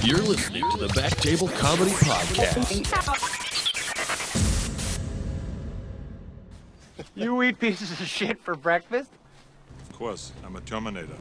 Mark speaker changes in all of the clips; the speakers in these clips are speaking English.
Speaker 1: You're listening to the Back Table Comedy Podcast.
Speaker 2: You eat pieces of shit for breakfast?
Speaker 3: Of course, I'm a Terminator.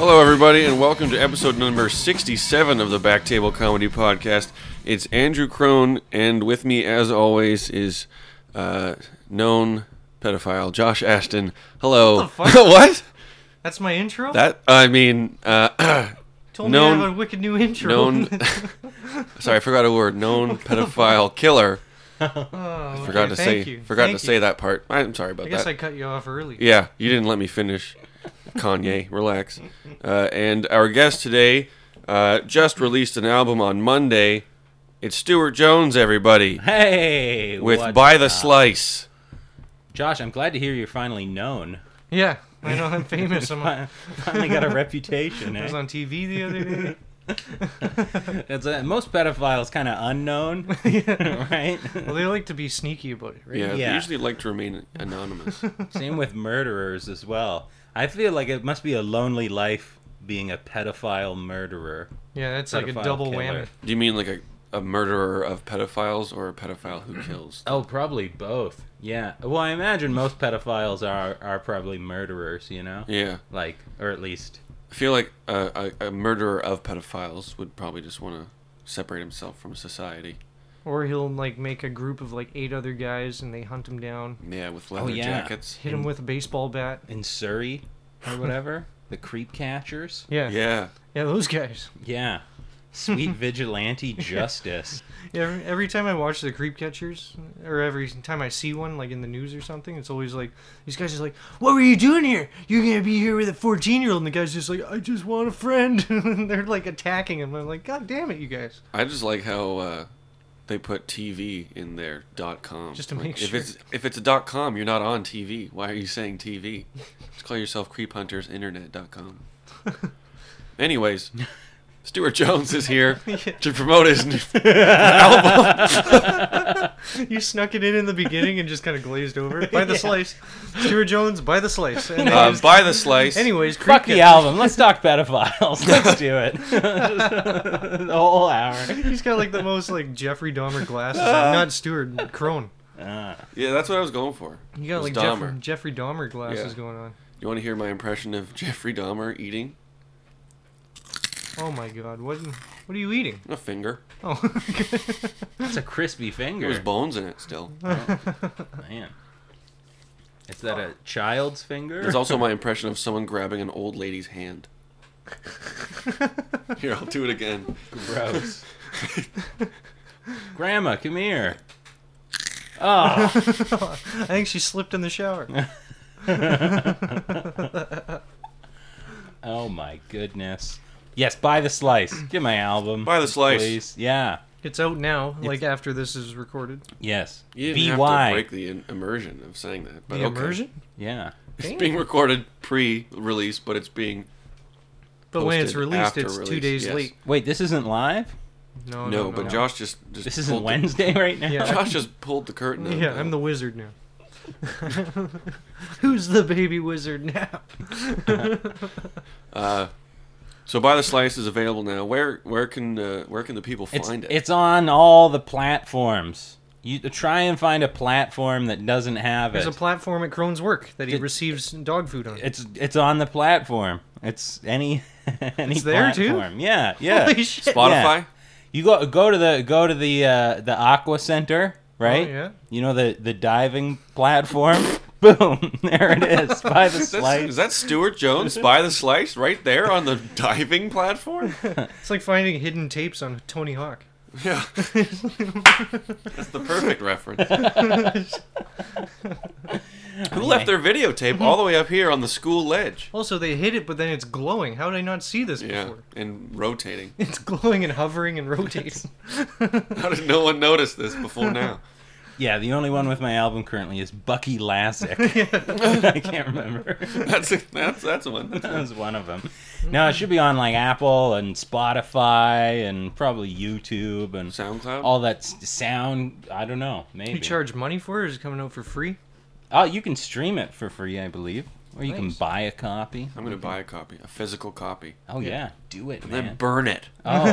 Speaker 4: Hello, everybody, and welcome to episode number 67 of the Back Table Comedy Podcast. It's Andrew Crone, and with me, as always, is uh, known pedophile Josh Ashton. Hello.
Speaker 5: What the fuck?
Speaker 4: What?
Speaker 5: That's my intro.
Speaker 4: That I mean, uh,
Speaker 5: told
Speaker 4: known-
Speaker 5: me I have a wicked new intro.
Speaker 4: known. sorry, I forgot a word. Known pedophile killer.
Speaker 5: Oh,
Speaker 4: Forgot
Speaker 5: okay,
Speaker 4: to
Speaker 5: thank
Speaker 4: say.
Speaker 5: You.
Speaker 4: Forgot
Speaker 5: thank
Speaker 4: to
Speaker 5: you.
Speaker 4: say that part. I'm sorry about
Speaker 5: I guess
Speaker 4: that.
Speaker 5: I cut you off early.
Speaker 4: Yeah, you didn't let me finish. Kanye, relax. Uh, and our guest today uh, just released an album on Monday. It's Stuart Jones, everybody,
Speaker 6: Hey,
Speaker 4: with
Speaker 6: what-
Speaker 4: By the Slice.
Speaker 6: Josh, I'm glad to hear you're finally known.
Speaker 5: Yeah, I know I'm famous. I'm on,
Speaker 6: Fin- Finally got a reputation.
Speaker 5: I was
Speaker 6: Eh?
Speaker 5: on TV the other day.
Speaker 6: That's uh, most pedophiles kind of unknown,
Speaker 5: yeah.
Speaker 6: right?
Speaker 5: Well, they like to be sneaky about it, right?
Speaker 4: Yeah, they
Speaker 6: Yeah.
Speaker 4: usually like to remain anonymous.
Speaker 6: Same with murderers as well. I feel like it must be a lonely life being a pedophile murderer.
Speaker 5: Yeah, that's like a
Speaker 6: Pedophile
Speaker 5: double
Speaker 6: killer.
Speaker 5: whammy.
Speaker 4: Do you mean like a, a murderer of pedophiles or a pedophile who kills?
Speaker 6: Oh, probably both. Yeah. Well, I imagine most pedophiles are are probably murderers. You know,
Speaker 4: Yeah,
Speaker 6: like or at least
Speaker 4: I feel like a, a, a murderer of pedophiles would probably just want to separate himself from society.
Speaker 5: Or he'll like make a group of like eight other guys and they hunt him down,
Speaker 4: Yeah, with leather
Speaker 6: yeah.
Speaker 4: jackets.
Speaker 5: hit him with a baseball bat.
Speaker 6: in Surrey or whatever. the creep catchers.
Speaker 5: Yeah, yeah,
Speaker 4: Yeah,
Speaker 5: those guys.
Speaker 6: Yeah. Sweet vigilante justice.
Speaker 5: Yeah, every, every time I watch the creep catchers, or every time I see one like in the news or something, it's always like these guys are like, "What were you doing here? You're gonna be here with a 14 year old." And the guy's just like, "I just want a friend." and they're like attacking him. I'm like, "God damn it, you guys!"
Speaker 4: I just like how uh, they put TV in their dot com.
Speaker 5: Just to
Speaker 4: Like,
Speaker 5: make
Speaker 4: if
Speaker 5: sure.
Speaker 4: it's if it's a dot com, you're not on TV. Why are you saying TV? just call yourself creephuntersinternet.com. Anyways, Stuart Jones is here to promote his new
Speaker 5: You snuck it in in the beginning and just kind of glazed over. it. By the slice, Stuart Jones. By the slice. And
Speaker 4: uh,
Speaker 5: anyways-
Speaker 4: by the slice.
Speaker 5: anyways, creep
Speaker 6: Fuck the
Speaker 5: catchers-
Speaker 6: album. Let's talk pedophiles. Let's do it. the whole hour.
Speaker 5: He's got like the most like Jeffrey Dahmer glasses. on. not Stuart Crone.
Speaker 6: Ah.
Speaker 4: Yeah, that's what I was going for.
Speaker 5: You got
Speaker 4: was
Speaker 5: like
Speaker 4: Dahmer.
Speaker 5: Jeff- Jeffrey Dahmer glasses
Speaker 4: Yeah.
Speaker 5: going on.
Speaker 4: You want to hear my impression of Jeffrey Dahmer eating
Speaker 5: Oh my God, what? What are you eating?
Speaker 4: a finger?
Speaker 5: Oh.
Speaker 6: That's a crispy finger.
Speaker 4: There was bones in it still.
Speaker 6: Man. Is that a child's finger?
Speaker 4: It's also my impression of someone grabbing an old lady's hand. Here, I'll do it again.
Speaker 6: gross. Grandma, come here. Oh,
Speaker 5: I think she slipped in the shower.
Speaker 6: oh my goodness. Yes, buy the slice. Get my album.
Speaker 4: Buy the slice.
Speaker 6: Please. Yeah.
Speaker 5: It's out now, like after this is recorded.
Speaker 6: Yes.
Speaker 4: You didn't have to
Speaker 6: BY.
Speaker 4: break the in- immersion of saying that. But
Speaker 5: The
Speaker 4: okay.
Speaker 5: immersion?
Speaker 6: Yeah.
Speaker 4: It's being recorded pre-release, but it's being
Speaker 5: But when it's
Speaker 4: Posted
Speaker 5: released,
Speaker 4: after
Speaker 5: it's two
Speaker 4: release,
Speaker 5: days
Speaker 4: yes.
Speaker 5: late.
Speaker 6: Wait, this isn't live?
Speaker 5: Oh, No,
Speaker 4: no.
Speaker 5: no,
Speaker 4: but
Speaker 5: no.
Speaker 4: Josh just just
Speaker 6: This isn't
Speaker 4: pulled
Speaker 6: Wednesday right now?
Speaker 4: The,
Speaker 5: Yeah.
Speaker 4: Josh just pulled the curtain. up.
Speaker 5: Yeah, I'm the wizard now. Who's the baby wizard now?
Speaker 4: So by the slice is available now. Where where can uh, where can the people
Speaker 6: It's,
Speaker 4: find it?
Speaker 6: it's on all the platforms. You try and find a platform that doesn't have
Speaker 5: There's
Speaker 6: it.
Speaker 5: a platform at Crone's work that he
Speaker 6: Did-
Speaker 5: receives dog food on.
Speaker 6: it's it's on the platform. It's any any
Speaker 5: It's there, too?
Speaker 6: platform. Yeah, yeah.
Speaker 5: Holy shit.
Speaker 4: Spotify.
Speaker 6: You go go to the go to the uh, the Aqua Center, right?
Speaker 5: Oh, yeah.
Speaker 6: You know the the diving platform. Boom! There it is. By the
Speaker 4: That's, is
Speaker 6: slice.
Speaker 4: that Stuart Jones by the slice right there on the diving platform?
Speaker 5: It's like finding hidden tapes on Tony Hawk.
Speaker 4: Yeah. That's the perfect reference. Who left their videotape all the way up here on the school ledge?
Speaker 5: Also, they hit it, but then it's glowing. How did I not see this
Speaker 4: Yeah,
Speaker 5: before?
Speaker 4: and rotating.
Speaker 5: It's glowing and hovering and rotating.
Speaker 4: How did no one notice this before now?
Speaker 6: Yeah, the only one with my album currently is Bucky Lassick. I can't remember.
Speaker 4: That's a, that's that's one.
Speaker 6: That was one of them. No, it should be on like Apple and Spotify and probably YouTube and
Speaker 4: SoundCloud.
Speaker 6: all that s- sound. I don't know. Maybe.
Speaker 5: you charge money for it, or is it coming out for free?
Speaker 6: Oh, you can stream it for free, I believe, or you can
Speaker 5: Nice.
Speaker 6: buy a copy.
Speaker 4: I'm gonna buy a copy, a physical copy,
Speaker 6: Oh yeah, do it,
Speaker 4: then
Speaker 6: man.
Speaker 4: burn it
Speaker 6: Oh,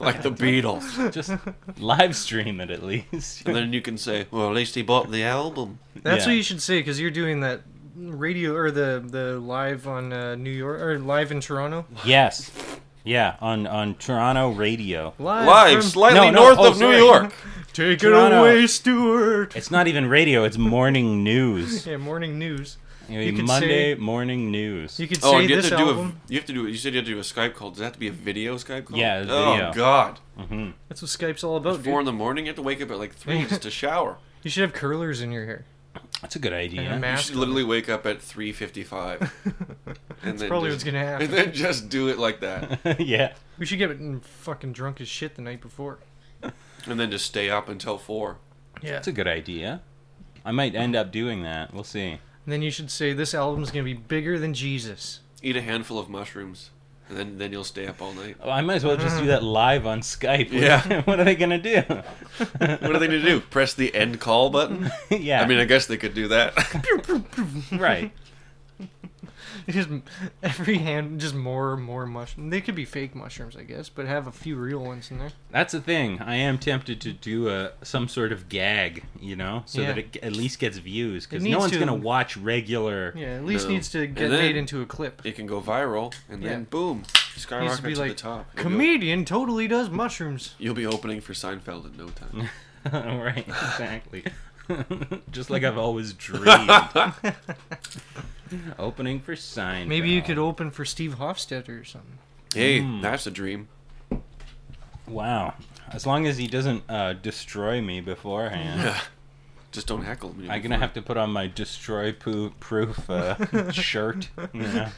Speaker 4: like the Beatles,
Speaker 6: just live stream it at least.
Speaker 4: and then you can say, "Well, at least he bought the album."
Speaker 5: That's
Speaker 6: Yeah.
Speaker 5: what you should say, because you're doing that radio or the the live on uh, New York or live in Toronto.
Speaker 6: yes. Yeah, on on Toronto radio.
Speaker 5: Live,
Speaker 4: Live
Speaker 5: from-
Speaker 4: slightly
Speaker 6: No, no,
Speaker 4: north
Speaker 6: oh,
Speaker 4: of New
Speaker 6: sorry.
Speaker 4: York.
Speaker 5: Take
Speaker 6: Toronto.
Speaker 5: it away, Stuart.
Speaker 6: It's not even radio; it's morning news.
Speaker 5: Yeah, morning news.
Speaker 6: You
Speaker 5: You could
Speaker 6: Monday
Speaker 5: say-
Speaker 6: morning news.
Speaker 5: You could
Speaker 4: Oh,
Speaker 5: say
Speaker 4: and you have
Speaker 5: this
Speaker 4: to do
Speaker 5: album.
Speaker 4: a. You have to do. You said you had to do a Skype call. Does that have to be a video Skype call?
Speaker 6: Yeah, it's
Speaker 4: oh
Speaker 6: video.
Speaker 4: God.
Speaker 5: That's what Skype's all about,
Speaker 4: Four
Speaker 5: Oh, dude.
Speaker 4: in the morning. You have to wake up at like three just to shower.
Speaker 5: You should have curlers in your hair.
Speaker 6: That's a good
Speaker 5: And
Speaker 6: idea.
Speaker 5: a
Speaker 4: You
Speaker 5: mask.
Speaker 4: should literally wake up at three fifty-five. That's
Speaker 5: probably what's gonna happen.
Speaker 4: And then just do it like that,
Speaker 6: yeah.
Speaker 5: We should get mm, fucking drunk as shit the night before.
Speaker 4: and then just stay up until four.
Speaker 5: Yeah.
Speaker 6: That's a good idea. I might end up doing that. We'll see.
Speaker 5: And then you should say this album's gonna be bigger than Jesus.
Speaker 4: Eat a handful of mushrooms, and then then you'll stay up all night.
Speaker 6: Oh, I might as well just do that live on Skype. What-
Speaker 4: Yeah.
Speaker 6: what are they gonna do?
Speaker 4: What are they gonna do? Press the end call button?
Speaker 6: yeah.
Speaker 4: I mean, I guess they could do that.
Speaker 6: right.
Speaker 5: Just every hand, just more, more mushrooms. They could be fake mushrooms, I guess, but have a few real ones in there.
Speaker 6: That's the thing. I am tempted to do a some sort of gag, you know, so
Speaker 5: Yeah.
Speaker 6: that it g- at least gets views because
Speaker 5: It
Speaker 6: no
Speaker 5: needs
Speaker 6: one's
Speaker 5: to.
Speaker 6: gonna watch regular.
Speaker 5: Yeah, at least
Speaker 4: No.
Speaker 5: needs to
Speaker 4: And
Speaker 5: get
Speaker 4: then-
Speaker 5: made into a clip.
Speaker 4: it can go viral, and then
Speaker 5: Yeah.
Speaker 4: boom,
Speaker 5: Needs to
Speaker 4: skyrocket to,
Speaker 5: be
Speaker 4: the
Speaker 5: like
Speaker 4: top. You'll be-
Speaker 5: comedian totally does mushrooms.
Speaker 4: You'll be opening for Seinfeld in no time.
Speaker 6: right. Exactly. Just like I've always dreamed. Opening for sign.
Speaker 5: Maybe you could open for Steve Hofstetter or something.
Speaker 4: Hey, that's a dream.
Speaker 6: Wow. As long as he doesn't uh, destroy me beforehand,
Speaker 4: Just don't heckle me.
Speaker 6: I'm gonna have to put on my destroy poo- proof uh, shirt. you know?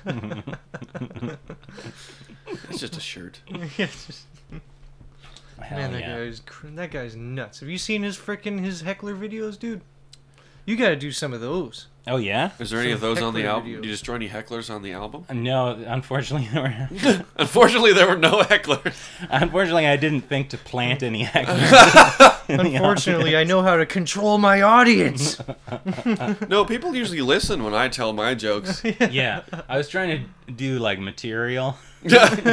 Speaker 4: It's just a shirt.
Speaker 5: Yes. just-
Speaker 6: Hell
Speaker 5: Man, that
Speaker 6: yeah.
Speaker 5: guy's cr- that guy's nuts. Have you seen his frickin' his heckler videos, dude? You gotta do some of those.
Speaker 6: Oh yeah.
Speaker 4: Is there any of
Speaker 5: Some
Speaker 4: those on the
Speaker 5: heckler
Speaker 4: album?
Speaker 5: videos.
Speaker 4: Did you just draw any hecklers on the album?
Speaker 6: No, unfortunately, there were
Speaker 4: Unfortunately, there were no hecklers.
Speaker 6: Unfortunately, I didn't think to plant any hecklers. in the
Speaker 5: Fortunately, I know how to control my audience.
Speaker 4: No, people usually listen when I tell my jokes.
Speaker 6: audience. yeah, I was trying to do like material, you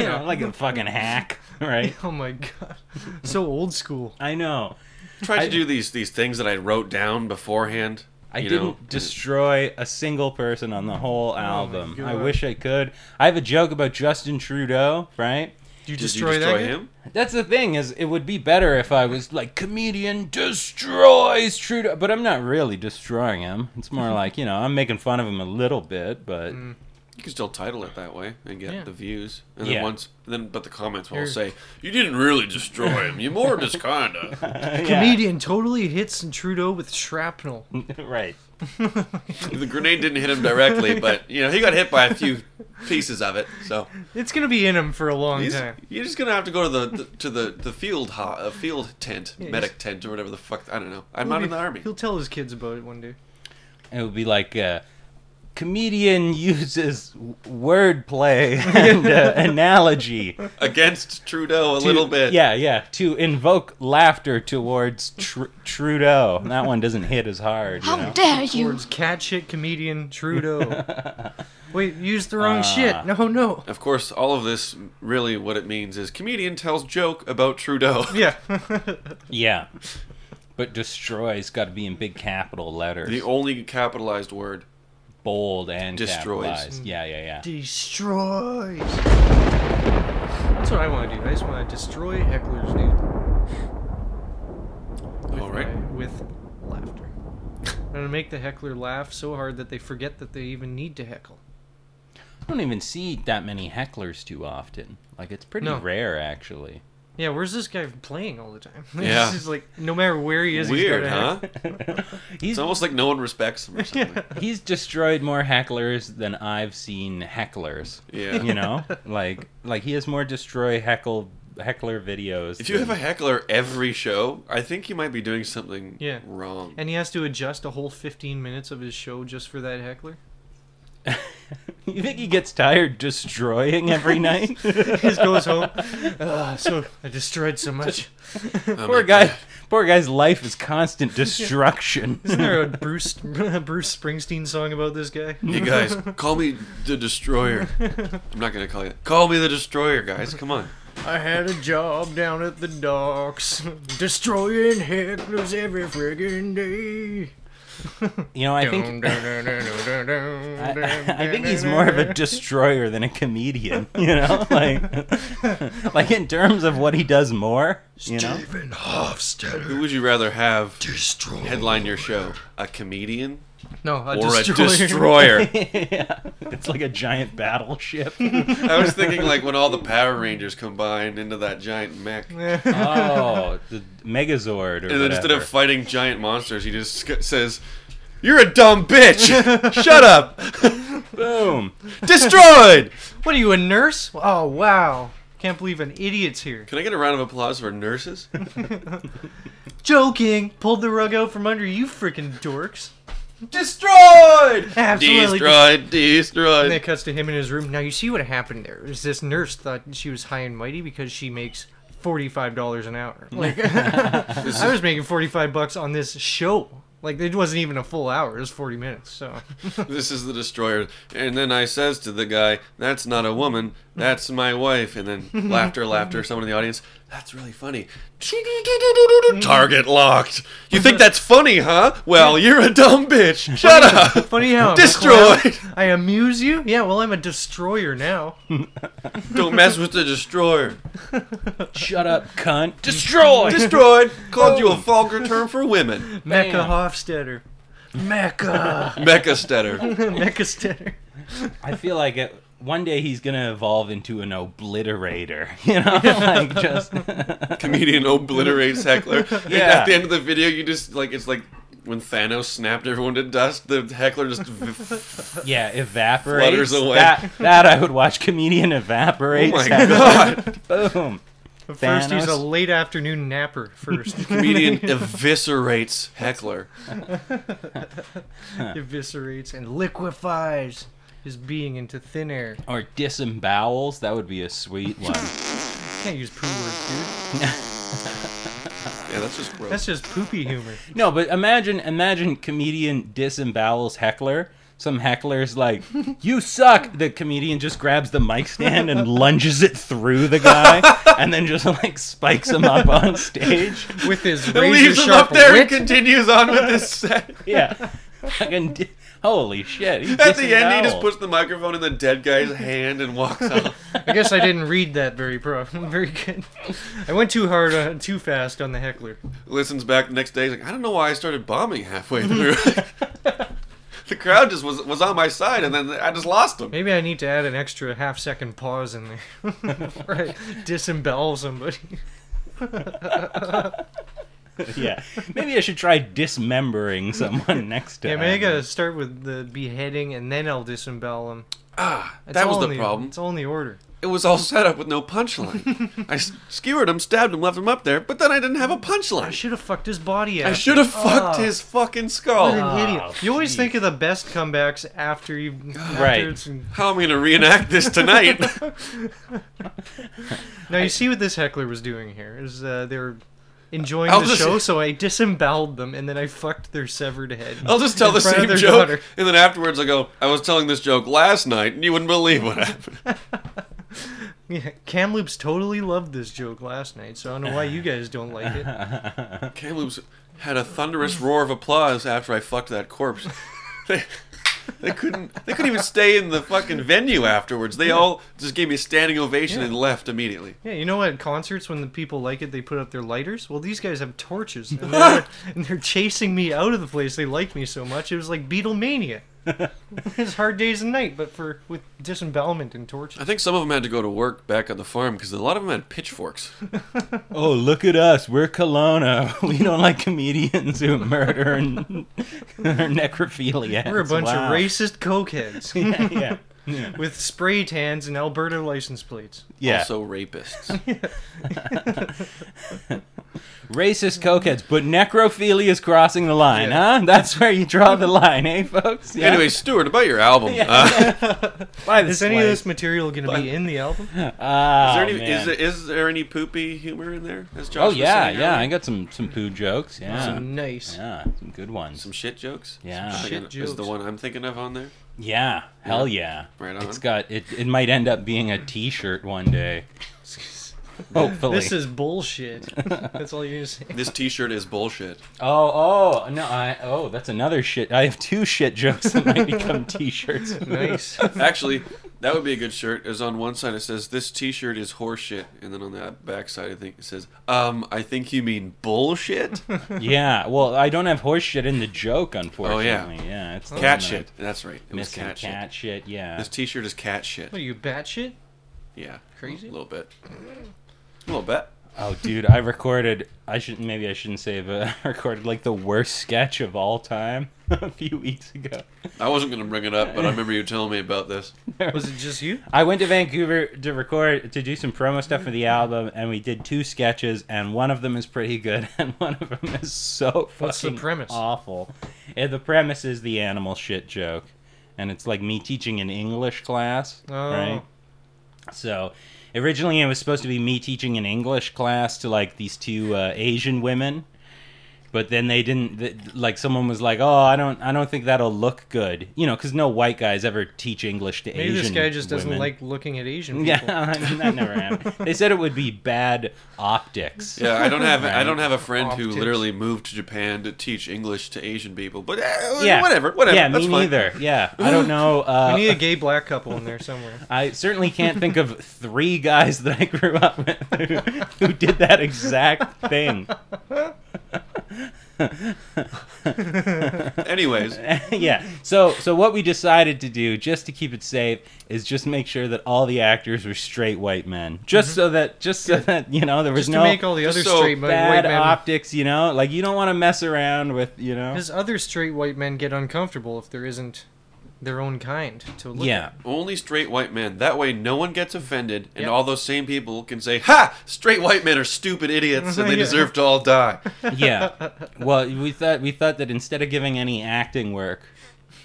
Speaker 6: know, like a fucking hack, right?
Speaker 5: oh my god, so old school.
Speaker 6: I know.
Speaker 4: Try to do these these things that I wrote down beforehand.
Speaker 6: I
Speaker 4: you
Speaker 6: didn't
Speaker 4: know?
Speaker 6: destroy a single person on the whole album. I
Speaker 5: Oh God.
Speaker 6: wish I could. I have a joke about Justin Trudeau, right?
Speaker 5: Did you
Speaker 4: Did
Speaker 5: destroy,
Speaker 4: you destroy
Speaker 5: that? guy?
Speaker 4: him?
Speaker 6: That's the thing is, it would be better if I was like comedian destroys Trudeau, but I'm not really destroying him. It's more like you know, I'm making fun of him a little bit, but
Speaker 4: You can still title it that way and get
Speaker 5: Yeah.
Speaker 4: the views. And then
Speaker 6: Yeah.
Speaker 4: once then but the comments will
Speaker 5: You're-
Speaker 4: say, You didn't really destroy him, you more just kinda.
Speaker 6: Yeah,
Speaker 5: Comedian totally hits Trudeau with shrapnel.
Speaker 6: right.
Speaker 4: the grenade didn't hit him directly, but you know, he got hit by a few pieces of it. So
Speaker 5: It's gonna be in him for a long
Speaker 4: he's,
Speaker 5: time.
Speaker 4: you're just gonna have to go to the, the to the, the field ho- uh, field tent,
Speaker 5: he's-
Speaker 4: medic tent or whatever the fuck I don't know. I'm
Speaker 5: He'll
Speaker 4: not
Speaker 5: be-
Speaker 4: in the army.
Speaker 5: He'll tell his kids about it one day.
Speaker 6: It would be like uh, comedian uses w- wordplay and uh, analogy.
Speaker 4: Against Trudeau a little bit.
Speaker 6: Yeah, yeah. To invoke laughter towards tr- Trudeau. That one doesn't hit as hard. You
Speaker 7: How
Speaker 6: know?
Speaker 7: dare you!
Speaker 5: Words cat shit comedian Trudeau. Wait, you used the wrong
Speaker 4: Ah.
Speaker 5: shit. No, no.
Speaker 4: Of course, all of this really what it means is comedian tells joke about Trudeau.
Speaker 5: Yeah.
Speaker 6: Yeah. But destroy's got to be in big capital letters.
Speaker 4: the only capitalized word.
Speaker 6: bold and
Speaker 4: Destroys. Mm.
Speaker 6: capitalized. Yeah, yeah, yeah.
Speaker 5: Destroys. That's what I want to do. I just want to destroy hecklers, dude. With
Speaker 4: All right.
Speaker 5: my- with laughter. I'm gonna make the heckler laugh so hard that they forget that they even need to heckle.
Speaker 6: I don't even see that many hecklers too often. Like it's pretty
Speaker 5: No.
Speaker 6: rare, actually.
Speaker 5: Yeah, where's this guy playing all the time?
Speaker 4: Yeah.
Speaker 5: this is like no matter where he is. he's
Speaker 4: Weird,
Speaker 5: gotta
Speaker 4: huh?
Speaker 6: He's
Speaker 4: It's almost like no one respects him or something.
Speaker 6: he's destroyed more hecklers than I've seen hecklers.
Speaker 4: Yeah.
Speaker 6: You know, like like he has more destroy heckle heckler videos.
Speaker 4: If you
Speaker 6: than-
Speaker 4: have a heckler every show, I think you might be doing something
Speaker 5: Yeah.
Speaker 4: wrong.
Speaker 5: And he has to adjust a whole 15 minutes of his show just for that heckler.
Speaker 6: you think he gets tired destroying every night?
Speaker 5: He just goes home. "Ah, so I destroyed so much.
Speaker 4: Oh
Speaker 6: poor
Speaker 4: my
Speaker 6: guy.
Speaker 4: God.
Speaker 6: Poor guy's life is constant destruction.
Speaker 5: Isn't there a Bruce Bruce Springsteen song about this guy?
Speaker 4: Hey guys, call me the destroyer. I'm not gonna call you. that. Call me the destroyer, guys. Come on.
Speaker 5: I had a job down at the docks, destroying hecklers every friggin' day.
Speaker 6: You know, I think I, I think he's more of a destroyer than a comedian. You know, like like in terms of what he does more. You know,
Speaker 4: Who would you rather have headline your show? A comedian
Speaker 5: no, a
Speaker 4: or
Speaker 5: destroyer.
Speaker 4: a destroyer?
Speaker 6: yeah, it's like a giant battleship.
Speaker 4: I was thinking like when all the Power Rangers combined into that giant mech.
Speaker 6: Oh, the Megazord or
Speaker 4: And then instead
Speaker 6: whatever.
Speaker 4: of fighting giant monsters, he just sc- says, "You're a dumb bitch. Shut up.
Speaker 6: boom.
Speaker 4: Destroyed."
Speaker 5: What are you, a nurse? Oh wow, can't believe an idiot's here.
Speaker 4: Can I get a round of applause for nurses?
Speaker 5: Joking. Pulled the rug out from under you, freaking dorks.
Speaker 4: Destroyed.
Speaker 5: Absolutely.
Speaker 4: Destroyed.
Speaker 5: And that
Speaker 4: Destroyed.
Speaker 5: cuts to him in his room. Now you see what happened there. Is this nurse thought she was high and mighty because she makes forty-five dollars an hour? Like I was making forty-five bucks on this show. Like it wasn't even a full hour. It was forty minutes. So
Speaker 4: This is the destroyer. And then I says to the guy, "That's not a woman. That's my wife." And then laughter, laughter. Someone in the audience, "That's really funny." Target locked. You think that's funny, huh? Well, you're a dumb bitch. Shut up.
Speaker 5: funny how I'm a
Speaker 4: Destroyed.
Speaker 5: clown. I amuse you. Yeah. Well, I'm a destroyer now.
Speaker 4: Don't mess with the destroyer.
Speaker 6: Shut up, cunt. Destroy. Oh.
Speaker 4: Destroyed. Called you a vulgar term for women.
Speaker 5: Mecca
Speaker 6: Bam.
Speaker 5: Hofstetter. Mecca.
Speaker 4: Mecha stetter.
Speaker 5: Mecca Stetter.
Speaker 6: I feel like it, one day he's gonna evolve into an obliterator. You know, like just
Speaker 4: Comedian obliterates heckler. And
Speaker 6: Yeah.
Speaker 4: At the end of the video, you just like it's like when Thanos snapped everyone to dust. The heckler just oh
Speaker 6: yeah, evaporates.
Speaker 4: Flutters away.
Speaker 6: That that I would watch comedian evaporates.
Speaker 4: Oh my
Speaker 6: god. Boom.
Speaker 5: First, he's a
Speaker 6: Thanos.
Speaker 5: late afternoon napper. First,
Speaker 4: comedian eviscerates heckler.
Speaker 5: eviscerates and liquefies his being into thin air.
Speaker 6: Or disembowels. That would be a sweet one.
Speaker 5: Can't use poo words, dude.
Speaker 4: Yeah, that's just gross.
Speaker 5: That's just poopy humor.
Speaker 6: No, but imagine imagine comedian disembowels heckler. Some heckler's like, "You suck." The comedian just grabs the mic stand and lunges it through the guy, and then just like spikes him up on stage.
Speaker 5: With his
Speaker 4: And
Speaker 5: razor
Speaker 4: leaves him up
Speaker 5: sharp
Speaker 4: there
Speaker 5: wit.
Speaker 4: and continues on with his set.
Speaker 6: Yeah, fucking di- holy shit. he
Speaker 4: At the end, he just
Speaker 6: disemboweled.
Speaker 4: puts the microphone in the dead guy's hand and walks off.
Speaker 5: I guess I didn't read that very pro. Very good. I went too hard, on, too fast on the heckler.
Speaker 4: listens back the next day. He's like, I don't know why I started bombing halfway through. the crowd just was was on my side, and then I just lost them.
Speaker 5: Maybe I need to add an extra half second pause in there before I disembowel somebody.
Speaker 6: Yeah, maybe I should try dismembering someone next time.
Speaker 5: Yeah, maybe I gotta start with the beheading and then I'll disembowel him.
Speaker 4: Ah,
Speaker 5: It's
Speaker 4: that was
Speaker 5: all
Speaker 4: the
Speaker 5: in
Speaker 4: problem.
Speaker 5: It's all in the order.
Speaker 4: It was all set up with no punchline. I s- skewered him, stabbed him, left him up there, but then I didn't have a
Speaker 5: I
Speaker 4: punchline.
Speaker 5: should have fucked his body out.
Speaker 4: I should have
Speaker 5: Ah.
Speaker 4: fucked his fucking
Speaker 5: What
Speaker 4: skull.
Speaker 5: an idiot.
Speaker 6: Oh,
Speaker 5: You always
Speaker 6: jeez.
Speaker 5: think of the best comebacks after you. After
Speaker 6: Right.
Speaker 5: it's-
Speaker 4: How am I gonna reenact this tonight?
Speaker 5: Now you see what this heckler was doing here is uh, they were enjoying
Speaker 4: I'll
Speaker 5: the
Speaker 4: just-
Speaker 5: show, so I disemboweled them and then I fucked their severed head.
Speaker 4: I'll just tell the
Speaker 5: front of
Speaker 4: same
Speaker 5: their
Speaker 4: joke,
Speaker 5: daughter.
Speaker 4: and then afterwards I go, I was telling this joke last night, and you wouldn't believe what happened.
Speaker 5: Yeah, Kamloops totally loved this joke last night, so I don't know why you guys don't like it.
Speaker 4: Kamloops had a thunderous roar of applause after I fucked that corpse. They couldn't. They couldn't even stay in the fucking venue afterwards. They all just gave me a standing ovation and left immediately.
Speaker 5: Yeah, you know what? Concerts, when the people like it, they put up their lighters. Well, these guys have torches, and they're, and they're chasing me out of the place. They like me so much. It was like Beatlemania. it's hard days and night, but for with disembowelment and torches.
Speaker 4: I think some of them had to go to work back on the farm because a lot of them had pitchforks.
Speaker 6: Oh, look at us. We're Kelowna. We don't like comedians who murder and are necrophiliacs.
Speaker 5: We're a bunch
Speaker 6: Wow.
Speaker 5: of racist cokeheads
Speaker 6: Yeah, yeah.
Speaker 5: with spray tans and Alberta license plates.
Speaker 6: Yeah.
Speaker 4: Also rapists.
Speaker 6: Racist cokeheads, but necrophilia is crossing the line,
Speaker 5: Yeah.
Speaker 6: huh? That's where you draw the line, eh, folks? Yeah.
Speaker 4: Anyway, Stuart, about your album. Uh,
Speaker 6: Buy the
Speaker 5: Is any of
Speaker 6: slave.
Speaker 5: this material going to be in the album?
Speaker 6: Ah,
Speaker 4: Is there,
Speaker 6: oh,
Speaker 4: any,
Speaker 6: man.
Speaker 4: is, there, is there any poopy humor in there? As Josh
Speaker 6: Oh
Speaker 4: was
Speaker 6: yeah,
Speaker 4: saying
Speaker 6: yeah. I
Speaker 4: earlier?
Speaker 6: got some some poo jokes. Yeah,
Speaker 5: Some nice.
Speaker 6: yeah, some good ones.
Speaker 4: Some shit jokes.
Speaker 6: Yeah.
Speaker 4: Like,
Speaker 5: Shit
Speaker 4: is
Speaker 5: jokes.
Speaker 4: the one I'm thinking of on there.
Speaker 6: Yeah, hell yeah.
Speaker 4: Right
Speaker 6: It's
Speaker 4: on.
Speaker 6: got it. It might end up being a T-shirt one day.
Speaker 5: Oh,
Speaker 6: Hopefully.
Speaker 5: This is bullshit. That's all you're going to say.
Speaker 4: This T-shirt is bullshit.
Speaker 6: oh, oh no, I oh that's another shit. I have two shit jokes that might become T-shirts.
Speaker 5: Nice.
Speaker 4: Actually, that would be a good shirt. As on one side it says, "This T-shirt is horseshit," and then on the back side I think it says, "Um, I think you mean bullshit."
Speaker 6: Oh, Yeah. Well, I don't have horse shit in the joke, unfortunately. Yeah. It's the one
Speaker 4: cat
Speaker 6: that
Speaker 4: shit. That's right. It
Speaker 6: I'm
Speaker 4: was
Speaker 6: Missing
Speaker 4: cat,
Speaker 6: cat,
Speaker 4: shit.
Speaker 6: shit. Yeah.
Speaker 4: This T-shirt is cat shit.
Speaker 5: What are you, batshit?
Speaker 4: Yeah,
Speaker 5: Crazy?
Speaker 4: A little bit. A little bit.
Speaker 6: Oh, dude, I recorded. I shouldn't. Maybe I shouldn't say, but I recorded like the worst sketch of all time a few weeks ago.
Speaker 4: I wasn't gonna bring it up, but I remember you telling me about this.
Speaker 5: Was it just you?
Speaker 6: I went to Vancouver to record to do some promo stuff for the album, and we did two sketches, and one of them is pretty good, and one of them is so fucking
Speaker 5: What's the premise?
Speaker 6: awful. And the premise is the animal shit joke, and it's like me teaching an English class,
Speaker 5: Oh.
Speaker 6: right? So originally it was supposed to be me teaching an English class to like these two uh, Asian women. But then they didn't th- like someone was like, "Oh, I don't I don't think that'll look good." You know, cuz no white guys ever teach English to
Speaker 5: Maybe
Speaker 6: Asian
Speaker 5: this guy just doesn't
Speaker 6: women.
Speaker 5: like looking at Asian people.
Speaker 6: Yeah, I mean, that never happened. They said it would be bad optics.
Speaker 4: Yeah, I don't have I don't have a friend who
Speaker 5: Optics.
Speaker 4: literally moved to Japan to teach English to Asian people, but eh,
Speaker 6: Yeah.
Speaker 4: whatever, whatever.
Speaker 6: Yeah,
Speaker 4: that's
Speaker 6: me
Speaker 4: fine.
Speaker 6: neither. Yeah, I don't know. Uh,
Speaker 5: I need a gay black couple in there somewhere.
Speaker 6: I certainly can't think of three guys that I grew up with who, who did that exact thing.
Speaker 4: Anyways,
Speaker 6: yeah. So, so what we decided to do, just to keep it safe, is just make sure that all the actors were straight white men, just so that, just so that you know, there was
Speaker 5: Mm-hmm. Just
Speaker 6: no
Speaker 5: to make all the other
Speaker 4: so
Speaker 5: straight mi- white
Speaker 6: bad
Speaker 5: men.
Speaker 6: optics. You know, like you don't want to mess around with, you know.
Speaker 5: Because other straight white men get uncomfortable if there isn't their own kind to look
Speaker 6: Yeah.
Speaker 5: at.
Speaker 4: only straight white men. That way, no one gets offended, and
Speaker 5: Yep.
Speaker 4: all those same people can say, "Ha! Straight white men are stupid idiots, and they
Speaker 5: Yeah.
Speaker 4: deserve to all die."
Speaker 6: yeah. Well, we thought we thought that instead of giving any acting work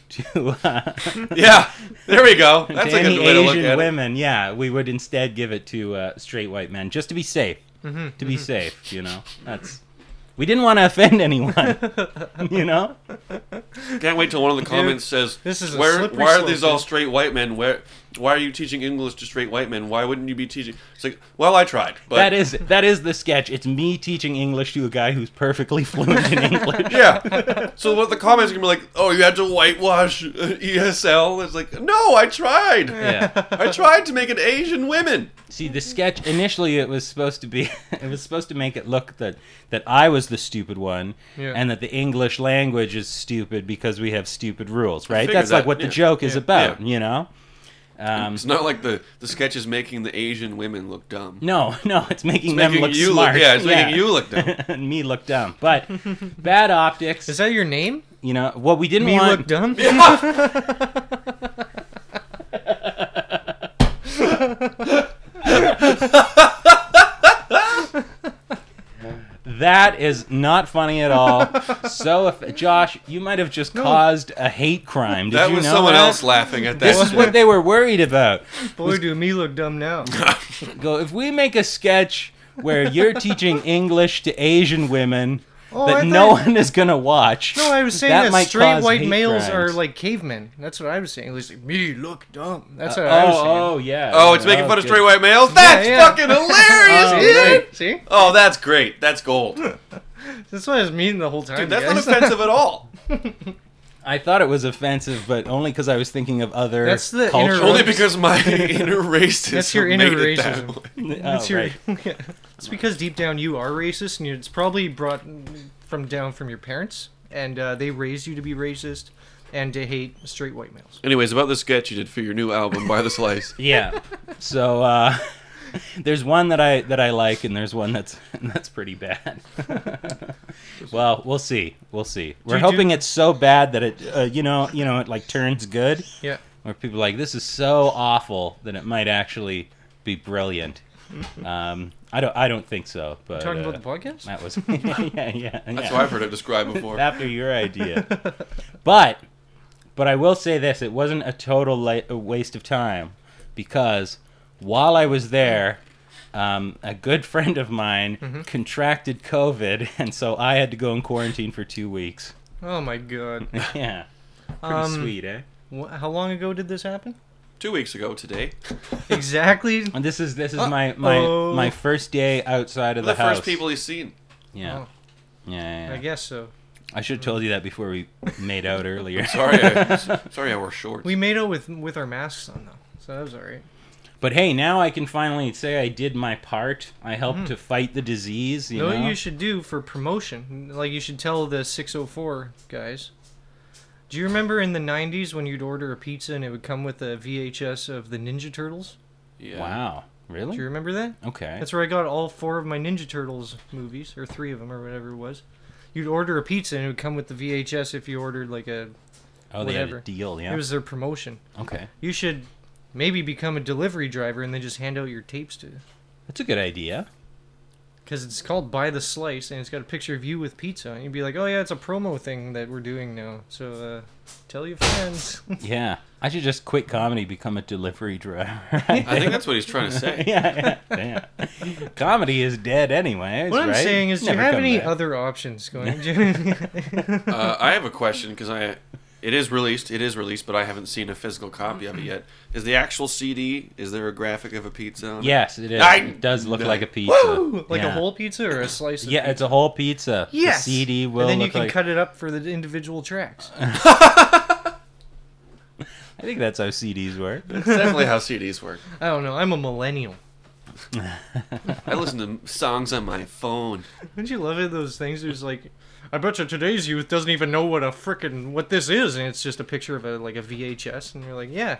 Speaker 6: to, uh, to
Speaker 4: Yeah, there we go. That's a
Speaker 6: any
Speaker 4: good way to look
Speaker 6: Asian
Speaker 4: at it.
Speaker 6: women, yeah, we would instead give it to uh, straight white men just to be safe.
Speaker 4: Mm-hmm,
Speaker 6: to be safe, you know. That's we didn't want to offend anyone, you know.
Speaker 4: Can't wait till one of the comments says,
Speaker 5: this is a
Speaker 4: where,
Speaker 5: slippery
Speaker 4: Why are
Speaker 5: slope,
Speaker 4: these all
Speaker 5: dude."
Speaker 4: straight white men? Where?" Why are you teaching English to straight white men? Why wouldn't you be teaching? It's like, well, I tried, but
Speaker 6: That is that is the sketch. It's me teaching English to a guy who's perfectly fluent in English.
Speaker 4: Yeah. So what the comments are gonna be like? Oh, you had to whitewash uh, ESL. It's like, no, I tried.
Speaker 6: Yeah.
Speaker 4: I tried to make it Asian women.
Speaker 6: See, the sketch initially it was supposed to be it was supposed to make it look that that I was the stupid one
Speaker 5: Yeah.
Speaker 6: and that the English language is stupid because we have stupid rules, right?
Speaker 4: figured
Speaker 6: That's like
Speaker 4: that,
Speaker 6: what
Speaker 4: yeah.
Speaker 6: the joke is
Speaker 5: Yeah.
Speaker 6: about,
Speaker 4: Yeah.
Speaker 6: you know? Um,
Speaker 4: It's not like the the sketch is making the Asian women look dumb.
Speaker 6: no, no, it's making
Speaker 4: It's
Speaker 6: them
Speaker 4: making
Speaker 6: look
Speaker 4: you
Speaker 6: smart.
Speaker 4: look. Yeah, it's making you look dumb.
Speaker 6: and me look dumb. But bad optics,
Speaker 5: Is that your name?
Speaker 6: you know, what we didn't
Speaker 5: Me
Speaker 6: want
Speaker 5: look dumb?
Speaker 6: that is not funny at all. so if Josh, you might have just caused a hate crime. Did
Speaker 4: That
Speaker 6: you
Speaker 4: was
Speaker 6: know
Speaker 4: someone
Speaker 6: that?
Speaker 4: else laughing at that.
Speaker 6: This is what they were worried about.
Speaker 5: Boy, do me look dumb now.
Speaker 6: Go if we make a sketch where you're teaching English to Asian women
Speaker 5: Oh, I
Speaker 6: that no
Speaker 5: thought-
Speaker 6: one is gonna watch.
Speaker 5: No, I was saying
Speaker 6: that
Speaker 5: that,
Speaker 6: might
Speaker 5: straight
Speaker 6: cause
Speaker 5: white
Speaker 6: hate
Speaker 5: males are
Speaker 6: crimes.
Speaker 5: like cavemen. That's what I was saying. At least like, me look dumb. That's what I was saying.
Speaker 6: Oh, oh yeah.
Speaker 4: Oh, it's making fun of
Speaker 6: good.
Speaker 4: straight white males. That's
Speaker 5: yeah.
Speaker 4: fucking hilarious,
Speaker 5: Oh,
Speaker 4: dude.
Speaker 5: right. See?
Speaker 4: Oh, that's great. That's gold. Dude,
Speaker 5: That's what I was meaning the whole time.
Speaker 4: that's not
Speaker 5: guys.
Speaker 4: offensive at all.
Speaker 6: I thought it was offensive, but only because I was thinking of other
Speaker 5: That's the inner-
Speaker 6: cultures.
Speaker 4: Only because my inner racism.
Speaker 5: That's your inner
Speaker 4: made it that
Speaker 5: racism.
Speaker 4: way.
Speaker 6: Oh,
Speaker 5: That's your,
Speaker 6: right.
Speaker 5: yeah. It's because deep down you are racist, and you- it's probably brought from down from your parents, and uh, they raised you to be racist and to hate straight white males.
Speaker 4: Anyways, about the sketch you did for your new album, By the Slice.
Speaker 6: Yeah. So uh, there's one that I that I like, and there's one that's that's pretty bad. well, we'll see. We'll see. We're
Speaker 5: you do-
Speaker 6: hoping it's so bad that it, uh, you know, you know, it like turns good,
Speaker 5: Yeah.
Speaker 6: where people are like this is so awful that it might actually be brilliant. Um, I don't. I don't think so. But
Speaker 5: Talking
Speaker 6: uh,
Speaker 5: about the podcast?
Speaker 6: that was yeah, yeah, yeah.
Speaker 4: That's what I've heard it described before.
Speaker 6: after your idea. but but I will say this: it wasn't a total la- a waste of time because while I was there, um, a good friend of mine
Speaker 4: Mm-hmm.
Speaker 6: contracted COVID, and so I had to go in quarantine for two weeks.
Speaker 5: Oh my god.
Speaker 6: yeah, pretty
Speaker 5: Um,
Speaker 6: sweet, eh?
Speaker 5: Wh- How long ago did this happen?
Speaker 4: Two weeks ago today,
Speaker 5: Exactly.
Speaker 6: And this is this is my my
Speaker 5: Uh-oh.
Speaker 6: my first day outside of
Speaker 4: the
Speaker 6: the, house.
Speaker 4: first people he's seen.
Speaker 6: Yeah.
Speaker 5: Oh.
Speaker 6: Yeah, yeah,
Speaker 5: I
Speaker 6: yeah.
Speaker 5: guess so.
Speaker 6: I should have told you that before we made out earlier.
Speaker 4: Sorry, I, sorry, I wore shorts.
Speaker 5: We made out with with our masks on though, so that was all right.
Speaker 6: But hey, now I can finally say I did my part. I helped to fight the disease. You
Speaker 5: You know what
Speaker 6: know?
Speaker 5: Hmm. you should do for promotion? Like you should tell the 604 guys. Do you remember in the 90s when you'd order a pizza and it would come with a VHS of the Ninja Turtles?
Speaker 4: yeah.
Speaker 6: Wow.
Speaker 5: Do you
Speaker 6: Really?
Speaker 5: remember that?
Speaker 6: Okay.
Speaker 5: That's where I got all four of my Ninja Turtles movies, or three of them, or whatever it was. You'd order a pizza and it would come with the VHS if you ordered like a.
Speaker 6: oh, they had
Speaker 5: whatever.
Speaker 6: a deal. Yeah.
Speaker 5: It was their promotion.
Speaker 6: okay.
Speaker 5: You should maybe become a delivery driver and then just hand out your tapes to.
Speaker 6: That's a good idea.
Speaker 5: Because it's called Buy the Slice, and it's got a picture of you with pizza. And you'd be like, oh, yeah, it's a promo thing that we're doing now. So uh, tell your friends.
Speaker 6: Yeah. I should just quit comedy, become a delivery driver.
Speaker 4: I think that's what he's trying to say.
Speaker 6: yeah, yeah, yeah. Comedy is dead anyway.
Speaker 5: what I'm
Speaker 6: right?
Speaker 5: saying is, do you
Speaker 6: Never
Speaker 5: have
Speaker 6: come
Speaker 5: any
Speaker 6: back.
Speaker 5: other options going? Jimmy?
Speaker 4: Uh, I have a question because I, it is released. It is released, but I haven't seen a physical copy of it yet. Is the actual CD? Is there a graphic of a pizza? On it?
Speaker 6: Yes, it is.
Speaker 4: I-
Speaker 6: It does look like a pizza.
Speaker 5: like
Speaker 6: yeah.
Speaker 5: a whole pizza or a slice of
Speaker 6: Yeah,
Speaker 5: pizza?
Speaker 6: it's a whole pizza. The
Speaker 5: Yes!
Speaker 6: CD will
Speaker 5: And then you
Speaker 6: look
Speaker 5: can
Speaker 6: like.
Speaker 5: cut it up for the individual tracks.
Speaker 6: I think that's how CDs work.
Speaker 4: That's definitely how CDs work.
Speaker 5: I don't know. I'm a millennial.
Speaker 4: I listen to songs on my phone.
Speaker 5: Don't you love it? Those things. There's like, I bet you today's youth doesn't even know what a frickin' what this is, and it's just a picture of a like a VHS, and you're like, yeah,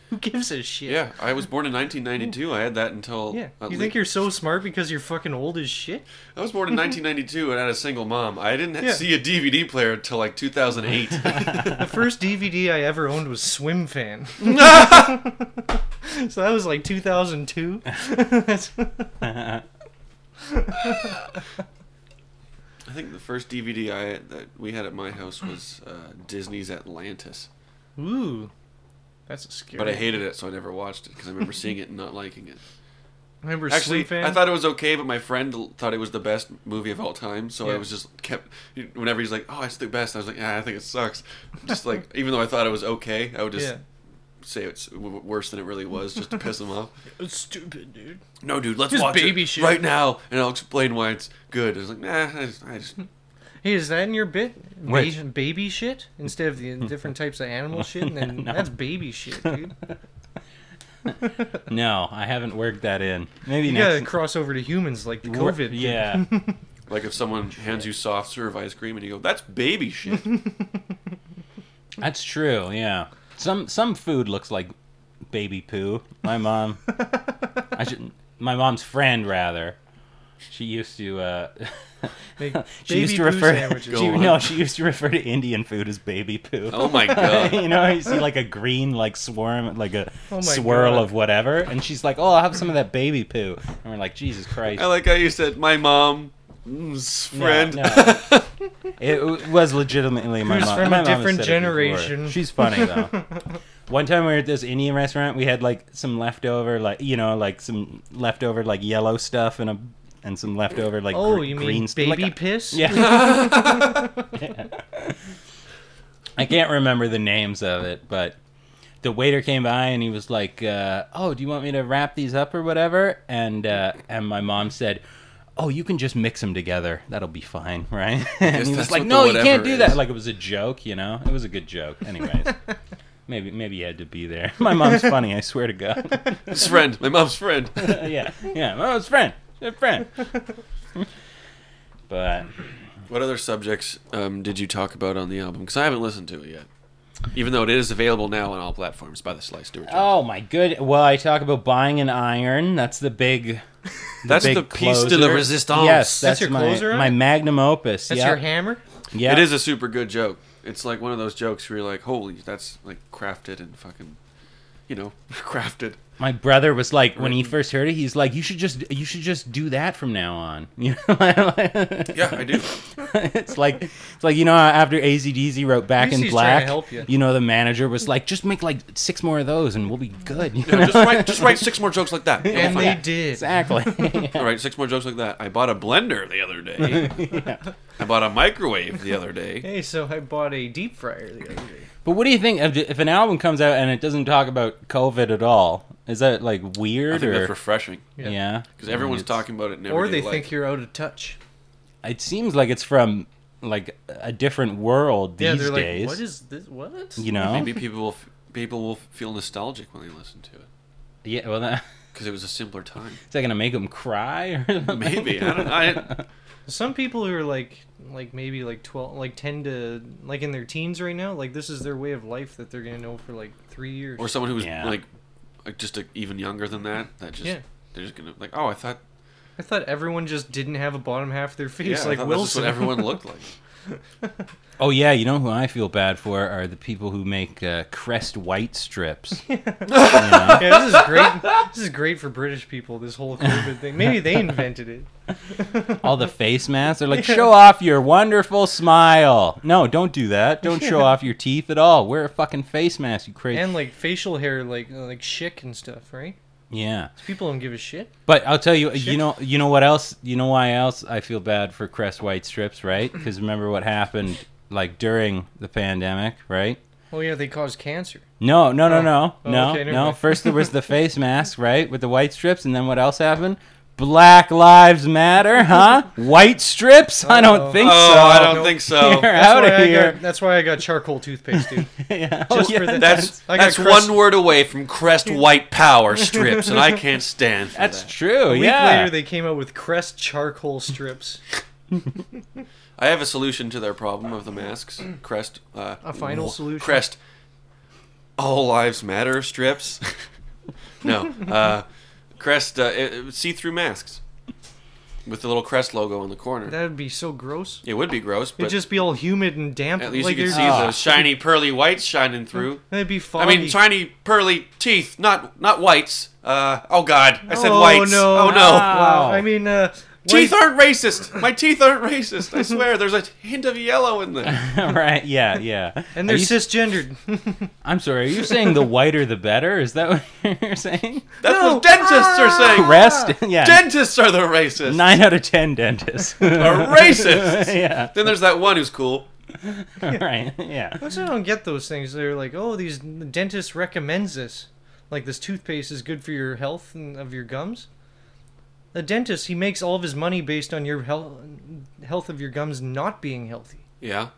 Speaker 5: who gives a shit?
Speaker 4: Yeah, I was born in 1992. I had that until
Speaker 5: Yeah. you
Speaker 4: at lea-
Speaker 5: think you're so smart because you're fucking old as shit?
Speaker 4: I was born in 1992 and had a single mom. I didn't
Speaker 5: Yeah.
Speaker 4: see a DVD player until like 2008.
Speaker 5: The first DVD I ever owned was Swim Fan. so that was like 2002.
Speaker 4: I think the first DVD I that we had at my house was uh, Disney's Atlantis,
Speaker 5: Ooh. That's a scary.
Speaker 4: but I hated it, so I never watched it because I remember seeing it and not liking it.
Speaker 5: Remember
Speaker 4: Actually,
Speaker 5: Swim Fan?
Speaker 4: I thought it was okay, but my friend l- thought it was the best movie of all time, so I
Speaker 5: Yeah.
Speaker 4: was just kept whenever he's like, "Oh, it's the best," I was like, "Ah, I think it sucks." Just like even though I thought it was okay, I would just
Speaker 5: Yeah.
Speaker 4: say it's w- w- worse than it really was just to piss him off.
Speaker 5: It's stupid, dude.
Speaker 4: No, dude, let's
Speaker 5: Just
Speaker 4: watch
Speaker 5: baby
Speaker 4: it
Speaker 5: shit.
Speaker 4: right now, and I'll explain why it's good. I was like, nah, I just, I just
Speaker 5: Hey, is that in your bit?
Speaker 6: Which?
Speaker 5: Ba- baby shit instead of the different types of animal shit, and then that's baby shit, dude.
Speaker 6: No, I haven't worked that in. Maybe
Speaker 5: You gotta
Speaker 6: next.
Speaker 5: cross over to humans like the
Speaker 6: Wor-
Speaker 5: COVID. dude.
Speaker 6: Yeah.
Speaker 4: like if someone hands you soft serve ice cream, and you go, "That's baby shit."
Speaker 6: That's true. Yeah. Some some food looks like baby poo. My mom, I should. My mom's friend, rather. She used to. Uh,
Speaker 5: Make
Speaker 6: she
Speaker 5: baby
Speaker 6: used to
Speaker 5: poo
Speaker 6: refer.
Speaker 5: sandwiches.
Speaker 6: She,
Speaker 4: Go on.
Speaker 6: no, she used to refer to Indian food as baby poo.
Speaker 4: oh my god!
Speaker 6: you know, you see like a green like swarm, like a
Speaker 5: Oh my
Speaker 6: swirl
Speaker 5: God.
Speaker 6: of whatever, and she's like, "Oh, I'll have some of that baby poo," and we're like, "Jesus Christ!"
Speaker 4: I like how you said my mom, mm,
Speaker 6: No,
Speaker 4: friend.
Speaker 6: no. it w- was legitimately my
Speaker 5: Who's
Speaker 6: mom.
Speaker 5: from
Speaker 6: my
Speaker 5: a
Speaker 6: mom has
Speaker 5: different
Speaker 6: said it before.
Speaker 5: generation.
Speaker 6: She's funny though. One time we were at this Indian restaurant, we had like some leftover, like you know, like some leftover like yellow stuff and a and some leftover like
Speaker 5: Oh,
Speaker 6: gr-
Speaker 5: you
Speaker 6: green
Speaker 5: mean
Speaker 6: st- like
Speaker 5: baby
Speaker 6: a-
Speaker 5: piss?
Speaker 6: yeah. I can't remember the names of it, but the waiter came by and he was like, uh, "Oh, do you want me to wrap these up or whatever?" And uh, and my mom said, oh, you can just mix them together. That'll be fine, right? and he
Speaker 4: that's
Speaker 6: was like,
Speaker 4: what the
Speaker 6: no, you can't
Speaker 4: whatever
Speaker 6: do that.
Speaker 4: is.
Speaker 6: Like it was a joke, you know? It was a good joke. Anyways, maybe maybe you had to be there. My mom's funny, I swear to God.
Speaker 4: His friend, my mom's friend.
Speaker 6: yeah, yeah, my mom's friend. A friend. but
Speaker 4: What other subjects um, did you talk about on the album? Because I haven't listened to it yet, even though it is available now on all platforms by the Slice Stewart. Jones.
Speaker 6: oh my good. Well, I talk about buying an iron. That's the big
Speaker 4: That's
Speaker 6: big
Speaker 4: the piece de
Speaker 6: closer.
Speaker 4: la resistance.
Speaker 6: Yes, that's,
Speaker 5: That's your
Speaker 6: my,
Speaker 4: eh?
Speaker 5: closer on
Speaker 6: my
Speaker 5: it?
Speaker 6: magnum opus.
Speaker 5: That's
Speaker 6: yeah.
Speaker 5: your hammer.
Speaker 6: yeah.
Speaker 4: It is a super good joke. It's like one of those jokes where you're like, holy, that's like crafted and fucking, you know, crafted.
Speaker 6: My brother was like when he first heard it, he's like, "You should just you should just do that from now on." You know,
Speaker 4: Yeah, I do.
Speaker 6: it's like it's like you know how after AZDZ wrote Back
Speaker 5: least
Speaker 6: in
Speaker 5: he's trying to
Speaker 6: Black,
Speaker 5: help you.
Speaker 6: know the manager was like, "Just make like six more of those and we'll be good." You know?
Speaker 4: just, write, just write six more jokes like that.
Speaker 5: And
Speaker 6: Yeah.
Speaker 5: they did.
Speaker 6: exactly.
Speaker 4: All right, six more jokes like that. I bought a blender the other day. I bought a microwave the other day.
Speaker 5: Hey, so I bought a deep fryer the other day.
Speaker 6: but what do you think if, if an album comes out and it doesn't talk about COVID at all? Is that like
Speaker 4: I
Speaker 6: weird
Speaker 4: think
Speaker 6: or
Speaker 4: that's refreshing
Speaker 6: yeah?
Speaker 4: because everyone's
Speaker 6: It's-
Speaker 4: talking about it. In
Speaker 5: Or
Speaker 4: everyday
Speaker 5: they
Speaker 4: life.
Speaker 5: think you're out of touch.
Speaker 6: It seems like it's from like a different world these
Speaker 5: yeah, they're
Speaker 6: days.
Speaker 5: like, what is this? What?
Speaker 6: you know?
Speaker 4: Maybe people will f- people will feel nostalgic when they listen to it
Speaker 6: Yeah. Well, that,
Speaker 4: because it was a simpler time.
Speaker 6: is that gonna make them cry or something?
Speaker 4: Maybe I don't. I,
Speaker 5: Some people who are like, like maybe like twelve, like ten to like in their teens right now. Like this is their way of life that they're gonna know for like three years.
Speaker 4: or someone who was
Speaker 6: Yeah.
Speaker 4: like, like just a, even younger than that. That just
Speaker 5: Yeah.
Speaker 4: they're just gonna like. Oh, I thought
Speaker 5: I thought everyone just didn't have a bottom half of their
Speaker 4: yeah,
Speaker 5: face
Speaker 4: I
Speaker 5: like
Speaker 4: thought this is
Speaker 5: Wilson.
Speaker 4: what everyone looked like.
Speaker 6: Oh yeah, you know who I feel bad for are the people who make uh, Crest White strips.
Speaker 5: yeah, this is great. This is great for British people. This whole COVID thing. Maybe they invented it.
Speaker 6: All the face masks. They're like, show off your wonderful smile. No, don't do that. Don't show off your teeth at all. Wear a fucking face mask, you crazy.
Speaker 5: And like facial hair, like like chic and stuff, right?
Speaker 6: yeah,
Speaker 5: People don't give a shit.
Speaker 6: but I'll tell you, you know, you know what else? You know why else I feel bad for Crest White strips, right? Because remember what happened like during the pandemic, right?
Speaker 5: Oh yeah, they cause cancer.
Speaker 6: No, no, no,
Speaker 5: Oh.
Speaker 6: no,
Speaker 5: Oh,
Speaker 6: no,
Speaker 5: okay, never
Speaker 6: no.
Speaker 5: mind.
Speaker 6: First there was the face mask, right, with the white strips, and then what else happened? Black Lives Matter, huh? White strips? I don't
Speaker 5: Uh-oh.
Speaker 6: think
Speaker 4: Oh,
Speaker 6: so.
Speaker 4: I don't think so.
Speaker 6: You're
Speaker 5: That's
Speaker 6: out
Speaker 5: why I
Speaker 6: of here.
Speaker 5: Got, that's why I got charcoal toothpaste, dude.
Speaker 6: yeah. Oh,
Speaker 5: for
Speaker 6: yeah,
Speaker 5: the-
Speaker 4: That's
Speaker 5: I got
Speaker 4: that's
Speaker 5: crest-
Speaker 4: one word away from Crest White Power strips, and I can't stand for
Speaker 6: that's
Speaker 4: that.
Speaker 6: true.
Speaker 5: A week
Speaker 6: yeah.
Speaker 5: later, they came out with Crest charcoal strips.
Speaker 4: I have a solution to their problem of the masks. Crest. Uh,
Speaker 5: A final
Speaker 4: w-
Speaker 5: solution?
Speaker 4: Crest. All lives matter strips. no. Uh, crest. Uh, it- it- see-through masks with the little Crest logo on the corner.
Speaker 5: That would be so gross.
Speaker 4: it would be gross, but
Speaker 5: It'd just be all humid and damp.
Speaker 4: at least
Speaker 5: like
Speaker 4: you could
Speaker 5: there's-
Speaker 4: see
Speaker 6: Ah.
Speaker 4: the shiny pearly whites shining through.
Speaker 5: That'd be
Speaker 4: I
Speaker 5: foggy.
Speaker 4: mean, shiny pearly teeth, not not whites. Uh, oh God, I said
Speaker 5: Oh,
Speaker 4: whites.
Speaker 5: no.
Speaker 4: Oh no.
Speaker 6: Ah.
Speaker 5: Wow.
Speaker 6: Wow.
Speaker 5: I mean, uh,
Speaker 4: Teeth
Speaker 5: white-
Speaker 4: aren't racist. My teeth aren't racist. I swear, there's a hint of yellow in there.
Speaker 6: right. Yeah. Yeah.
Speaker 5: and
Speaker 6: Are
Speaker 5: they're
Speaker 6: you,
Speaker 5: cisgendered.
Speaker 6: I'm sorry. Are you saying the whiter the better? Is that what you're saying?
Speaker 4: That's what dentists are saying.
Speaker 6: Crest.
Speaker 5: Ah.
Speaker 6: Yeah.
Speaker 4: Dentists are the racists.
Speaker 6: Nine out of ten dentists.
Speaker 4: Are racists.
Speaker 6: yeah.
Speaker 4: Then there's that one who's cool.
Speaker 6: Right. Yeah.
Speaker 5: I also don't get those things. They're like, oh, these the dentist recommends this. Like this toothpaste is good for your health and of your gums. The dentist, he makes all of his money based on your health, health of your gums not being healthy.
Speaker 4: Yeah.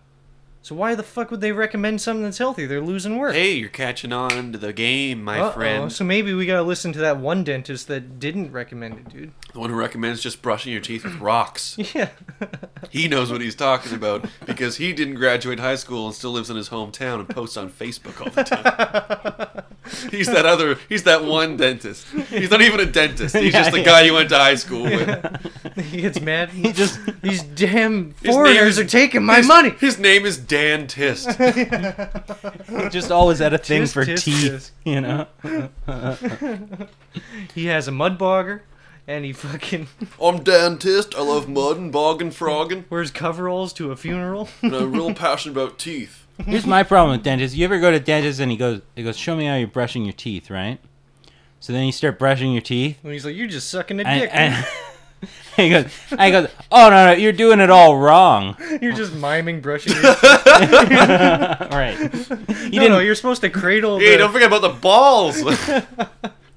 Speaker 5: So why the fuck would they recommend something that's healthy? They're losing work.
Speaker 4: Hey, you're catching on to the game, my
Speaker 5: Uh-oh.
Speaker 4: friend.
Speaker 5: So maybe we gotta listen to that one dentist that didn't recommend it, dude.
Speaker 4: The one who recommends just brushing your teeth with rocks.
Speaker 5: Yeah.
Speaker 4: he knows what he's talking about because he didn't graduate high school and still lives in his hometown and posts on Facebook all the time. he's that other. He's that one dentist. He's not even a dentist. He's just the guy you went to high school with.
Speaker 5: he gets mad.
Speaker 6: He just
Speaker 5: These damn
Speaker 4: His
Speaker 5: foreigners
Speaker 4: name's-
Speaker 5: are taking my
Speaker 4: his-
Speaker 5: money.
Speaker 4: His name is Dan Tist.
Speaker 6: just always had a thing
Speaker 5: Tisk,
Speaker 6: for
Speaker 5: tisk,
Speaker 6: teeth.
Speaker 5: tisk.
Speaker 6: You know.
Speaker 5: He has a mud bogger, and he fucking
Speaker 4: I'm Dan Tist. I love mud and bog and frogging,
Speaker 5: wears coveralls to a funeral.
Speaker 4: and I'm real passionate about teeth.
Speaker 6: Here's my problem with dentists. You ever go to dentist and he goes, he goes, show me how you're brushing your teeth, right? So then you start brushing your teeth,
Speaker 5: And he's like, "You're just sucking a
Speaker 6: and,
Speaker 5: dick.
Speaker 6: and he goes, and he goes, oh no, no, you're doing it all wrong.
Speaker 5: you're just miming brushing. Your teeth.
Speaker 6: All right, you
Speaker 5: no,
Speaker 6: didn't.
Speaker 5: no, you're supposed to cradle.
Speaker 4: Hey,
Speaker 5: the-
Speaker 4: don't forget about the balls. ah,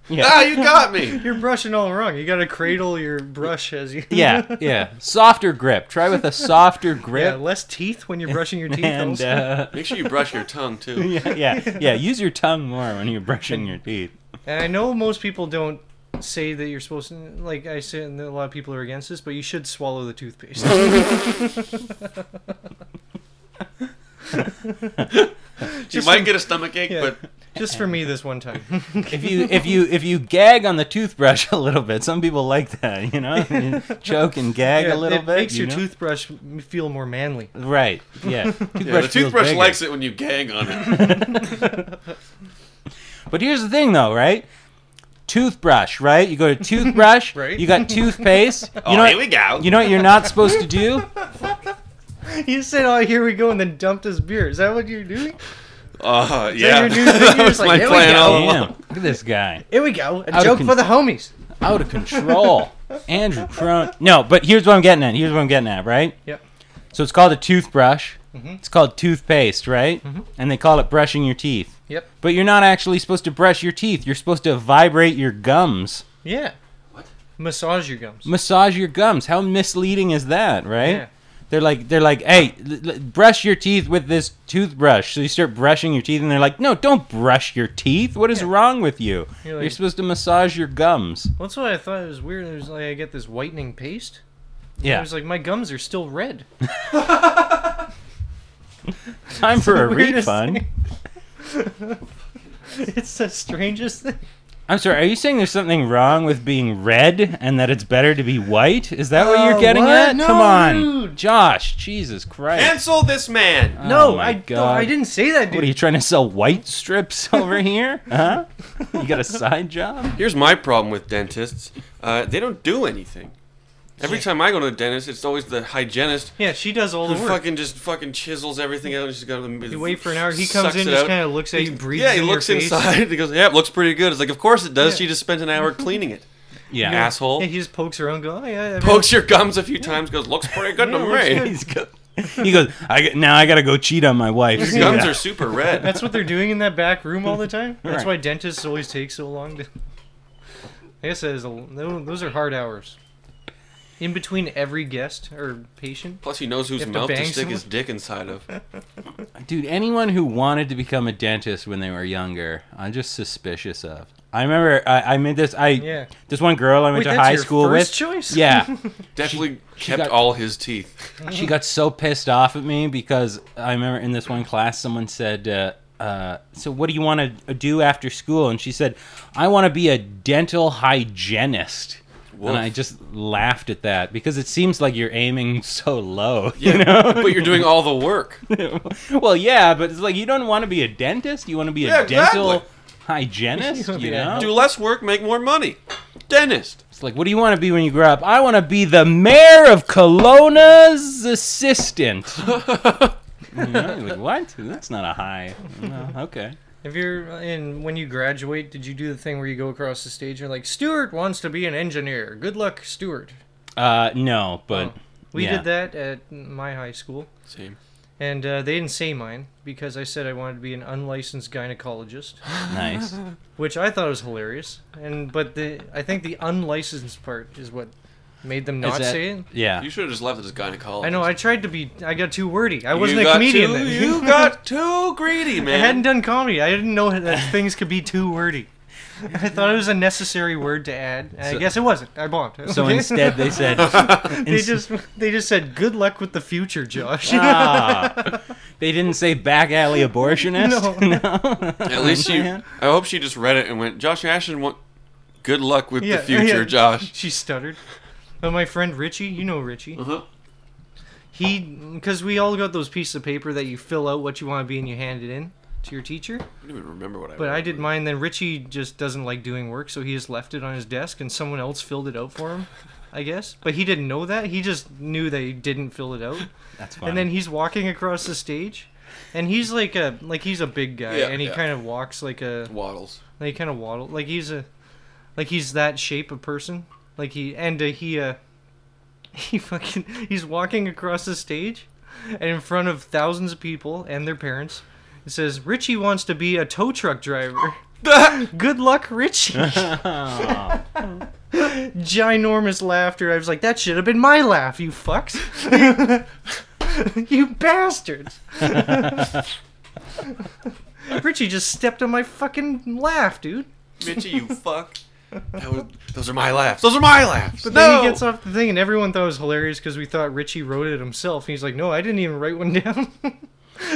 Speaker 4: you got me.
Speaker 5: You're brushing all wrong. You gotta cradle your brush as you.
Speaker 6: Yeah, yeah. Softer grip. Try with a softer
Speaker 5: Yeah,
Speaker 6: grip.
Speaker 5: less teeth when you're brushing your teeth.
Speaker 6: and
Speaker 5: also.
Speaker 6: uh,
Speaker 4: Make sure you brush your tongue too.
Speaker 6: yeah, yeah, yeah. Use your tongue more when you're brushing your teeth.
Speaker 5: And I know most people don't say that you're supposed to. Like I say, and a lot of people are against this, but you should swallow the toothpaste.
Speaker 4: You might get a stomach ache,
Speaker 5: Yeah.
Speaker 4: but
Speaker 5: Just for me this one time.
Speaker 6: If you if you if you gag on the toothbrush a little bit, some people like that. You know, You choke and gag
Speaker 5: Yeah,
Speaker 6: a little
Speaker 5: it
Speaker 6: bit.
Speaker 5: makes
Speaker 6: you
Speaker 5: your
Speaker 6: know?
Speaker 5: toothbrush m- feel more manly.
Speaker 6: Right. Yeah. Toothbrush
Speaker 4: yeah, the
Speaker 6: feels
Speaker 4: toothbrush
Speaker 6: bigger.
Speaker 4: likes it when you gag on it.
Speaker 6: But here's the thing, though, right? Toothbrush, right? You go to toothbrush.
Speaker 5: Right.
Speaker 6: You got toothpaste. You know
Speaker 4: oh,
Speaker 6: what-
Speaker 4: here we go.
Speaker 6: You know what you're not supposed to do?
Speaker 5: You said, "Oh, here we go," and then dumped his beer. Is that what you're doing?
Speaker 4: Uh,
Speaker 5: that
Speaker 4: yeah,
Speaker 5: your new thing? You're
Speaker 4: that was
Speaker 5: just like,
Speaker 4: my
Speaker 5: "Here we
Speaker 4: plan
Speaker 5: go."
Speaker 4: all
Speaker 6: Damn.
Speaker 4: along.
Speaker 6: Look at this guy.
Speaker 5: Here we go. A
Speaker 6: Out of
Speaker 5: joke
Speaker 6: con-
Speaker 5: for the homies.
Speaker 6: Out of control. Andrew Crone. No, but here's what I'm getting at. Here's what I'm getting at, right?
Speaker 5: Yep. Mm-hmm.
Speaker 6: So it's called a toothbrush. It's called toothpaste, right? And they call it brushing your teeth.
Speaker 5: Yep.
Speaker 6: But you're not actually supposed to brush your teeth. You're supposed to vibrate your gums.
Speaker 5: Yeah. Massage your gums.
Speaker 6: Massage your gums. How misleading is that, right?
Speaker 5: Yeah.
Speaker 6: They're like they're like, "Hey, l- l- brush your teeth with this toothbrush." So you start brushing your teeth and they're like, "No, don't brush your teeth. What is
Speaker 5: Yeah.
Speaker 6: wrong with you?
Speaker 5: You're
Speaker 6: You're,
Speaker 5: like-
Speaker 6: supposed to massage your gums."
Speaker 5: Well, That's why I thought it was weird. It was like I get this whitening paste. I
Speaker 6: Yeah.
Speaker 5: was like, my gums are still red.
Speaker 6: Time for a
Speaker 5: The weirdest
Speaker 6: refund.
Speaker 5: thing. it's the strangest thing.
Speaker 6: I'm sorry, are you saying there's something wrong with being red and that it's better to be white? Is that what
Speaker 5: Uh,
Speaker 6: you're getting
Speaker 5: what?
Speaker 6: at?
Speaker 5: No,
Speaker 6: Come on.
Speaker 5: dude.
Speaker 6: Josh, Jesus Christ.
Speaker 4: Cancel this man.
Speaker 6: Oh
Speaker 5: no,
Speaker 6: my
Speaker 5: I
Speaker 6: God.
Speaker 5: I didn't say that,
Speaker 6: What
Speaker 5: dude.
Speaker 6: are you trying to sell white strips over here? Huh? You got a side job?
Speaker 4: Here's my problem with dentists. Uh, they don't do anything. Every time I go to the dentist, it's always the hygienist
Speaker 5: yeah, she does all
Speaker 4: who
Speaker 5: the work.
Speaker 4: fucking just fucking chisels everything out. And she's got the,
Speaker 5: You wait for an hour. He comes
Speaker 4: sucks
Speaker 5: in,
Speaker 4: it
Speaker 5: just
Speaker 4: out.
Speaker 5: kind of looks at you, breathes.
Speaker 4: Yeah, he
Speaker 5: in your
Speaker 4: looks
Speaker 5: face.
Speaker 4: inside. He goes, "Yeah, it looks pretty good." It's like, of course it does.
Speaker 5: Yeah.
Speaker 4: She just spent an hour cleaning it.
Speaker 6: Yeah.
Speaker 4: Asshole.
Speaker 5: Yeah, he just pokes around, go, oh yeah, everyone-
Speaker 4: Pokes your gums a few times. Goes, "Looks pretty good
Speaker 5: Yeah, looks
Speaker 4: to me."
Speaker 5: good.
Speaker 6: He's go- he goes, I g- now I gotta go cheat on my wife.
Speaker 4: Your gums
Speaker 6: Yeah.
Speaker 4: are super red.
Speaker 5: That's what they're doing in that back room all the time. That's
Speaker 6: Right.
Speaker 5: why dentists always take so long. To... I guess that is a, tho- those are hard hours. In between every guest or patient,
Speaker 4: Plus, he knows whose
Speaker 5: have to
Speaker 4: mouth to,
Speaker 5: bang
Speaker 4: stick his
Speaker 5: someone?
Speaker 4: dick inside of.
Speaker 6: Dude, anyone who wanted to become a dentist when they were younger, I'm just suspicious of. I remember I, I made this I
Speaker 5: Yeah.
Speaker 6: this one girl I went
Speaker 5: Wait,
Speaker 6: to
Speaker 5: that's
Speaker 6: high
Speaker 5: your
Speaker 6: school
Speaker 5: first
Speaker 6: with.
Speaker 5: choice?
Speaker 6: Yeah.
Speaker 4: Definitely kept
Speaker 6: got-
Speaker 4: all his teeth.
Speaker 6: she got so pissed off at me because I remember in this one class someone said, uh, uh, "So what do you want to do after school?" And she said, "I want to be a dental hygienist."
Speaker 4: Woof.
Speaker 6: And I just laughed at that because it seems like you're aiming so low.
Speaker 4: Yeah, but you're doing all the work.
Speaker 6: well, yeah, but it's like you don't want to be a dentist. You want to be
Speaker 4: Yeah,
Speaker 6: a dental
Speaker 4: exactly.
Speaker 6: hygienist.
Speaker 5: You
Speaker 6: You,
Speaker 5: wanna be a
Speaker 6: know,
Speaker 4: Do less work, make more money. Dentist.
Speaker 6: it's like, what do you want to be when you grow up? I want to be the mayor of Kelowna's assistant. you know, you're like, what? That's not a high. No, okay.
Speaker 5: if you're and when you graduate, did you do the thing where you go across the stage and you're like, Stuart wants to be an engineer. Good luck, Stuart.
Speaker 6: Uh, no, but
Speaker 5: Oh. We
Speaker 6: yeah.
Speaker 5: did that at my high school,
Speaker 4: Same.
Speaker 5: and uh, they didn't say mine because I said I wanted to be an unlicensed gynecologist.
Speaker 6: Nice.
Speaker 5: which I thought was hilarious. And but the I think the unlicensed part is what made them not
Speaker 6: Is that-
Speaker 5: say it.
Speaker 6: Yeah.
Speaker 4: You should have just left it as gynecologist.
Speaker 5: I know I tried to be I got too wordy. I wasn't
Speaker 4: You
Speaker 5: a
Speaker 4: got
Speaker 5: comedian
Speaker 4: too-
Speaker 5: then.
Speaker 4: You got too greedy,
Speaker 5: I
Speaker 4: man.
Speaker 5: hadn't done comedy. I didn't know that things could be too wordy. I thought it was a necessary word to add. and I
Speaker 6: So-
Speaker 5: guess it wasn't. I bombed.
Speaker 6: So
Speaker 5: Okay?
Speaker 6: instead, they said
Speaker 5: they just they just said good luck with the future, Josh.
Speaker 6: Ah. they didn't say back alley abortionist.
Speaker 4: At least you.
Speaker 6: man.
Speaker 4: I hope she just read it and went, Josh Ashton, want good luck with
Speaker 5: Yeah,
Speaker 4: the future,
Speaker 5: yeah.
Speaker 4: Josh.
Speaker 5: She stuttered. But my friend Richie, you know Richie.
Speaker 4: Uh-huh.
Speaker 5: He, because we all got those pieces of paper that you fill out what you want to be and you hand it in to your teacher.
Speaker 4: I don't even remember what I
Speaker 5: But I
Speaker 4: wrote.
Speaker 5: did mine. Then Richie just doesn't like doing work, so he just left it on his desk and someone else filled it out for him. I guess, but he didn't know that. He just knew that he didn't fill it out.
Speaker 6: That's fine.
Speaker 5: And then he's walking across the stage, and he's like a like he's a big guy,
Speaker 4: Yeah,
Speaker 5: and he
Speaker 4: yeah.
Speaker 5: kind of walks like a
Speaker 4: Waddles.
Speaker 5: they kind of waddle. Like he's a, like he's that shape of person. Like he and uh, he uh, he fucking he's walking across the stage, and in front of thousands of people and their parents, it says Richie wants to be a tow truck driver. Good luck, Richie. Ginormous laughter. I was like, that should have been my laugh, you fucks. you bastards. Richie just stepped on my fucking laugh, dude.
Speaker 4: Mitchie, you fuck. That was, those are my laughs. Those are my laughs.
Speaker 5: But then he gets off the thing, and everyone thought it was hilarious because we thought Richie wrote it himself. He's like, no, I didn't even write one down.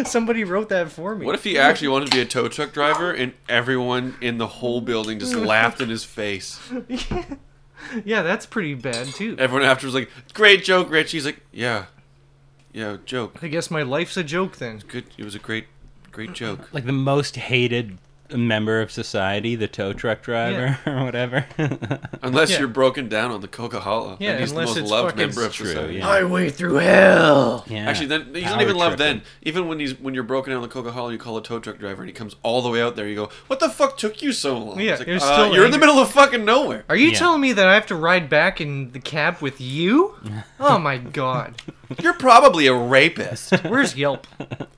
Speaker 5: Somebody wrote that for me.
Speaker 4: What if he actually wanted to be a tow truck driver and everyone in the whole building just laughed in his face?
Speaker 5: yeah, that's pretty bad, too.
Speaker 4: Everyone after was like, "Great joke, Rich." He's like, "Yeah, yeah, joke.
Speaker 5: I guess my life's a joke then.
Speaker 4: Good. It was a great, great joke."
Speaker 6: like the most hated member of society, the tow truck driver or whatever.
Speaker 4: Unless
Speaker 5: Yeah.
Speaker 4: you're broken down on the Coca-Cola,
Speaker 5: Yeah,
Speaker 4: then he's
Speaker 5: unless
Speaker 4: the most
Speaker 5: it's
Speaker 4: loved
Speaker 5: fucking-
Speaker 4: member of
Speaker 6: True,
Speaker 4: society.
Speaker 6: yeah.
Speaker 5: My way through hell.
Speaker 6: yeah.
Speaker 4: Actually, then he's not
Speaker 6: Power
Speaker 4: even loved
Speaker 6: tripping.
Speaker 4: then. Even when he's when you're broken down on the Coca-Cola, you call a tow truck driver and he comes all the way out there. You go, "What the fuck took you so long?"
Speaker 5: Yeah,
Speaker 4: It's like,
Speaker 5: it was
Speaker 4: "Uh,
Speaker 5: still
Speaker 4: you're in the
Speaker 5: angry.
Speaker 4: middle of fucking nowhere.
Speaker 5: Are you
Speaker 6: Yeah.
Speaker 5: telling me that I have to ride back in the cab with you? Oh my god.
Speaker 4: You're probably a rapist.
Speaker 5: Where's Yelp?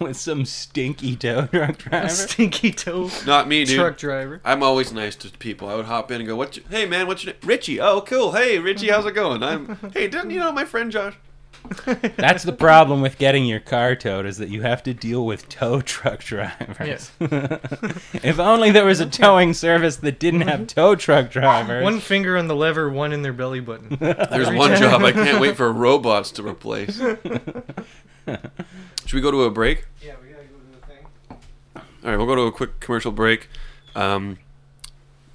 Speaker 6: with some stinky tow truck driver.
Speaker 5: Stinky toe
Speaker 4: not me, dude.
Speaker 5: truck driver.
Speaker 4: I'm always nice to people. I would hop in and go, "What? Hey, man, what's your name? Richie? Oh, cool. Hey, Richie, how's it going? I'm. Hey, didn't you know my friend Josh?
Speaker 6: That's the problem with getting your car towed is that you have to deal with tow truck drivers.
Speaker 5: Yes.
Speaker 6: if only there was a towing service that didn't have tow truck drivers.
Speaker 5: Mm-hmm. One finger on the lever, one in their belly button.
Speaker 4: There's one job I can't wait for robots to replace. Should we go to a break?
Speaker 5: Yeah, we gotta go to the thing.
Speaker 4: All right, we'll go to a quick commercial break. Um,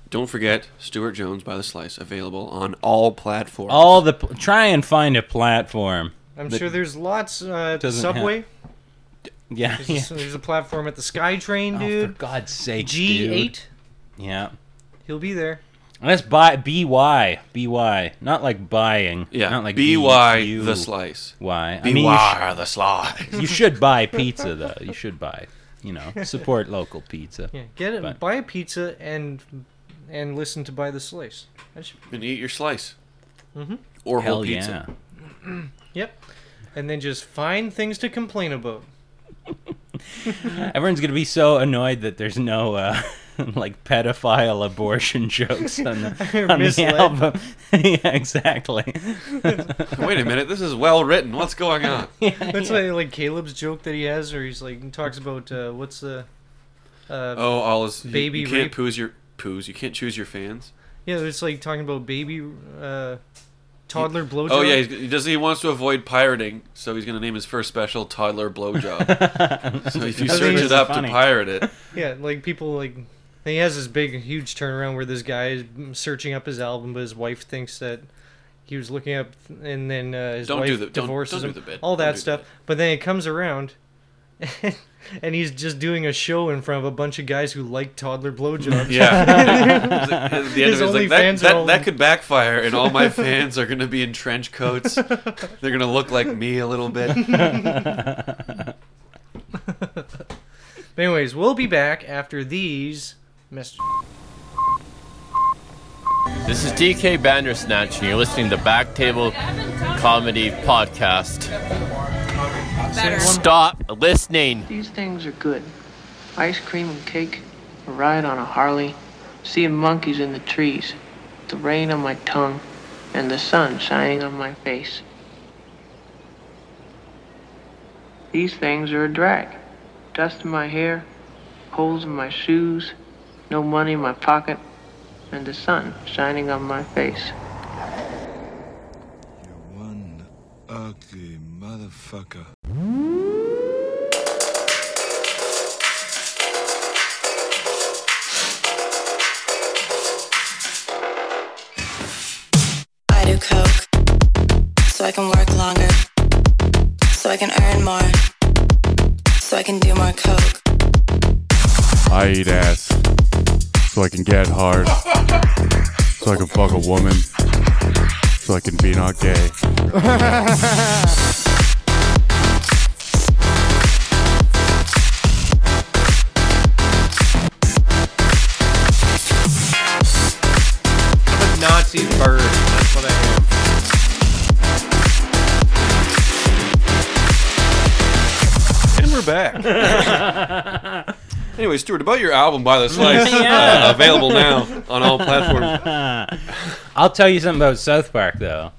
Speaker 4: don't forget Stuart Jones by the Slice available on all platforms.
Speaker 6: All the pl- try and find a platform.
Speaker 5: I'm
Speaker 6: That
Speaker 5: sure there's lots. Uh, at the
Speaker 6: doesn't have-
Speaker 5: subway.
Speaker 6: Yeah.
Speaker 5: There's,
Speaker 6: yeah.
Speaker 5: a, there's a platform at the SkyTrain,
Speaker 6: Oh, for
Speaker 5: dude.
Speaker 6: God's sake,
Speaker 5: G8.
Speaker 6: dude. Yeah.
Speaker 5: He'll be there.
Speaker 6: And That's buy by by by, not like buying.
Speaker 4: yeah,
Speaker 6: Not like
Speaker 4: BY
Speaker 6: B-U-
Speaker 4: the Slice.
Speaker 6: Why? I
Speaker 4: BY
Speaker 6: mean, you, sh-
Speaker 4: the Slice.
Speaker 6: you should buy pizza though. You should buy. You know, support local pizza.
Speaker 5: Yeah, get it.
Speaker 6: But-
Speaker 5: Buy a pizza and and listen to buy the slice. That should-
Speaker 4: and eat your slice. Mm-hmm. Or
Speaker 6: Hell
Speaker 4: whole pizza.
Speaker 6: yeah.
Speaker 5: Yep. And then just find things to complain about.
Speaker 6: Everyone's gonna be so annoyed that there's no uh, like pedophile abortion jokes on the, on the
Speaker 5: Misled.
Speaker 6: album. yeah, exactly.
Speaker 4: Wait a minute, this is well written. What's going on?
Speaker 5: That's like, like Caleb's joke that he has, where he's like he talks about uh, what's the uh,
Speaker 4: Oh, all is you-
Speaker 5: Baby
Speaker 4: You,
Speaker 5: rape.
Speaker 4: can't poos your poos. You can't choose your fans.
Speaker 5: yeah, it's like talking about baby uh, toddler blowjob.
Speaker 4: Oh yeah, he's, he does. He wants to avoid pirating, so he's gonna name his first special "Toddler Blowjob." so if you
Speaker 5: I
Speaker 4: search
Speaker 5: think
Speaker 4: it
Speaker 5: it's
Speaker 4: up
Speaker 6: funny.
Speaker 4: to pirate it,
Speaker 5: yeah, like people like he has this big huge turnaround where this guy is searching up his album, but his wife thinks that. He was looking up, and then uh, his
Speaker 4: Don't
Speaker 5: wife
Speaker 4: do the- don't-
Speaker 5: divorces
Speaker 4: don't do
Speaker 5: him.
Speaker 4: the bit.
Speaker 5: All
Speaker 4: Don't
Speaker 5: that
Speaker 4: do the
Speaker 5: stuff,
Speaker 4: bit.
Speaker 5: but then it comes around, and he's just doing a show in front of a bunch of guys who like toddler blowjobs.
Speaker 4: yeah. At the end
Speaker 5: His
Speaker 4: of it, it's like, that,
Speaker 5: OnlyFans are
Speaker 4: that,
Speaker 5: all-
Speaker 4: that could backfire, and all my fans are gonna be in trench coats. They're gonna look like me a little bit.
Speaker 5: But anyways, we'll be back after these messages.
Speaker 7: This is DK Bandersnatch, and you're listening to Back Table Comedy Podcast. Stop listening.
Speaker 8: These things are good. Ice cream and cake, a ride on a Harley, seeing monkeys in the trees, the rain on my tongue, and the sun shining on my face. These things are a drag. Dust in my hair, holes in my shoes, no money in my pocket, and the sun shining on my face.
Speaker 3: You one ugly motherfucker.
Speaker 9: I do coke so I can work longer, so I can earn more, so I can do more coke.
Speaker 10: I eat ass so I can get hard, so I can fuck a woman, so I can be not gay.
Speaker 2: I'm a Nazi bird. That's what I am.
Speaker 4: And we're back. Anyway, Stuart, about your album by the slice,
Speaker 6: Yeah.
Speaker 4: uh, available now on all platforms.
Speaker 6: I'll tell you something about South Park though.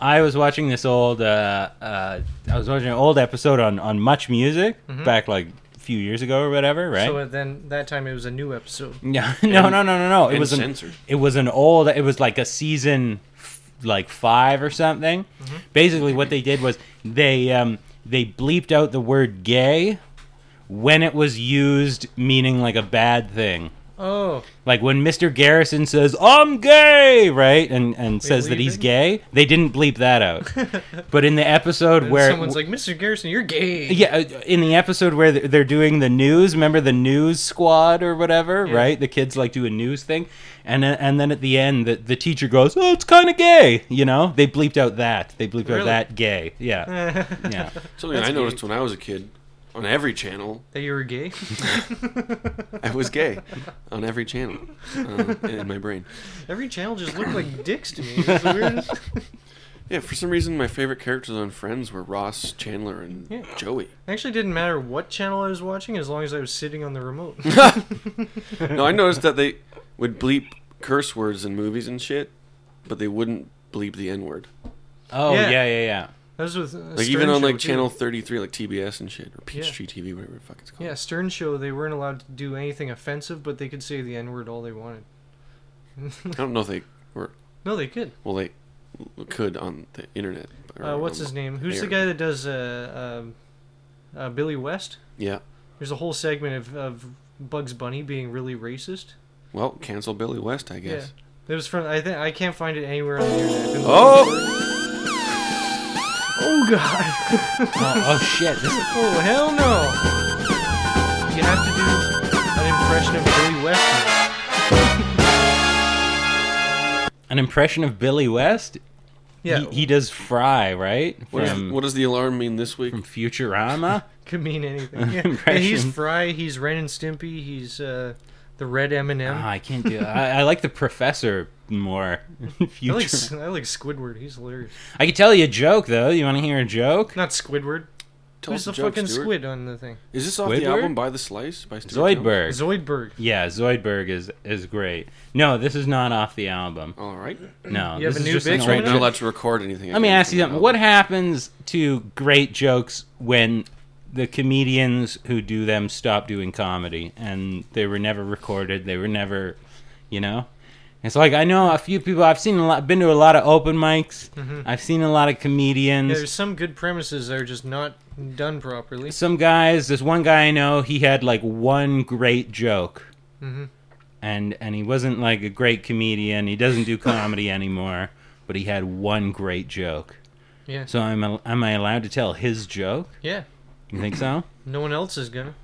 Speaker 6: I was watching this old, uh, uh, I was watching an old episode on on Much Music back like a few years ago or whatever, right? Mm.
Speaker 5: So then that time it was a new episode.
Speaker 6: Yeah, no, no, no, no, no. It
Speaker 4: and
Speaker 6: was an,
Speaker 4: censored.
Speaker 6: it was an old. It was like a season, f- like five or something.
Speaker 4: Mm-hmm.
Speaker 6: Basically, what they did was they um, they bleeped out the word "gay" when it was used, meaning like a bad thing.
Speaker 5: Oh,
Speaker 6: Like when Mr. Garrison says, "I'm gay," right, and and says that
Speaker 5: what you
Speaker 6: he's
Speaker 5: did?
Speaker 6: gay, they didn't bleep that out. but in the episode
Speaker 5: and
Speaker 6: where
Speaker 5: someone's like, Mr. Garrison, you're gay.
Speaker 6: yeah, uh, in the episode where th- they're doing the news, remember the news squad or whatever, right? The kids like do a news thing, and then- and then at the end, the, the teacher goes, "Oh, it's kind of gay," you know. They bleeped out that. They bleeped out
Speaker 5: Really?
Speaker 6: that gay. Yeah, yeah.
Speaker 4: Something I noticed when I was a kid, on every channel,
Speaker 5: That you were gay?
Speaker 4: I was gay. on every channel, uh, in my brain.
Speaker 5: Every channel just looked like dicks to me. It was the weirdest.
Speaker 4: Yeah, for some reason, my favorite characters on Friends were Ross, Chandler, and
Speaker 5: Yeah.
Speaker 4: Joey.
Speaker 5: Actually, didn't matter what channel I was watching as long as I was sitting on the remote.
Speaker 4: No, I noticed that they would bleep curse words in movies and shit, but they wouldn't bleep the N word.
Speaker 6: Oh yeah,
Speaker 5: Yeah.
Speaker 6: yeah, yeah.
Speaker 5: That was with uh,
Speaker 4: Like
Speaker 5: Stern
Speaker 4: even on
Speaker 5: Show,
Speaker 4: like
Speaker 5: too.
Speaker 4: channel 33, like TBS and shit, or Peachtree TV, whatever the fuck it's called.
Speaker 5: Yeah, Stern Show. They weren't allowed to do anything offensive, but they could say the N word all they wanted.
Speaker 4: I don't know if they were.
Speaker 5: No, they could.
Speaker 4: Well, they could on the internet. or
Speaker 5: Uh, what's
Speaker 4: on-
Speaker 5: his name? Who's the
Speaker 4: air.
Speaker 5: guy that does uh, um uh, Billy West?
Speaker 4: Yeah.
Speaker 5: There's a whole segment of, of Bugs Bunny being really racist.
Speaker 4: Well, cancel Billy West, I guess.
Speaker 5: Yeah, it was from. I think I can't find it anywhere on the internet. I've been
Speaker 4: Oh,
Speaker 5: looking- oh God!
Speaker 6: Oh, oh shit! This,
Speaker 5: Oh hell no! You have to do an impression of Billy West. now.
Speaker 6: an impression of Billy West.
Speaker 5: Yeah,
Speaker 6: He, he does Fry right
Speaker 4: what, is-
Speaker 6: from
Speaker 4: what does the alarm mean this week?
Speaker 6: from Futurama.
Speaker 5: could mean anything. Yeah.
Speaker 6: Impression.
Speaker 5: he's Fry. He's Ren and Stimpy. He's uh, the Red Eminem.
Speaker 6: Ah, I can't do. I, I like the Professor more.
Speaker 5: I
Speaker 6: Future.
Speaker 5: like S- I like Squidward. He's hilarious.
Speaker 6: I could tell you a joke though. You want to hear a joke?
Speaker 5: Not Squidward.
Speaker 6: Oh,
Speaker 4: Tell
Speaker 5: Who's
Speaker 4: us
Speaker 5: the
Speaker 4: a joke,
Speaker 5: fucking
Speaker 4: Stuart.
Speaker 5: squid on the thing?
Speaker 4: Is this off
Speaker 6: Squidward?
Speaker 4: the album By the Slice by Stuart Jones?
Speaker 6: Zoidberg.
Speaker 5: Zoidberg.
Speaker 6: Yeah, Zoidberg is is great. No, this is not off the album.
Speaker 4: All right.
Speaker 6: No,
Speaker 5: You have
Speaker 6: this is
Speaker 5: a new
Speaker 6: just an
Speaker 5: bitch
Speaker 6: old
Speaker 5: right
Speaker 4: Right,
Speaker 5: now?
Speaker 4: not
Speaker 6: joke.
Speaker 4: allowed to record anything.
Speaker 6: Let me
Speaker 4: again
Speaker 6: ask
Speaker 4: from
Speaker 6: you
Speaker 4: the
Speaker 6: something.
Speaker 4: album.
Speaker 6: What happens to great jokes when the comedians who do them stop doing comedy and they were never recorded? They were never, you know. It's like I know a few people. I've seen a lot. Been to a lot of open mics. I've seen a lot of
Speaker 5: Mm-hmm. Yeah,
Speaker 6: comedians.
Speaker 5: there's some good premises that are just not done properly.
Speaker 6: some guys this one guy i know he had like one great joke
Speaker 5: Mm-hmm.
Speaker 6: and and he wasn't like a great comedian he doesn't do comedy anymore but he had one great joke
Speaker 5: Yeah.
Speaker 6: so am i am i allowed to tell his joke
Speaker 5: Yeah.
Speaker 6: you think so
Speaker 5: No one else is gonna.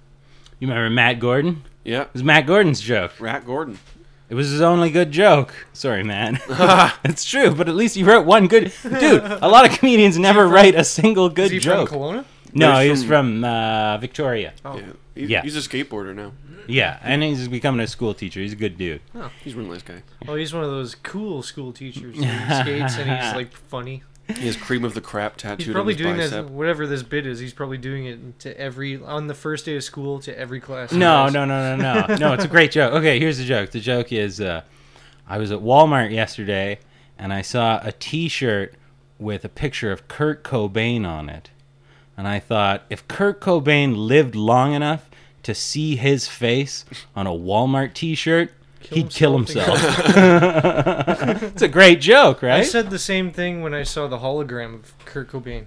Speaker 6: you remember matt gordon
Speaker 4: Yeah.
Speaker 6: it was matt gordon's joke
Speaker 4: Rat Gordon.
Speaker 6: it was his only good joke sorry matt it's true but at least he wrote one good dude a lot of comedians never write a single
Speaker 5: Is
Speaker 6: good
Speaker 5: he
Speaker 6: joke
Speaker 5: from Kelowna?
Speaker 6: no
Speaker 4: He's
Speaker 6: he was
Speaker 4: from-
Speaker 6: from uh, victoria
Speaker 5: Oh.
Speaker 4: Yeah. He-
Speaker 6: Yeah.
Speaker 4: He's a skateboarder now.
Speaker 6: yeah and he's becoming a school teacher he's a good dude
Speaker 4: He's a really nice guy.
Speaker 5: Oh, he's one of those cool school teachers. He skates and he's like funny.
Speaker 4: He has cream of the crap tattooed
Speaker 5: He's probably
Speaker 4: on his
Speaker 5: doing
Speaker 4: bicep.
Speaker 5: this whatever this bit is. He's probably doing it to every on the first day of school to every class. he
Speaker 6: No,
Speaker 5: goes.
Speaker 6: no, no, no, no. No, it's a great joke. Okay, here's the joke. The joke is uh, I was at Walmart yesterday and I saw a t shirt with a picture of Kurt Cobain on it. And I thought, if Kurt Cobain lived long enough to see his face on a Walmart t shirt, he'd kill
Speaker 5: himself.
Speaker 6: himself. it's a great joke,
Speaker 5: I
Speaker 6: right?
Speaker 5: said the same thing when I saw the hologram of Kurt Cobain.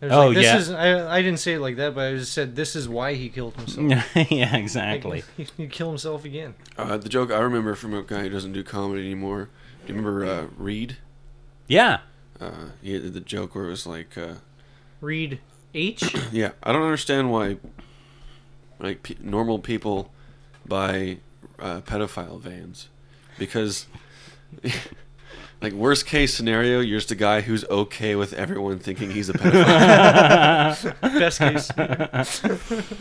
Speaker 5: I was
Speaker 6: Oh,
Speaker 5: like, this
Speaker 6: yeah.
Speaker 5: Is, I, I didn't say it like that, but I just said this is why he killed himself.
Speaker 6: yeah,
Speaker 5: Like,
Speaker 6: exactly.
Speaker 5: He, he killed himself again.
Speaker 4: Uh, the joke I remember from a guy who doesn't do comedy anymore. Do you remember uh, Reed?
Speaker 6: Yeah.
Speaker 4: Uh, he did the joke where it was like, uh,
Speaker 5: Read H.
Speaker 4: yeah, I don't understand why like pe- normal people buy uh, pedophile vans because like worst case scenario, you're just a guy who's okay with everyone thinking he's a pedophile.
Speaker 5: Best case.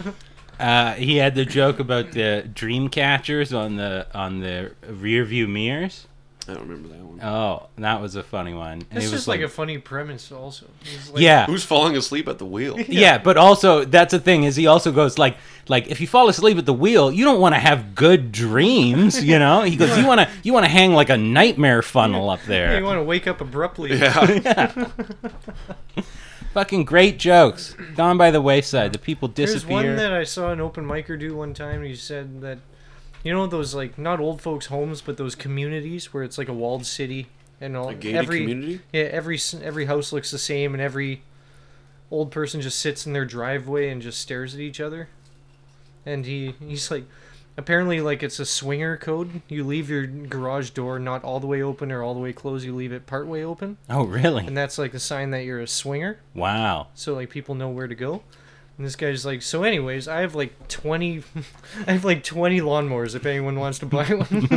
Speaker 6: Uh, he had the joke about the dream catchers on the on the rear view mirrors.
Speaker 4: I don't remember that one.
Speaker 6: Oh, that was a funny one. And it
Speaker 5: It's
Speaker 6: was
Speaker 5: just like, a funny premise, also. It's like-
Speaker 6: yeah.
Speaker 4: Who's falling asleep at the wheel?
Speaker 6: yeah, But also, that's the thing is he also goes like like if you fall asleep at the wheel, you don't want to have good dreams, you know. He goes, you want to you want to hang like a nightmare funnel up
Speaker 5: Yeah, you
Speaker 6: there.
Speaker 5: want to wake up abruptly.
Speaker 6: Fucking great jokes gone by the wayside. The people
Speaker 5: There's one
Speaker 6: disappear.
Speaker 5: that I saw an open micer do one time. and He said that, you know, those like not old folks' homes, but those communities where it's like a walled city and all
Speaker 4: A gated
Speaker 5: every
Speaker 4: community?
Speaker 5: yeah every s- every house looks the same and every old person just sits in their driveway and just stares at each other. And he he's like, apparently like it's a swinger code. You leave your garage door not all the way open or all the way closed. You leave it part way open,
Speaker 6: Oh, really?
Speaker 5: and that's like the sign that you're a swinger
Speaker 6: Wow.
Speaker 5: so like people know where to go. And this guy's like, so anyways, I have like twenty, I have like twenty lawnmowers if anyone wants to buy one.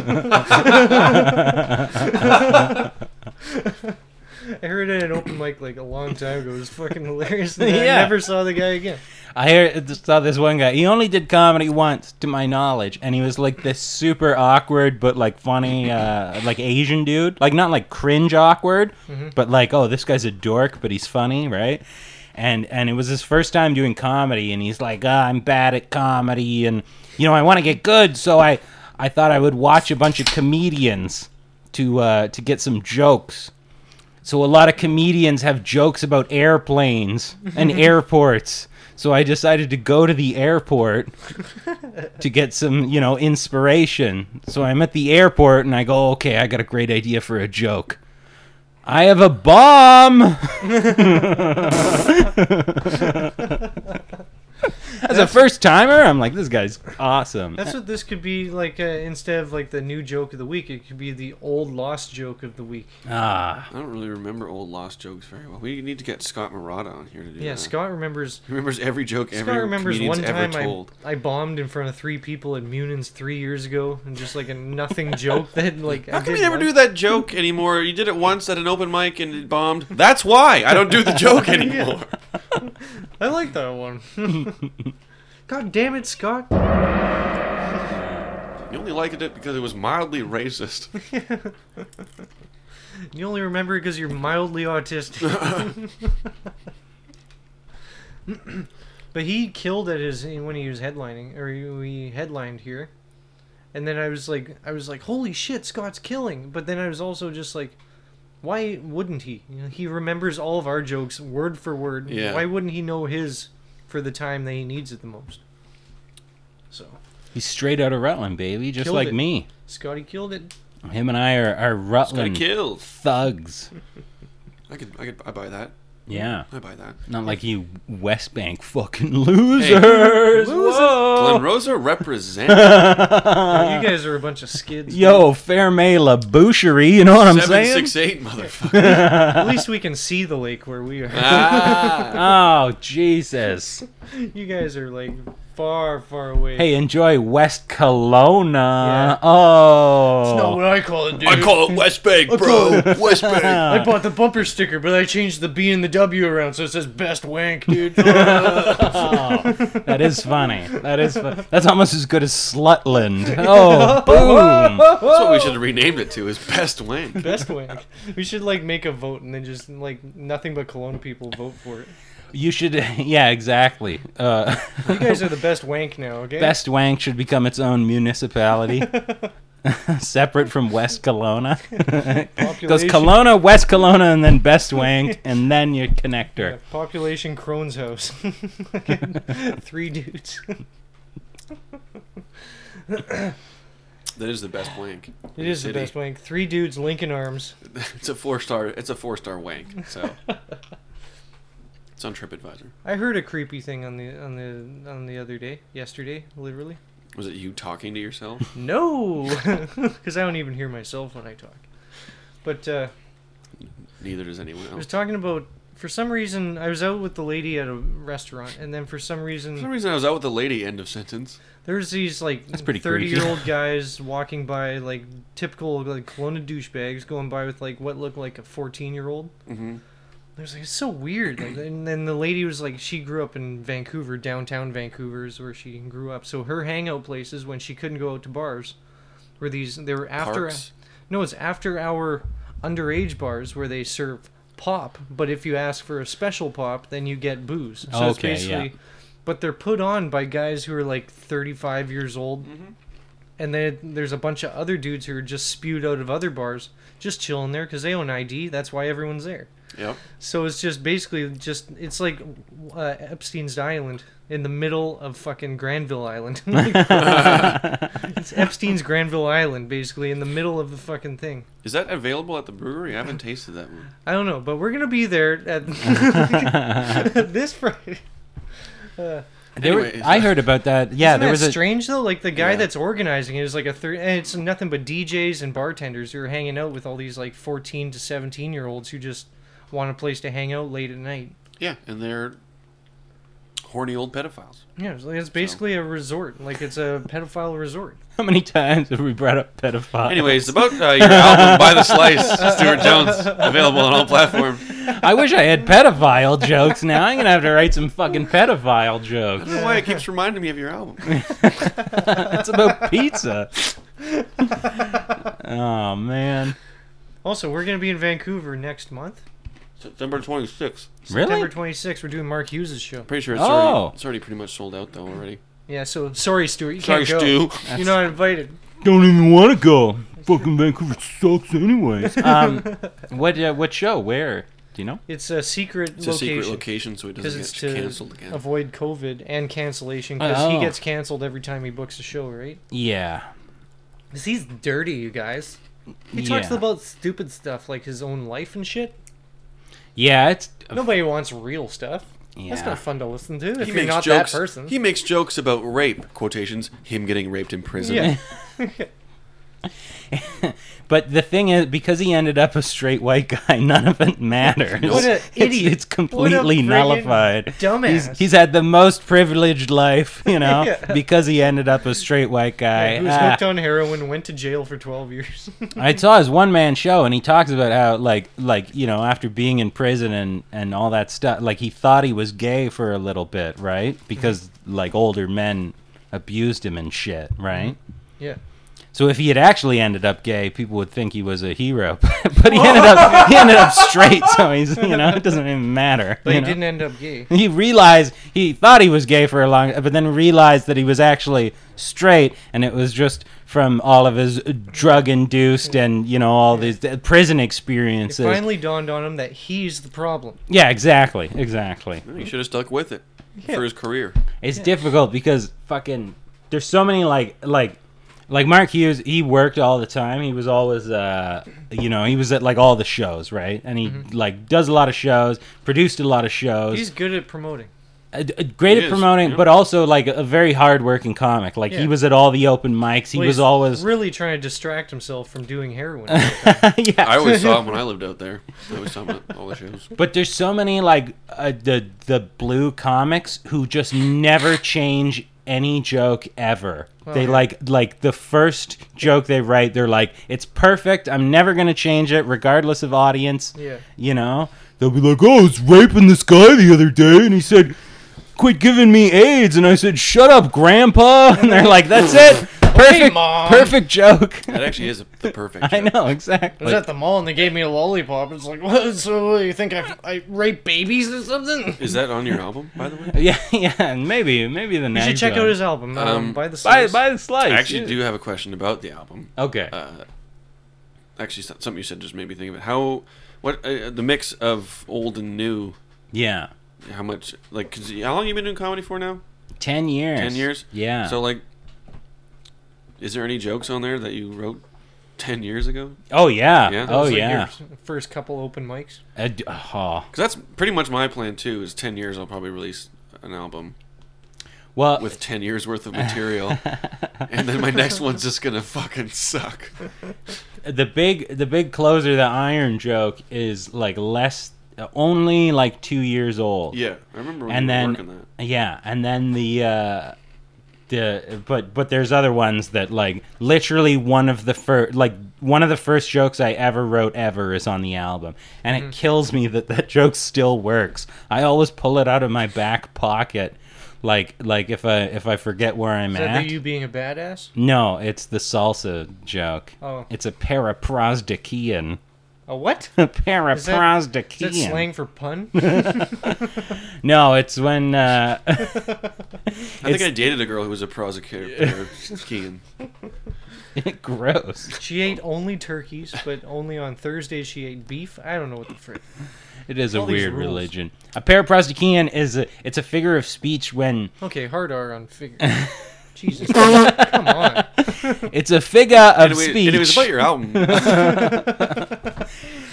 Speaker 5: I heard it at an open mic like a long time ago. It was fucking hilarious. And then
Speaker 6: Yeah.
Speaker 5: I never saw the guy again.
Speaker 6: I heard, saw this one guy. He only did comedy once, to my knowledge, and he was like this super awkward but like funny, uh, like Asian dude. Like not like cringe awkward, but like oh this guy's a dork, but he's funny, right? And and it was his first time doing comedy, and he's like, ah, I'm bad at comedy, and you know I want to get good, so I I thought I would watch a bunch of comedians to uh, to get some jokes. So a lot of comedians have jokes about airplanes and airports. So I decided to go to the airport to get some, you know, inspiration. So I'm at the airport and I go, "Okay, I got a great idea for a joke. I have a bomb." That's a first timer. I'm like, this guy's awesome.
Speaker 5: That's what this could be like. Uh, instead of like the new joke of the week, it could be the old lost joke of the week.
Speaker 6: Ah,
Speaker 4: I don't really remember old lost jokes very well. We need to get Scott Murata on here to do
Speaker 5: Yeah,
Speaker 4: that.
Speaker 5: Scott remembers.
Speaker 4: He remembers every joke every
Speaker 5: Scott remembers
Speaker 4: comedian's
Speaker 5: one
Speaker 4: ever
Speaker 5: time I,
Speaker 4: told.
Speaker 5: I bombed in front of three people at Munins three years ago, and just like a nothing joke that like.
Speaker 4: How
Speaker 5: I
Speaker 4: come
Speaker 5: did
Speaker 4: you never
Speaker 5: once.
Speaker 4: do that joke anymore? You did it once at an open mic and it bombed. That's why I don't do the joke anymore.
Speaker 5: I like that one. God damn it, Scott!
Speaker 4: You only liked it because it was mildly racist.
Speaker 5: You only remember it because you're mildly autistic. but he killed at his when he was headlining, or he he headlined here. And then I was like, I was like, holy shit, Scott's killing! But then I was also just like, why wouldn't he? You know, he remembers all of our jokes word for word.
Speaker 4: Yeah.
Speaker 5: Why wouldn't he know his for the time that he needs it the most? So
Speaker 6: he's straight out of Rutland, baby, just
Speaker 5: Killed
Speaker 6: like
Speaker 5: it.
Speaker 6: me.
Speaker 5: Scotty killed it.
Speaker 6: Him and I are, are
Speaker 4: Got
Speaker 6: Rutland
Speaker 4: killed.
Speaker 6: thugs.
Speaker 4: I could, I could, I buy that.
Speaker 6: Yeah.
Speaker 4: I buy that.
Speaker 6: Not like you West Bank fucking losers. Whoa.
Speaker 4: Glen Rosa represents
Speaker 5: Oh, you guys are a bunch of skids.
Speaker 6: Yo, Fairmela Boucherie, you know what I'm
Speaker 4: seven
Speaker 6: saying?
Speaker 4: six eight motherfucker.
Speaker 5: At least we can see the lake where we are.
Speaker 4: Ah.
Speaker 6: Oh, Jesus.
Speaker 5: You guys are like far, far away.
Speaker 6: Hey, enjoy West Kelowna.
Speaker 5: Yeah.
Speaker 6: Oh.
Speaker 5: I call it, dude.
Speaker 4: I call it West Bank, bro. West Bank.
Speaker 5: I bought the bumper sticker, but I changed the B and the W around, so it says "best wank, dude."
Speaker 6: that is funny. That is fu- That's almost as good as Slutland. Oh, boom.
Speaker 4: That's what we should have renamed it to. Is best wank.
Speaker 5: best wank. We should like make a vote and then just like nothing but Kelowna people vote for it.
Speaker 6: You should, yeah, exactly. Uh,
Speaker 5: You guys are the best wank now, okay?
Speaker 6: Best Wank should become its own municipality, separate from West Kelowna. Goes
Speaker 5: population,
Speaker 6: Kelowna, West Kelowna, and then Best Wank, and then your connector.
Speaker 5: population Crone's house. Three dudes.
Speaker 4: That is the best wank.
Speaker 5: It is the
Speaker 4: City.
Speaker 5: best wank. Three dudes, Lincoln arms.
Speaker 4: It's a four star. It's a four star wank. So it's on TripAdvisor.
Speaker 5: I heard a creepy thing on the on the on the other day, yesterday, literally.
Speaker 4: Was it you talking to yourself?
Speaker 5: No, because I don't even hear myself when I talk. But uh,
Speaker 4: Neither does anyone
Speaker 5: I
Speaker 4: else.
Speaker 5: was talking about for some reason I was out with the lady at a restaurant, and then for some
Speaker 4: For some
Speaker 5: reason
Speaker 4: reason, I was out with the lady. End of sentence.
Speaker 5: there's these like That's
Speaker 6: pretty creepy.
Speaker 5: thirty-year-old guys walking by, like typical like Kelowna douchebags going by with like what looked like a fourteen-year-old. Mm-hmm. I was like, it's so weird. Like, and then the lady was like, she grew up in Vancouver, downtown Vancouver is where she grew up. So her hangout places when she couldn't go out to bars were these. They were after.
Speaker 4: Parks.
Speaker 5: No, it's after hour underage bars where they serve pop, but if you ask for a special pop, then you get booze. So it's
Speaker 6: Okay, yeah.
Speaker 5: basically but they're put on by guys who are like 35 years old. And then there's a bunch of other dudes who are just spewed out of other bars, just chilling there because they own ID. That's why everyone's there.
Speaker 4: Yep.
Speaker 5: So it's just basically just it's like uh, Epstein's Island in the middle of fucking Granville Island. it's Epstein's Granville Island basically in the middle of the fucking thing.
Speaker 4: Is that available at the brewery? I haven't tasted that one.
Speaker 5: I don't know, but we're gonna be there at this Friday.
Speaker 6: There were-
Speaker 4: Anyways.
Speaker 6: I heard about that. Yeah,
Speaker 5: Isn't
Speaker 6: there
Speaker 5: that
Speaker 6: was a
Speaker 5: strange though? Like the guy
Speaker 4: Yeah.
Speaker 5: that's organizing it is like a third, and it's nothing but DJs and bartenders who are hanging out with all these like fourteen to seventeen year olds who just want a place to hang out late at night.
Speaker 4: Yeah, and they're horny old pedophiles.
Speaker 5: Yeah, it's, like, it's basically a resort. Like it's a pedophile resort.
Speaker 6: how many times have we brought up pedophile?
Speaker 4: Anyways, about uh, your album "By the Slice," Stuart Jones, available on all platforms.
Speaker 6: I wish I had pedophile jokes. Now I'm gonna have to write some fucking pedophile
Speaker 4: I
Speaker 6: jokes.
Speaker 4: don't know why it keeps reminding me of your album.
Speaker 6: That's about pizza. oh man,
Speaker 5: Also, we're gonna be in Vancouver next month,
Speaker 4: September 26th.
Speaker 5: September
Speaker 6: really?
Speaker 5: twenty sixth. We're doing Mark Hughes' show.
Speaker 4: Pretty sure it's,
Speaker 6: Oh.
Speaker 4: already, it's already pretty much sold out though already.
Speaker 5: Yeah. So sorry, Stuart, you
Speaker 4: Sorry,
Speaker 5: can't
Speaker 4: Stu.
Speaker 5: go. You're not invited.
Speaker 6: Don't even want to go. Fucking Vancouver sucks, anyways. Um, what uh, what show? Where? Do you know?
Speaker 5: It's a secret
Speaker 4: It's a
Speaker 5: location.
Speaker 4: secret location, so it
Speaker 5: because
Speaker 4: doesn't
Speaker 5: it's
Speaker 4: get
Speaker 5: to
Speaker 4: canceled again.
Speaker 5: avoid COVID and cancellation. Because
Speaker 6: Oh.
Speaker 5: he gets canceled every time he books a show, right?
Speaker 6: Yeah.
Speaker 5: Because he's dirty, you guys. He talks
Speaker 6: Yeah.
Speaker 5: about stupid stuff like his own life and shit.
Speaker 6: Yeah, it's
Speaker 5: Nobody wants real stuff.
Speaker 6: Yeah.
Speaker 5: That's not fun to listen to if
Speaker 4: he
Speaker 5: you're
Speaker 4: makes
Speaker 5: not
Speaker 4: jokes.
Speaker 5: that person.
Speaker 4: He makes jokes about rape quotations. Him getting raped in prison.
Speaker 5: yeah,
Speaker 6: But the thing is, because he ended up a straight white guy, none of it matters.
Speaker 5: What a
Speaker 6: It's-
Speaker 5: idiot.
Speaker 6: It's, completely
Speaker 5: What a friggin'
Speaker 6: nullified.
Speaker 5: dumbass.
Speaker 6: He's, he's had the most privileged life, you know,
Speaker 5: Yeah.
Speaker 6: because he ended up a straight white guy.
Speaker 5: who's
Speaker 6: Ah.
Speaker 5: hooked on heroin went to jail for 12 years.
Speaker 6: I saw his one man show, and he talks about how, like, like you know, after being in prison and and all that stuff, like he thought he was gay for a little bit, right? Because like older men abused him and shit, right?
Speaker 5: yeah.
Speaker 6: So if he had actually ended up gay, people would think he was a hero. but he ended up he ended up straight, so he's you know it doesn't even matter.
Speaker 5: But
Speaker 6: you
Speaker 5: he
Speaker 6: know?
Speaker 5: didn't end up gay.
Speaker 6: He realized he thought he was gay for a long, but then realized that he was actually straight, and it was just from all of his drug-induced and you know all these uh, prison
Speaker 5: It
Speaker 6: experiences.
Speaker 5: finally dawned on him that he's the problem.
Speaker 6: yeah, exactly, exactly.
Speaker 4: He should have stuck with it for his career.
Speaker 6: It's difficult because fucking there's so many like like like Mark Hughes. He worked all the time. He was always uh you know he was at like all the shows right, and he like does a lot of shows, produced a lot of shows.
Speaker 5: Mm-hmm. He's good at promoting.
Speaker 6: a, a- great
Speaker 4: He
Speaker 6: at
Speaker 4: is,
Speaker 6: promoting,
Speaker 4: yeah.
Speaker 6: but also like a very hard working comic. Like he
Speaker 5: Yeah.
Speaker 6: was at all the open mics. He
Speaker 5: Well,
Speaker 6: was
Speaker 5: he's
Speaker 6: always
Speaker 5: really trying to distract himself from doing heroin.
Speaker 6: yeah.
Speaker 4: I always saw him when I lived out there. I always saw him at all the shows.
Speaker 6: But there's so many like uh, the the blue comics who just never change any joke ever. they
Speaker 5: yeah.
Speaker 6: like like the first joke they write, they're like, "It's perfect. I'm never gonna change it, regardless of audience."
Speaker 5: Yeah.
Speaker 6: you know, they'll be like, "Oh, I was raping this guy the other day, and he said." Quit giving me AIDS, and I said, "Shut up, Grandpa!" And they're like, "That's it, perfect,
Speaker 5: Mom."
Speaker 6: perfect joke."
Speaker 4: That actually is the perfect.
Speaker 6: I
Speaker 4: joke.
Speaker 6: know exactly.
Speaker 5: I was at the mall and they gave me a lollipop. It's like, what? So what, you think I, I rape babies or something?
Speaker 4: Is that on your album, by the way?
Speaker 6: Yeah, yeah, and maybe, maybe the
Speaker 5: You
Speaker 6: next.
Speaker 5: should check
Speaker 6: one.
Speaker 5: out his album. Um,
Speaker 4: Um,
Speaker 5: by the
Speaker 6: buy,
Speaker 5: Slice.
Speaker 6: buy the slice.
Speaker 4: I actually
Speaker 6: yeah.
Speaker 4: do have a question about the album.
Speaker 6: Okay.
Speaker 4: Uh, actually, so- something you said just made me think of it. How, what, uh, the mix of old and new.
Speaker 6: yeah.
Speaker 4: How much, like, 'cause how long you been doing comedy for now?
Speaker 6: Ten years.
Speaker 4: Ten years.
Speaker 6: Yeah.
Speaker 4: So, like, is there any jokes on there that you wrote ten years ago?
Speaker 6: oh yeah.
Speaker 4: Yeah.
Speaker 6: Oh
Speaker 5: It's like
Speaker 6: yeah.
Speaker 5: your first couple open mics.
Speaker 6: Uh, d- oh.
Speaker 4: Because that's pretty much my plan too. Is ten years I'll probably release an album
Speaker 6: Well,
Speaker 4: with ten years worth of material, and then my next one's just gonna fucking suck.
Speaker 6: the big the big closer, the iron joke is like less, only like two years old.
Speaker 4: Yeah, I remember when
Speaker 6: And
Speaker 4: you were
Speaker 6: then
Speaker 4: working that.
Speaker 6: yeah, and then the. uh the, but but there's other ones that like literally one of the first like one of the first jokes I ever wrote ever is on the album and
Speaker 5: Mm.
Speaker 6: it kills me that that joke still works. I always pull it out of my back pocket Like like if I if I forget where I'm
Speaker 5: Is that
Speaker 6: at.
Speaker 5: the you being a badass?
Speaker 6: no, it's the salsa joke.
Speaker 5: Oh.
Speaker 6: It's a paraprosdikian.
Speaker 5: A what?
Speaker 6: A
Speaker 5: Is that, is that
Speaker 6: paraprosdikian.
Speaker 5: slang for pun?
Speaker 6: No, it's when uh,
Speaker 4: I think I dated a girl who was a prosecutor. Skiing.
Speaker 6: gross.
Speaker 5: she ate only turkeys, but only on Thursdays she ate beef. I don't know what the frick.
Speaker 6: It is a
Speaker 5: All these
Speaker 6: weird
Speaker 5: rules.
Speaker 6: religion. A paraprosdikian is a it's a figure of speech when
Speaker 5: Okay, hard R on figure. Jesus, come on.
Speaker 6: it's a figure of
Speaker 4: Anyway,
Speaker 6: speech.
Speaker 4: anyways, about your album.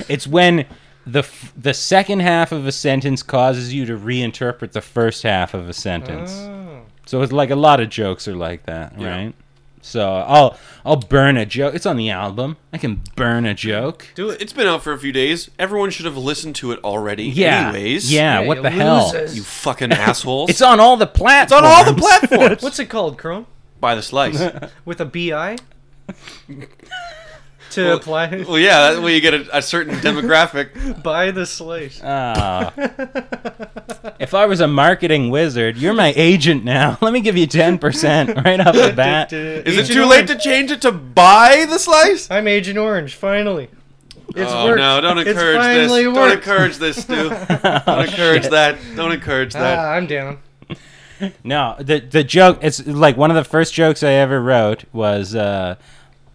Speaker 6: It's when the f- the second half of a sentence causes you to reinterpret the first half of a sentence.
Speaker 4: Oh.
Speaker 6: So it's like a lot of jokes are like that, right? So I'll I'll burn a joke. It's on the album. I can burn a joke.
Speaker 5: Do it.
Speaker 4: It's been out for a few days. Everyone should have listened to it already.
Speaker 6: Yeah.
Speaker 4: Anyways.
Speaker 6: Yeah.
Speaker 5: Yeah,
Speaker 6: what
Speaker 5: you
Speaker 6: the hell?
Speaker 5: losers.
Speaker 4: You fucking assholes.
Speaker 6: It's on all the platforms.
Speaker 4: on all the platforms.
Speaker 5: What's it called, Chrome?
Speaker 4: By the slice.
Speaker 5: With a BI? to apply
Speaker 4: well, yeah. That way you get a, a certain demographic.
Speaker 5: buy the slice.
Speaker 4: uh,
Speaker 6: Oh. If I was a marketing wizard, you're my agent now. Let me give you 10% right off the bat.
Speaker 4: Is it
Speaker 5: Agent
Speaker 4: too
Speaker 5: Orange.
Speaker 4: late to change it to buy the slice?
Speaker 5: I'm Agent Orange, finally. It's
Speaker 4: oh
Speaker 5: worked.
Speaker 4: no! Don't
Speaker 5: It's
Speaker 4: encourage this.
Speaker 5: finally
Speaker 4: Don't
Speaker 5: worked. Oh,
Speaker 4: encourage this, Stu.
Speaker 6: Oh,
Speaker 4: Don't encourage that. Don't encourage that.
Speaker 5: Ah, I'm down.
Speaker 6: No, the the joke it's like one of the first jokes I ever wrote was uh,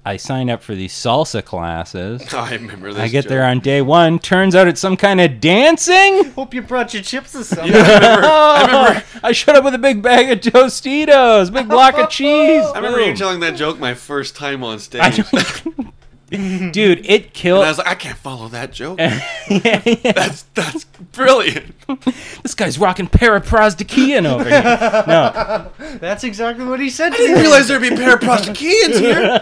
Speaker 6: I signed up for these salsa classes.
Speaker 5: Ah.
Speaker 4: I remember this.
Speaker 6: I get
Speaker 4: joke.
Speaker 6: there on day one. Turns out it's some kind of dancing.
Speaker 5: Hope you brought your chips or something.
Speaker 6: Oh, I showed up with a big bag of Tostitos, big block of cheese.
Speaker 4: I remember you telling that joke my first time on stage.
Speaker 6: I know. Dude, it
Speaker 4: and I
Speaker 6: killed.
Speaker 4: was like, I can't follow that joke.
Speaker 6: Yeah, yeah.
Speaker 4: That's that's brilliant.
Speaker 6: This guy's rocking paraprosdikian over here. No,
Speaker 5: That's exactly what he said to
Speaker 4: I didn't
Speaker 5: me.
Speaker 4: realize there'd be paraprostikians here.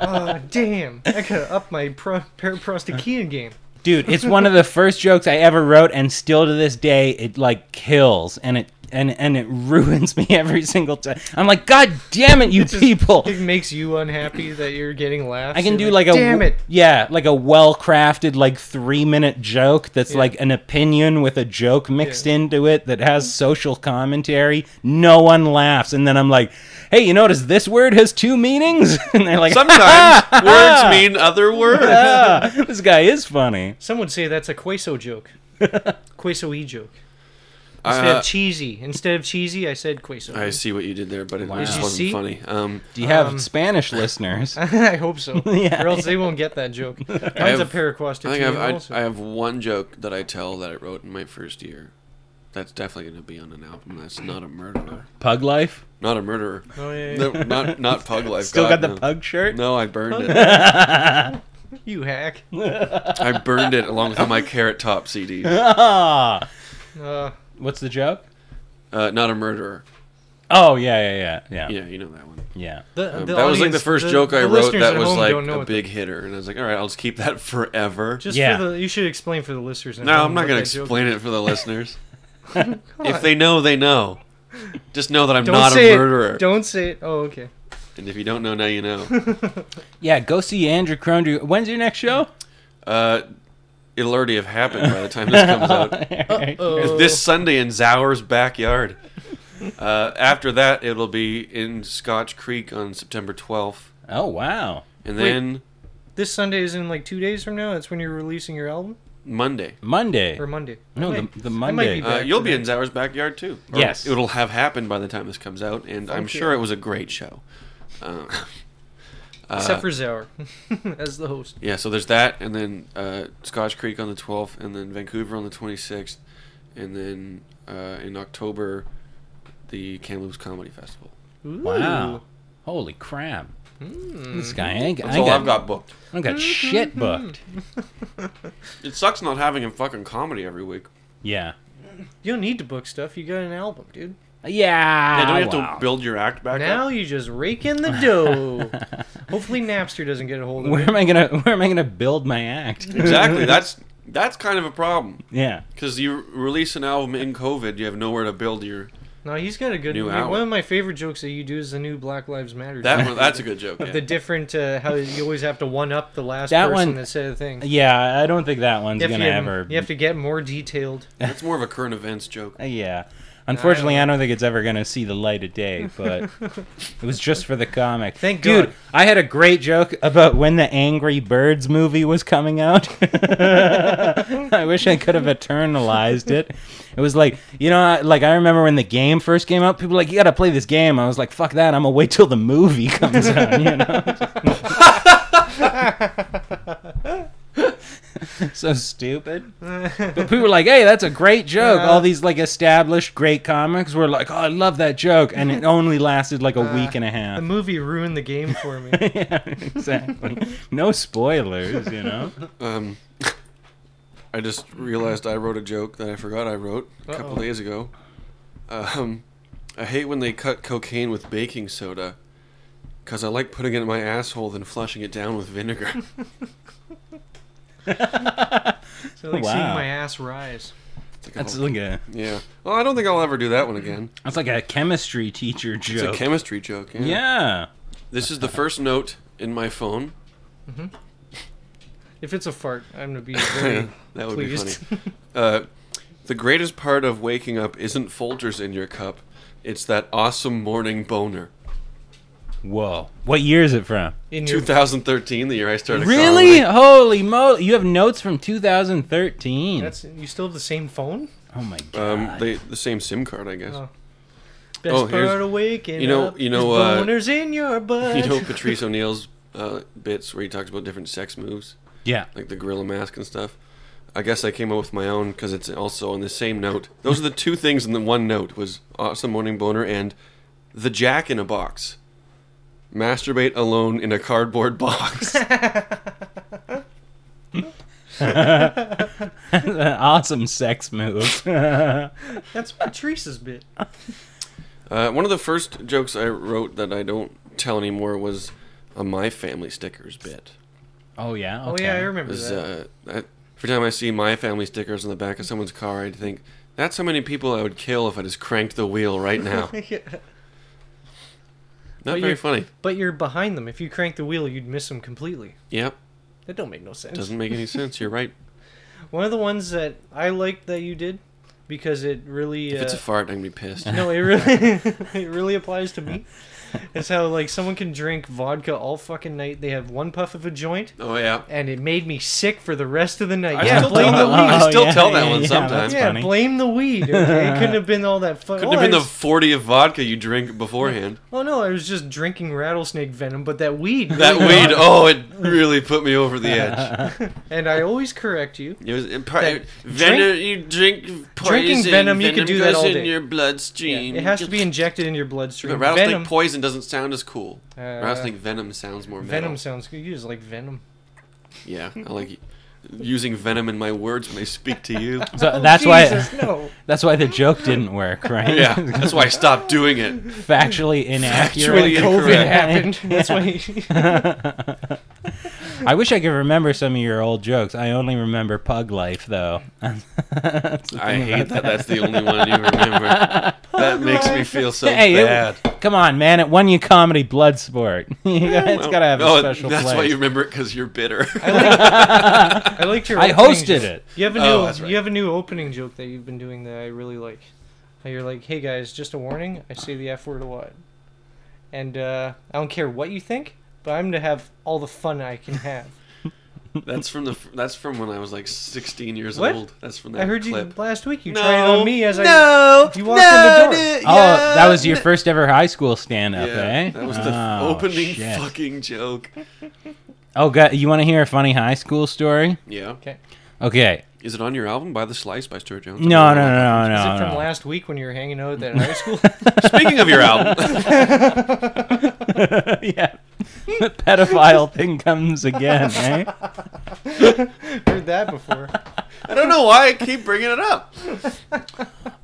Speaker 5: Oh, damn. I could up my pro-
Speaker 4: Uh.
Speaker 5: paraprostikian game.
Speaker 6: dude, it's one of the first jokes I ever wrote, and still to this day, it like kills and it and and it ruins me every single time. I'm like, God damn it, you people!
Speaker 5: It makes you unhappy that you're getting laughs.
Speaker 6: I can
Speaker 5: You're
Speaker 6: do like a
Speaker 5: damn it.
Speaker 6: yeah, like a well crafted like three minute joke that's
Speaker 5: Yeah.
Speaker 6: like an opinion with a joke mixed into it that has social commentary. No one laughs, and then I'm like, hey, you notice this word has two meanings, and they're like,
Speaker 4: Sometimes words mean other words.
Speaker 6: ah, this guy is funny.
Speaker 5: Some would say that's a queso joke. queso e joke. Instead
Speaker 4: Uh,
Speaker 5: of cheesy. Instead of cheesy, I said queso.
Speaker 4: I see what you did there, but it
Speaker 6: Did
Speaker 4: just
Speaker 5: you
Speaker 4: wasn't
Speaker 5: see?
Speaker 4: funny. Um,
Speaker 6: Do you have Spanish listeners?
Speaker 5: I hope so.
Speaker 6: Yeah.
Speaker 5: Or else they won't get that joke. Mine's a
Speaker 4: have-
Speaker 5: paraquastic.
Speaker 4: I think I have,
Speaker 5: also.
Speaker 4: I, I have one joke that I tell that I wrote in my first year. That's definitely going to be on an album. That's not a murderer.
Speaker 6: Pug life.
Speaker 4: Not a murderer.
Speaker 5: oh, yeah, yeah.
Speaker 4: No, not not pug life.
Speaker 6: Still got
Speaker 4: God,
Speaker 6: the
Speaker 4: no.
Speaker 6: pug shirt.
Speaker 4: No, I burned it.
Speaker 5: You hack. Uh,
Speaker 4: I burned it along with my carrot top CD.
Speaker 6: Ah,
Speaker 4: Um,
Speaker 5: Uh,
Speaker 6: what's the joke?
Speaker 4: Uh, not a murderer.
Speaker 6: Oh yeah, yeah, yeah, yeah,
Speaker 4: Yeah, you know that one.
Speaker 6: yeah.
Speaker 5: the,
Speaker 4: Um,
Speaker 5: the
Speaker 4: that was like the
Speaker 5: audience-
Speaker 4: first joke I
Speaker 5: the
Speaker 4: wrote.
Speaker 5: listeners
Speaker 4: That
Speaker 5: at
Speaker 4: was
Speaker 5: home
Speaker 4: like
Speaker 5: don't know
Speaker 4: a
Speaker 5: what the-
Speaker 4: big hitter, and I was like, all right, I'll just keep that forever.
Speaker 5: Just
Speaker 6: Yeah.
Speaker 5: for the, you should explain for the listeners. at
Speaker 4: No,
Speaker 5: home
Speaker 4: I'm not
Speaker 5: what
Speaker 4: going to
Speaker 5: that joke
Speaker 4: explain it for the listeners. if they know, they know. Just know that I'm
Speaker 5: Don't
Speaker 4: not
Speaker 5: say
Speaker 4: a
Speaker 5: it.
Speaker 4: murderer.
Speaker 5: Don't say it. Oh, okay.
Speaker 4: And if you don't know, now you know.
Speaker 6: Yeah, go see Andrew Cronin. When's your next show?
Speaker 4: Uh, it'll already have happened by the time this comes out.
Speaker 5: Oh,
Speaker 4: This Sunday in Zauer's backyard. Uh, after that, it'll be in Scotch Creek on September 12th.
Speaker 6: Oh wow,
Speaker 4: And then
Speaker 5: this Sunday is in like two days from now. That's when you're releasing your album
Speaker 4: Monday.
Speaker 6: Monday.
Speaker 5: or Monday.
Speaker 6: No,
Speaker 5: Wait,
Speaker 6: the, the
Speaker 5: I might
Speaker 6: Monday.
Speaker 5: be
Speaker 4: Uh,
Speaker 5: back
Speaker 4: you'll
Speaker 5: for
Speaker 4: be
Speaker 5: that.
Speaker 4: in Zauer's backyard too.
Speaker 6: Yes.
Speaker 4: It'll have happened by the time this comes out, and I'm
Speaker 5: Thank you.
Speaker 4: sure it was a great show. Uh,
Speaker 5: except for Zauer as the host.
Speaker 4: Yeah, so there's that, and then uh, Scotch Creek on the 12th, and then Vancouver on the 26th, and then uh, in October, the Kamloops Comedy Festival.
Speaker 6: Wow. Holy crap. This guy ain't, I
Speaker 4: That's all
Speaker 6: ain't
Speaker 4: I've
Speaker 6: got,
Speaker 4: got booked.
Speaker 6: I ain't got shit booked.
Speaker 4: It sucks not having a fucking comedy every week.
Speaker 6: Yeah.
Speaker 5: You don't need to book stuff. You got an album, dude.
Speaker 6: Yeah.
Speaker 4: Yeah, don't you have
Speaker 6: Ah, wow.
Speaker 4: to build your act back
Speaker 5: Now
Speaker 4: up?
Speaker 5: you just rake in the dough. Hopefully Napster doesn't get a hold of
Speaker 6: where
Speaker 5: it.
Speaker 6: am I gonna Where am I gonna build my act?
Speaker 4: Exactly. That's that's kind of a problem
Speaker 6: yeah.
Speaker 4: because you release an album in COVID, you have nowhere to build your.
Speaker 5: No, he's got a good
Speaker 4: New
Speaker 5: one.
Speaker 4: hour.
Speaker 5: One of my favorite jokes that you do is the new Black Lives Matter.
Speaker 4: That
Speaker 5: joke.
Speaker 4: one, that's a good joke.
Speaker 5: Of the
Speaker 4: Yeah.
Speaker 5: different uh, how you always have to one up the last
Speaker 6: That
Speaker 5: person
Speaker 6: one-
Speaker 5: that said a thing.
Speaker 6: Yeah. I don't think that one's
Speaker 5: If
Speaker 6: gonna
Speaker 5: you,
Speaker 6: ever.
Speaker 5: you have to get more detailed.
Speaker 4: That's more of a current events joke.
Speaker 6: Uh, yeah. Unfortunately, I don't think it's ever gonna see the light of day. But it was just for the comic.
Speaker 5: Thank
Speaker 6: dude.
Speaker 5: God.
Speaker 6: I had a great joke about when the Angry Birds movie was coming out. I wish I could have eternalized it. It was like you know, I- like I remember when the game first came out. People were like, you gotta play this game. I was like, fuck that. I'm gonna wait till the movie comes out. You know. so stupid. But people were like, "Hey, that's a great joke." All these like established great comics were like, "Oh, I love that joke," and it only lasted like a week and a
Speaker 5: The
Speaker 6: half.
Speaker 5: movie ruined the game for me.
Speaker 6: yeah, exactly. No spoilers, you know.
Speaker 4: Um, I just realized I wrote a joke that I forgot I wrote a couple days ago. Um, I hate when they cut cocaine with baking soda because I like putting it in my asshole than flushing it down with vinegar.
Speaker 5: So like seeing
Speaker 6: Wow.
Speaker 5: my ass rise.
Speaker 6: That's like a
Speaker 4: yeah. Well, I don't think I'll ever do that one again.
Speaker 6: that's like a chemistry teacher
Speaker 4: It's
Speaker 6: joke.
Speaker 4: a chemistry joke. Yeah.
Speaker 6: yeah.
Speaker 4: This is the first note in my phone.
Speaker 5: If it's a fart, I'm gonna be very
Speaker 4: That would be
Speaker 5: pleased.
Speaker 4: funny. Uh, the greatest part of waking up isn't Folgers in your cup; it's that awesome morning boner.
Speaker 6: Whoa. What year is it from?
Speaker 5: In your
Speaker 4: 2013, the year I started.
Speaker 6: Really?
Speaker 4: comedy.
Speaker 6: Holy moly! You have notes from 2013.
Speaker 5: that's you still have the same phone.
Speaker 6: oh my god.
Speaker 4: Um, they the same SIM card, I guess.
Speaker 5: Oh. Best
Speaker 4: Oh, here's-
Speaker 5: part of waking
Speaker 4: you know-
Speaker 5: up
Speaker 4: you know,
Speaker 5: is
Speaker 4: uh,
Speaker 5: boners in your butt.
Speaker 4: You know Patrice O'Neill's uh, bits where he talks about different sex moves,
Speaker 6: yeah.
Speaker 4: like the gorilla mask and stuff. I guess I came up with my own because it's also on the same note. Those are the two things in the one note: was awesome morning boner and the Jack in a box. Masturbate alone in a cardboard box.
Speaker 6: awesome sex move.
Speaker 5: That's Patrice's bit.
Speaker 4: Uh, one of the first jokes I wrote that I don't tell anymore was a my family stickers bit.
Speaker 6: oh yeah.
Speaker 5: Oh
Speaker 6: Okay.
Speaker 5: yeah, I remember
Speaker 4: Was,
Speaker 5: that.
Speaker 4: uh, I, every time I see my family stickers on the back of someone's car, I think that's how many people I would kill if I just cranked the wheel right now.
Speaker 5: Yeah.
Speaker 4: Not
Speaker 5: you're-
Speaker 4: very funny.
Speaker 5: But you're behind them. If you crank the wheel, you'd miss them completely.
Speaker 4: Yep,
Speaker 5: That don't make no sense.
Speaker 4: doesn't make any sense. You're right.
Speaker 5: One of the ones that I liked that you did because it really
Speaker 4: If
Speaker 5: uh,
Speaker 4: it's a fart, I'm gonna be pissed.
Speaker 5: no, it really it really applies to me. It's how like someone can drink vodka all fucking night. They have one puff of a joint,
Speaker 4: Oh yeah.
Speaker 5: and it made me sick for the rest of the night.
Speaker 4: I
Speaker 5: yeah,
Speaker 4: still
Speaker 5: blame
Speaker 4: tell
Speaker 5: the
Speaker 4: that
Speaker 5: weed.
Speaker 4: one. I still
Speaker 6: yeah,
Speaker 4: tell that
Speaker 6: yeah,
Speaker 4: one
Speaker 6: yeah,
Speaker 4: sometimes.
Speaker 6: that's
Speaker 5: yeah,
Speaker 6: funny.
Speaker 5: blame the weed. Okay? It couldn't have been all that fun.
Speaker 4: Couldn't have been the 40 of vodka you drink beforehand.
Speaker 5: oh no, I was just drinking rattlesnake venom, but that weed.
Speaker 4: That weed, oh, it really put me over the edge.
Speaker 5: And I always correct you.
Speaker 4: It was it part,
Speaker 5: That
Speaker 4: venom. you drink poison.
Speaker 5: Drinking venom, you could do that
Speaker 4: goes
Speaker 5: all
Speaker 4: in
Speaker 5: day.
Speaker 4: your bloodstream.
Speaker 5: It has to be injected in your bloodstream.
Speaker 4: But rattlesnake
Speaker 5: venom.
Speaker 4: poison doesn't sound as cool.
Speaker 5: Uh,
Speaker 4: rattlesnake venom sounds more metal.
Speaker 5: Venom sounds good. You just like venom.
Speaker 4: Yeah, I like using venom in my words when I speak to you.
Speaker 6: So that's
Speaker 5: Oh, Jesus,
Speaker 6: why
Speaker 5: no.
Speaker 6: that's why the joke didn't work, right?
Speaker 4: yeah, that's why I stopped doing it.
Speaker 6: Factually inaccurate.
Speaker 4: Factually
Speaker 5: COVID
Speaker 4: incorrect.
Speaker 5: happened. That's why. he-
Speaker 6: I wish I could remember some of your old jokes. I only remember Pug Life though.
Speaker 4: I hate that. That's the only one you remember. That makes me feel so
Speaker 6: Hey, it-
Speaker 4: bad.
Speaker 6: Come on, man! It won you comedy blood sport. it's
Speaker 4: Well,
Speaker 6: gotta have a
Speaker 4: oh,
Speaker 6: special
Speaker 4: That's
Speaker 6: place.
Speaker 4: why you remember it because you're bitter.
Speaker 5: I liked your.
Speaker 6: I
Speaker 5: opening
Speaker 6: hosted
Speaker 5: joke.
Speaker 6: it.
Speaker 5: You have a new.
Speaker 4: Oh, that's right.
Speaker 5: You have a new opening joke that you've been doing that I really like. How you're like, hey guys, just a warning. I say the f word a lot, and uh, I don't care what you think, but I'm gonna have all the fun I can have.
Speaker 4: that's from the. f- That's from when I was like 16 years
Speaker 5: What?
Speaker 4: old. That's from that
Speaker 5: I heard
Speaker 4: clip.
Speaker 5: you last week. You
Speaker 4: No,
Speaker 5: tried it on me as
Speaker 4: no,
Speaker 5: I. You walked in the door.
Speaker 6: oh, that was your first ever high school stand-up, eh?
Speaker 4: That was the
Speaker 6: oh,
Speaker 4: opening
Speaker 6: shit.
Speaker 4: fucking joke.
Speaker 6: Oh god, you want to hear a funny high school story?
Speaker 4: Yeah.
Speaker 6: Okay.
Speaker 4: Is it on your album by the Slice by Stuart Jones?
Speaker 6: No, no, no, no, no.
Speaker 5: Is it
Speaker 6: no.
Speaker 5: from last week when you were hanging out at that high school?
Speaker 4: Speaking of your album,
Speaker 6: yeah. The pedophile thing comes again, eh?
Speaker 5: Heard that before.
Speaker 4: I don't know why I keep bringing it up.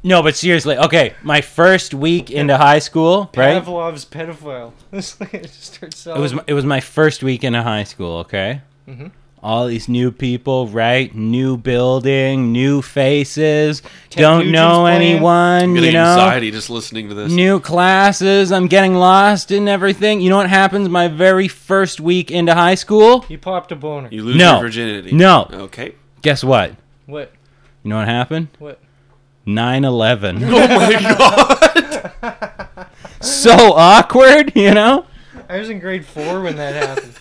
Speaker 6: No, but seriously, okay, my first week into high school, right?
Speaker 5: Pavlov's pedophile. It's like, it just starts
Speaker 6: It was my, it was my first week into high school, okay? All these new people, right? New building, new faces. don't
Speaker 5: Nugent's
Speaker 6: know
Speaker 5: playing.
Speaker 6: anyone,
Speaker 4: I'm
Speaker 6: you
Speaker 4: getting
Speaker 6: know.
Speaker 4: anxiety just listening to this.
Speaker 6: New classes, I'm getting lost in everything. You know what happens my very first week into high school?
Speaker 5: You popped a boner.
Speaker 4: You lose
Speaker 6: No.
Speaker 4: your virginity.
Speaker 6: No.
Speaker 4: Okay.
Speaker 6: Guess what?
Speaker 5: What?
Speaker 6: You know what happened?
Speaker 5: What?
Speaker 6: 9 11. Oh my god! so awkward, you know?
Speaker 5: I was in grade four when that happened.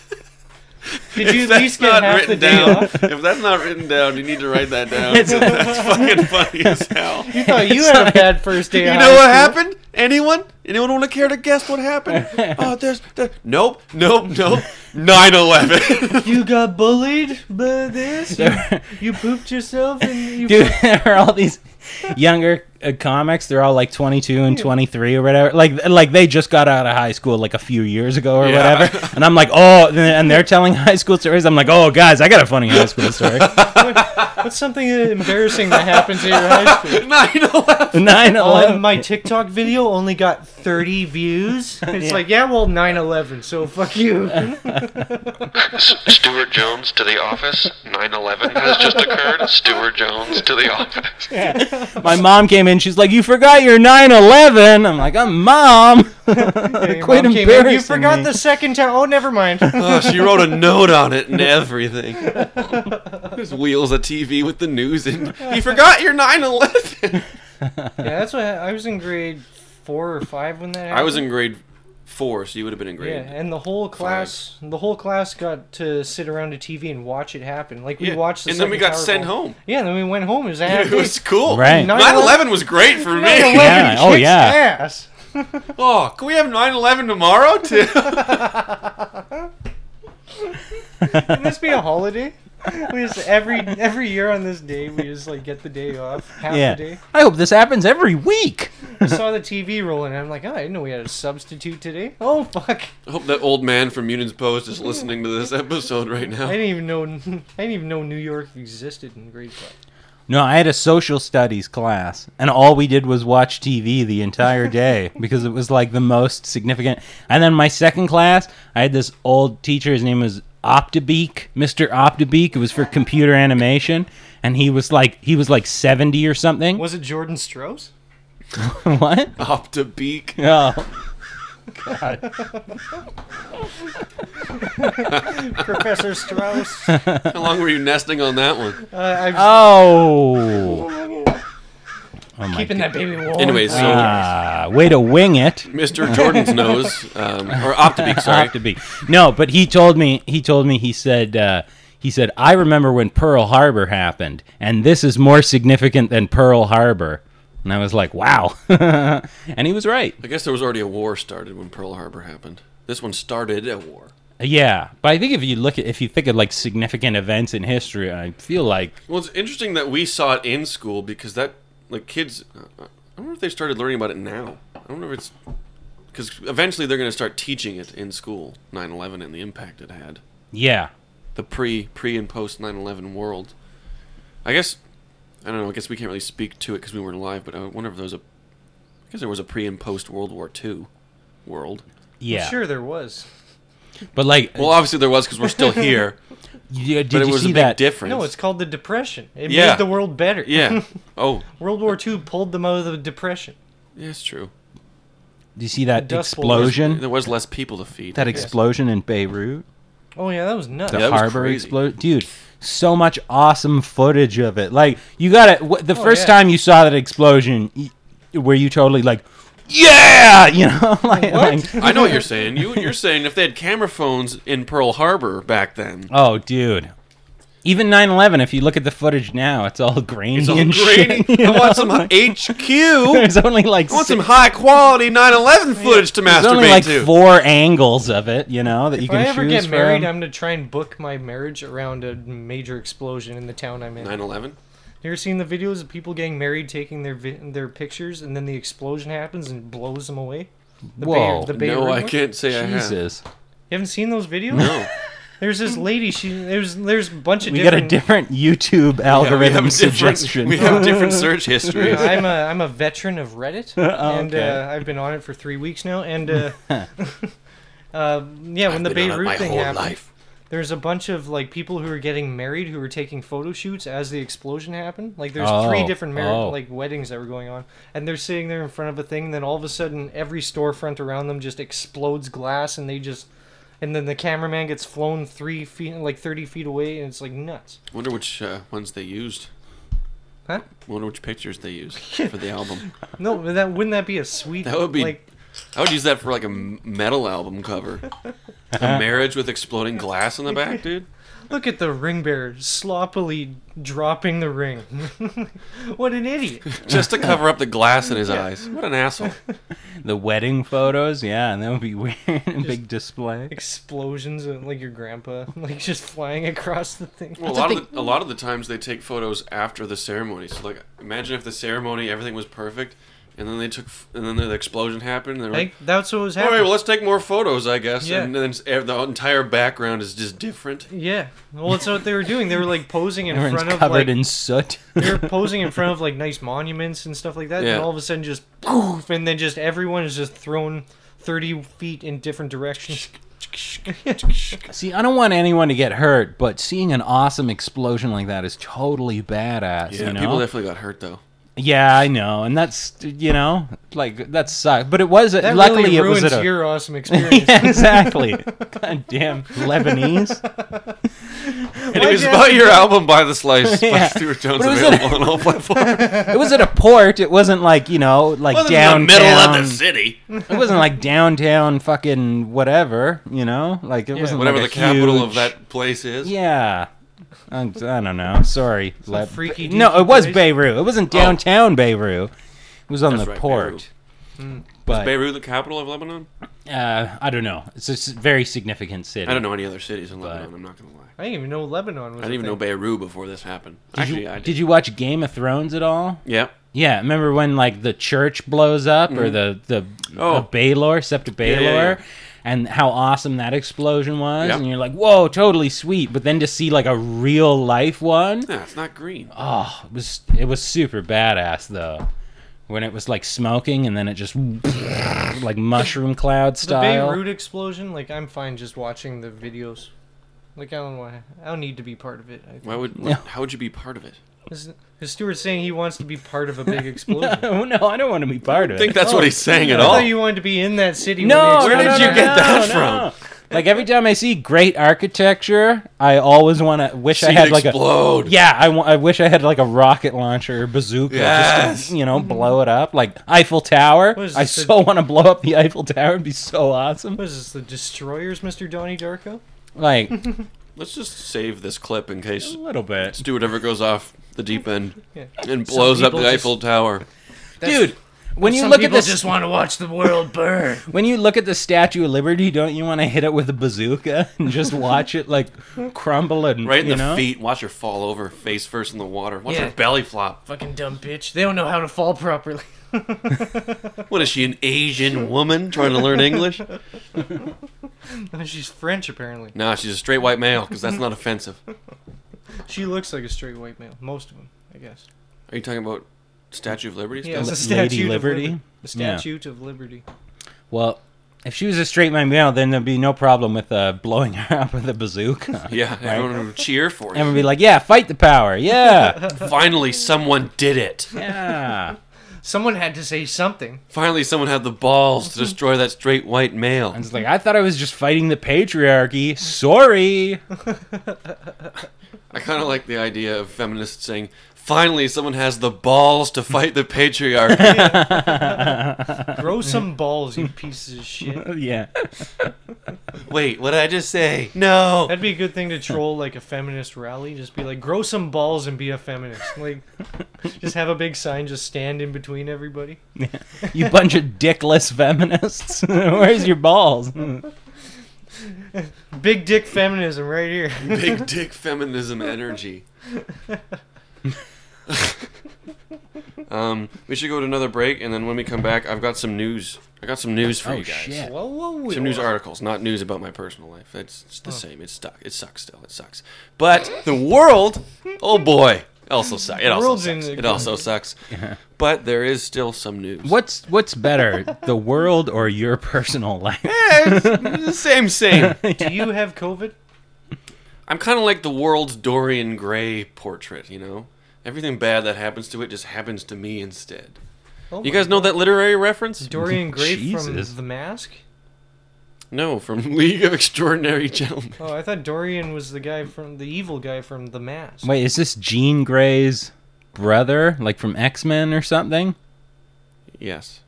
Speaker 5: Did you
Speaker 4: If
Speaker 5: at least get
Speaker 4: that's not
Speaker 5: half the
Speaker 4: written
Speaker 5: day
Speaker 4: down,
Speaker 5: off?
Speaker 4: if that's not written down, you need to write that down. 'cause that's fucking funny as hell.
Speaker 5: You thought you had a bad first day.
Speaker 4: You know what happened? Anyone? Anyone want to care to guess what happened? oh, there's, there- nope, nope, nope. 9/11.
Speaker 5: You got bullied by this. You, you pooped yourself and you.
Speaker 6: Dude, there are all these younger uh, comics. They're all like 22 and 23 or whatever. Like, like they just got out of high school like a few years ago or
Speaker 4: Yeah.
Speaker 6: whatever. And I'm like, oh, and they're telling high school stories. I'm like, oh, guys, I got a funny high school story.
Speaker 5: What's something embarrassing that happened to your high school?
Speaker 4: 9/11.
Speaker 6: 9
Speaker 5: Um,
Speaker 6: 11.
Speaker 5: my TikTok video only got 30 views. It's like, yeah, well, 9 11, so fuck you.
Speaker 11: Stuart Jones to the office. 9/11 has just occurred. Stuart Jones to the office.
Speaker 6: My mom came in. She's like, you forgot your 9 11. I'm like, I'm mom.
Speaker 5: Your
Speaker 6: Quite
Speaker 5: mom came in, You
Speaker 6: embarrassing
Speaker 5: forgot
Speaker 6: me."
Speaker 5: the second time. Oh, never mind.
Speaker 4: Oh, she wrote a note on it and everything. Just wheels a TV with the news in. You forgot your 9/11.
Speaker 5: Yeah, that's what I was in grade four or five when that happened.
Speaker 4: I was in grade four, so you would have been in grade.
Speaker 5: Yeah, and the whole class, the whole class got to sit around a TV and watch it happen. Like we
Speaker 4: Yeah,
Speaker 5: watched, the
Speaker 4: and then we
Speaker 5: second
Speaker 4: got
Speaker 5: Tower
Speaker 4: sent
Speaker 5: fall.
Speaker 4: home.
Speaker 5: Yeah, and then we went home. It was a half
Speaker 4: It was cool.
Speaker 6: Right.
Speaker 4: 9/11 was great for me.
Speaker 6: Yeah, oh, yeah.
Speaker 5: Ass.
Speaker 4: Oh, can we have 9/11 tomorrow too?
Speaker 5: Can this be a holiday? We just every every year on this day we just like get the day off, half the
Speaker 6: Yeah.
Speaker 5: day.
Speaker 6: I hope this happens every week.
Speaker 5: I saw the TV rolling, and I'm like, oh, I didn't know we had a substitute today. Oh fuck,
Speaker 4: I hope that old man from Munins Post is listening to this episode right
Speaker 5: I
Speaker 4: now.
Speaker 5: didn't even know I didn't even know New York existed in grade five.
Speaker 6: No, I had a social studies class, and all we did was watch TV the entire day because it was like the most significant. And then my second class, I had this old teacher. His name was Optibeak, Mr. Optibeak. It was for computer animation, and he was like he was like seventy or something.
Speaker 5: Was it Jordan Strauss?
Speaker 6: What?
Speaker 4: Optibeak.
Speaker 6: Oh,
Speaker 5: Professor Strauss.
Speaker 4: How long were you nesting on that one?
Speaker 5: Uh, I'm just
Speaker 6: oh, oh my!
Speaker 5: keeping that baby warm.
Speaker 4: Anyway, so
Speaker 6: Ah, way to wing it.
Speaker 4: Mr. Jordan's nose, um, or Optibeak,
Speaker 6: I
Speaker 4: sorry.
Speaker 6: have to be. No, but he told me. He told me. He said. Uh, he said, "I remember when Pearl Harbor happened, and this is more significant than Pearl Harbor." And I was like, "Wow!" and he was right.
Speaker 4: I guess there was already a war started when Pearl Harbor happened. This one started a war.
Speaker 6: Yeah, but I think if you look at if you think of like significant events in history, I feel like
Speaker 4: Well, it's interesting that we saw it in school because that, like, kids, uh, I don't know if they started learning about it now. I don't know if it's because eventually they're going to start teaching it in school, 9/11 and the impact it had,
Speaker 6: yeah,
Speaker 4: the pre, pre and post 9/11 world. I guess I don't know. I guess we can't really speak to it because we weren't alive. But uh, I wonder if there was a, I guess there was a pre and post World War II world.
Speaker 6: yeah.
Speaker 5: Sure, there was.
Speaker 6: But like,
Speaker 4: Well, obviously there was because we're still here.
Speaker 6: yeah, did
Speaker 4: but it
Speaker 6: you
Speaker 4: was a
Speaker 6: see
Speaker 4: big
Speaker 6: that?
Speaker 4: difference.
Speaker 5: No, it's called the Depression. It
Speaker 4: Yeah.
Speaker 5: made the world better.
Speaker 4: yeah. Oh,
Speaker 5: World War II pulled them out of the Depression.
Speaker 4: yeah, it's true.
Speaker 6: Did you see that
Speaker 5: Dust Bowl.
Speaker 6: explosion?
Speaker 4: There was less people to feed.
Speaker 6: That explosion in Beirut?
Speaker 5: Oh yeah, that was nuts.
Speaker 6: the
Speaker 4: Yeah, that was
Speaker 6: harbor
Speaker 4: crazy.
Speaker 6: explosion dude so much awesome footage of it like you got it the first
Speaker 5: Oh, yeah.
Speaker 6: time you saw that explosion y- were you totally like yeah you know like, like-
Speaker 4: I know what you're saying. You you're saying if they had camera phones in Pearl Harbor back then,
Speaker 6: oh dude even 9-11 if you look at the footage now it's all grainy
Speaker 4: it's all
Speaker 6: and
Speaker 4: grainy.
Speaker 6: shit you
Speaker 4: I want
Speaker 6: know?
Speaker 4: some HQ.
Speaker 6: there's only like
Speaker 4: I want some
Speaker 6: six-
Speaker 4: high quality 9/11 footage to
Speaker 6: there's only
Speaker 4: masturbate
Speaker 6: like
Speaker 4: to.
Speaker 6: four angles of it you know that you
Speaker 5: If
Speaker 6: can
Speaker 5: I ever
Speaker 6: choose
Speaker 5: get married,
Speaker 6: from.
Speaker 5: I'm gonna try and book my marriage around a major explosion in the town I'm in.
Speaker 4: 9/11.
Speaker 5: You ever seen the videos of people getting married, taking their vi- their pictures, and then the explosion happens and blows them away? The
Speaker 6: Whoa.
Speaker 5: Bay, the Bay
Speaker 4: No,
Speaker 5: Area
Speaker 4: I
Speaker 5: one?
Speaker 4: can't say I have.
Speaker 6: jesus
Speaker 5: You haven't seen those videos?
Speaker 4: No.
Speaker 5: There's this lady. She there's there's a bunch of
Speaker 6: we got a different
Speaker 5: different.
Speaker 6: youtube
Speaker 4: Yeah, we have
Speaker 6: algorithm
Speaker 4: different-
Speaker 6: suggestion
Speaker 4: We have different search histories.
Speaker 5: I'm a I'm a veteran of Reddit,
Speaker 4: Oh,
Speaker 5: and
Speaker 6: okay.
Speaker 5: uh, I've been on it for three weeks now. And uh, uh, yeah, when the
Speaker 4: Been on it my
Speaker 5: Beirut thing
Speaker 4: whole
Speaker 5: happened,
Speaker 4: life.
Speaker 5: there's a bunch of like people who are getting married who were taking photo shoots as the explosion happened. Like there's three
Speaker 6: Oh,
Speaker 5: different marriage
Speaker 6: oh.
Speaker 5: like weddings that were going on, and they're sitting there in front of a thing. And then all of a sudden, every storefront around them just explodes glass, and they just. And then the cameraman gets flown three feet, like thirty feet away, and it's like nuts.
Speaker 4: Wonder which uh, ones they used.
Speaker 5: Huh?
Speaker 4: Wonder which pictures they use for the album.
Speaker 5: No, but that wouldn't that be a sweet?
Speaker 4: That would be.
Speaker 5: like
Speaker 4: I would use that for like a m- metal album cover. a marriage with exploding glass on the back, dude.
Speaker 5: look at the ring bearer sloppily dropping the ring. what an idiot!
Speaker 4: Just to cover up the glass in his eyes. What an asshole.
Speaker 6: The wedding photos, yeah, and that would be weird. Big display.
Speaker 5: Explosions of like your grandpa, like just flying across the thing.
Speaker 4: Well, a lot of the, a lot of the times they take photos after the ceremony. So like, imagine if the ceremony everything was perfect, and then they took f- and then the explosion happened. And they're
Speaker 5: I think
Speaker 4: like,
Speaker 5: that's what was
Speaker 4: all right,
Speaker 5: happening.
Speaker 4: well let's take more photos, I guess.
Speaker 5: Yeah.
Speaker 4: And then s- ev- the entire background is just different.
Speaker 5: yeah, well, that's what they were doing. They were like posing in
Speaker 6: Everyone's
Speaker 5: front of
Speaker 6: covered
Speaker 5: like
Speaker 6: in soot.
Speaker 5: they were posing in front of like nice monuments and stuff like that.
Speaker 4: Yeah.
Speaker 5: And all of a sudden, just poof, and then just everyone is just thrown thirty feet in different directions.
Speaker 6: See, I don't want anyone to get hurt, but seeing an awesome explosion like that is totally badass.
Speaker 4: Yeah,
Speaker 6: you know?
Speaker 4: people definitely got hurt though.
Speaker 6: Yeah, I know, and that's you know, like that sucked. But it was
Speaker 5: That
Speaker 6: luckily
Speaker 5: really
Speaker 6: it was
Speaker 5: ruins
Speaker 6: at a
Speaker 5: your awesome experience.
Speaker 6: yeah, exactly. God damn Lebanese.
Speaker 4: And it was about your album by the slice. By Stuart Jones
Speaker 6: But it was
Speaker 4: available on all platforms.
Speaker 6: It was at a port. It wasn't like you know, like
Speaker 4: Well, this is the
Speaker 6: downtown.
Speaker 4: middle of the city.
Speaker 6: It wasn't like downtown fucking whatever. You know, like it wasn't
Speaker 4: Whatever
Speaker 6: like
Speaker 4: the
Speaker 6: a
Speaker 4: capital
Speaker 6: huge-
Speaker 4: of that place is.
Speaker 6: Yeah. I I don't know. Sorry. Leb-
Speaker 5: freaky
Speaker 6: no,
Speaker 5: deaky
Speaker 6: it was
Speaker 5: place.
Speaker 6: Beirut. It wasn't downtown Beirut. It was on
Speaker 4: That's
Speaker 6: the
Speaker 4: right,
Speaker 6: port.
Speaker 4: Is
Speaker 6: But
Speaker 4: Beirut the capital of Lebanon?
Speaker 6: uh, I don't know. It's a s- very significant city.
Speaker 4: I don't know any other cities in Lebanon. I'm not gonna lie.
Speaker 5: I didn't even know Lebanon was.
Speaker 4: I didn't even know Beirut before this happened. Actually,
Speaker 6: you,
Speaker 4: I did.
Speaker 6: you watch Game of Thrones at all?
Speaker 4: Yeah.
Speaker 6: Yeah, remember when like the church blows up or the the
Speaker 4: Oh.
Speaker 6: oh. Baylor, Septa
Speaker 4: yeah,
Speaker 6: Baylor,
Speaker 4: yeah.
Speaker 6: and how awesome that explosion was,
Speaker 4: Yeah.
Speaker 6: and you're like, whoa, totally sweet. But then to see like a real life one,
Speaker 4: Yeah, it's not green.
Speaker 6: Oh, it was it was super badass though. When it was like smoking and then it just like mushroom cloud
Speaker 5: the
Speaker 6: style.
Speaker 5: Beirut explosion. Like I'm fine just watching the videos. Like I don't want. I don't need to be part of it. I think.
Speaker 4: Why would? what- How would you be part of it?
Speaker 5: Because Stuart's saying he wants to be part of a big explosion.
Speaker 6: oh no, I Oh, don't want to be part of
Speaker 4: I think
Speaker 6: it.
Speaker 4: that's what he's saying at
Speaker 5: I
Speaker 4: all.
Speaker 5: thought you wanted to be in that city.
Speaker 6: No,
Speaker 5: when
Speaker 4: Where
Speaker 5: they
Speaker 6: no, no,
Speaker 4: did you
Speaker 6: no,
Speaker 4: get
Speaker 6: no,
Speaker 4: that
Speaker 6: no. Like every time I see great architecture, I always want to wish
Speaker 4: See
Speaker 6: I
Speaker 4: it
Speaker 6: had like
Speaker 4: explode.
Speaker 6: a yeah. I wa- I wish I had like a rocket launcher or bazooka, just
Speaker 4: Yes.
Speaker 6: to, you know, blow it up. Like Eiffel Tower,
Speaker 5: What is
Speaker 6: I
Speaker 5: this, a-
Speaker 6: so want to blow up the Eiffel Tower. It'd be so awesome.
Speaker 5: What is this, the Destroyers, Mr. Donnie Darko?
Speaker 6: Like
Speaker 4: Let's just save this clip in case
Speaker 6: a little bit,
Speaker 4: Stuart ever goes off the deep end
Speaker 5: Yeah.
Speaker 4: and blows up
Speaker 5: people
Speaker 4: the
Speaker 5: just-
Speaker 4: Eiffel Tower.
Speaker 6: dude. When you look at this,
Speaker 5: want to watch the world burn.
Speaker 6: When you look at the Statue of Liberty, don't you want to hit it with a bazooka and just watch it like crumble and
Speaker 4: Right in
Speaker 6: you
Speaker 4: the
Speaker 6: know?
Speaker 4: feet. Watch her fall over, face first in the water. Watch
Speaker 5: Yeah.
Speaker 4: her belly flop.
Speaker 5: Fucking dumb bitch. They don't know how to fall properly.
Speaker 4: What is she, an Asian woman trying to learn English?
Speaker 5: She's French, apparently.
Speaker 4: Nah, she's a straight white male because that's not offensive.
Speaker 5: She looks like a straight white male. Most of them, I guess.
Speaker 4: Are you talking about Statue of Liberty?
Speaker 5: Yeah,
Speaker 4: stuff?
Speaker 5: it's a
Speaker 6: Lady
Speaker 5: statute of
Speaker 6: Liberty?
Speaker 5: liberty. The
Speaker 6: Yeah.
Speaker 5: statute of liberty.
Speaker 6: Well, if she was a straight man male, then there'd be no problem with uh, blowing her up with a bazooka.
Speaker 4: Yeah, everyone would cheer for
Speaker 6: And
Speaker 4: it.
Speaker 6: we'd be like, yeah, fight the power. Yeah.
Speaker 4: Finally, someone did it.
Speaker 6: Yeah.
Speaker 5: Someone had to say something.
Speaker 4: Finally, someone had the balls to destroy that straight white male.
Speaker 6: And it's like, I thought I was just fighting the patriarchy. Sorry.
Speaker 4: I kind of like the idea of feminists saying, "Finally, someone has the balls to fight the patriarchy."
Speaker 5: Grow some balls, you pieces of shit.
Speaker 6: yeah.
Speaker 4: Wait, what did I just say? No.
Speaker 5: That'd be a good thing to troll like a feminist rally. Just be like, grow some balls and be a feminist. Like, just have a big sign, just stand in between everybody.
Speaker 6: You bunch of dickless feminists. Where's your balls?
Speaker 5: Big dick feminism right here.
Speaker 4: Big dick feminism energy. um, we should go to another break, and then when we come back, I've got some news. I got some news for
Speaker 6: Oh,
Speaker 4: you guys.
Speaker 6: shit.
Speaker 5: Whoa, whoa, whoa. Oh.
Speaker 4: Some news articles, not news about my personal life. It's, it's the same. It's stuck. It sucks still. It sucks. But the world, oh boy, also sucks. It also
Speaker 5: World's in
Speaker 4: sucks.
Speaker 5: the-
Speaker 4: It also sucks. But there is still some news.
Speaker 6: What's what's better, the world or your personal life?
Speaker 4: Same, same.
Speaker 5: Do you have COVID?
Speaker 4: I'm kind of like the world's Dorian Gray portrait, you know? Everything bad that happens to it just happens to me instead.
Speaker 5: Oh
Speaker 4: You
Speaker 5: my
Speaker 4: guys know that literary reference?
Speaker 5: Dorian Gray
Speaker 6: Jesus.
Speaker 5: from The Mask?
Speaker 4: No, from League of Extraordinary Gentlemen.
Speaker 5: Oh, I thought Dorian was the guy from the evil guy from The Mask.
Speaker 6: Wait, is this Jean Grey's brother, like from X Men or something?
Speaker 4: Yes.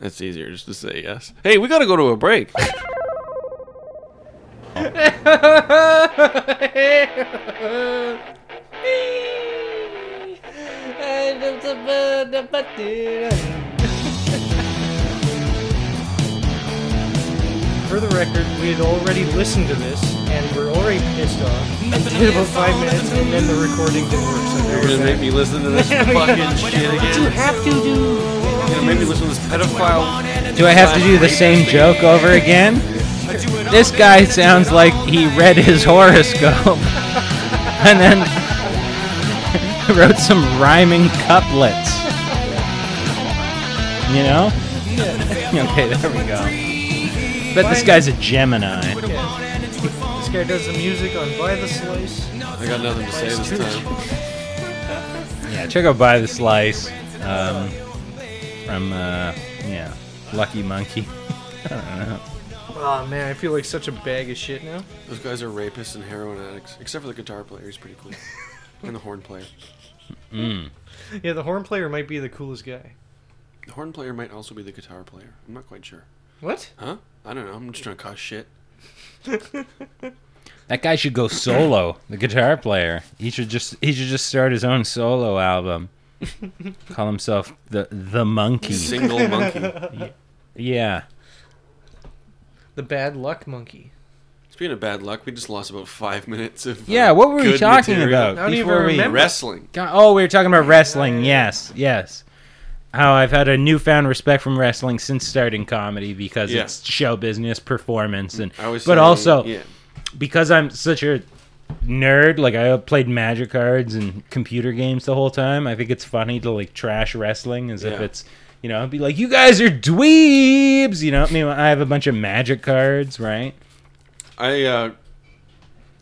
Speaker 4: It's easier just to say yes. Hey, we gotta go to a break.
Speaker 5: For the record, we had already listened to this and we're already pissed off. And did about five minutes and then the recording didn't work. So
Speaker 4: You're gonna make me listen to this fucking shit again.
Speaker 5: You have to do.
Speaker 4: You're gonna make me listen to this pedophile.
Speaker 6: Do I have to do the same joke over again? This guy sounds like he read his horoscope and then wrote some rhyming couplets. You know? Okay, there we go. But this guy's a Gemini.
Speaker 5: This guy does the music on By the Slice.
Speaker 4: I got nothing to say this time.
Speaker 6: Yeah, check out By the Slice um, from, uh, yeah, Lucky Monkey.
Speaker 5: Oh man, I feel like such a bag of shit now.
Speaker 4: Those guys are rapists and heroin addicts. Except for the guitar player, he's pretty cool. And the horn player.
Speaker 5: Yeah, the horn player might be the coolest guy.
Speaker 4: The horn player might also be the guitar player. I'm not quite sure.
Speaker 5: What?
Speaker 4: Huh? I don't know. I'm just trying to cause shit.
Speaker 6: That guy should go solo, the guitar player. He should just he should just start his own solo album. Call himself the the monkey.
Speaker 4: Single monkey.
Speaker 6: Yeah.
Speaker 5: The bad luck monkey.
Speaker 4: Speaking of bad luck, we just lost about five minutes of. uh,
Speaker 6: Yeah, what were we
Speaker 4: good
Speaker 6: talking
Speaker 4: material.
Speaker 6: about?
Speaker 5: I don't even
Speaker 6: we
Speaker 5: remember.
Speaker 4: Wrestling.
Speaker 6: God, Oh, we were talking about wrestling. Yes, yes. How I've had a newfound respect from wrestling since starting comedy because
Speaker 4: Yeah.
Speaker 6: it's show business, performance, and
Speaker 4: I was
Speaker 6: but
Speaker 4: saying-
Speaker 6: also
Speaker 4: yeah.
Speaker 6: because I'm such a nerd, like I played magic cards and computer games the whole time. I think it's funny to like trash wrestling as if
Speaker 4: Yeah.
Speaker 6: it's you know be like you guys are dweebs. You know, I mean I have a bunch of magic cards, right?
Speaker 4: I uh,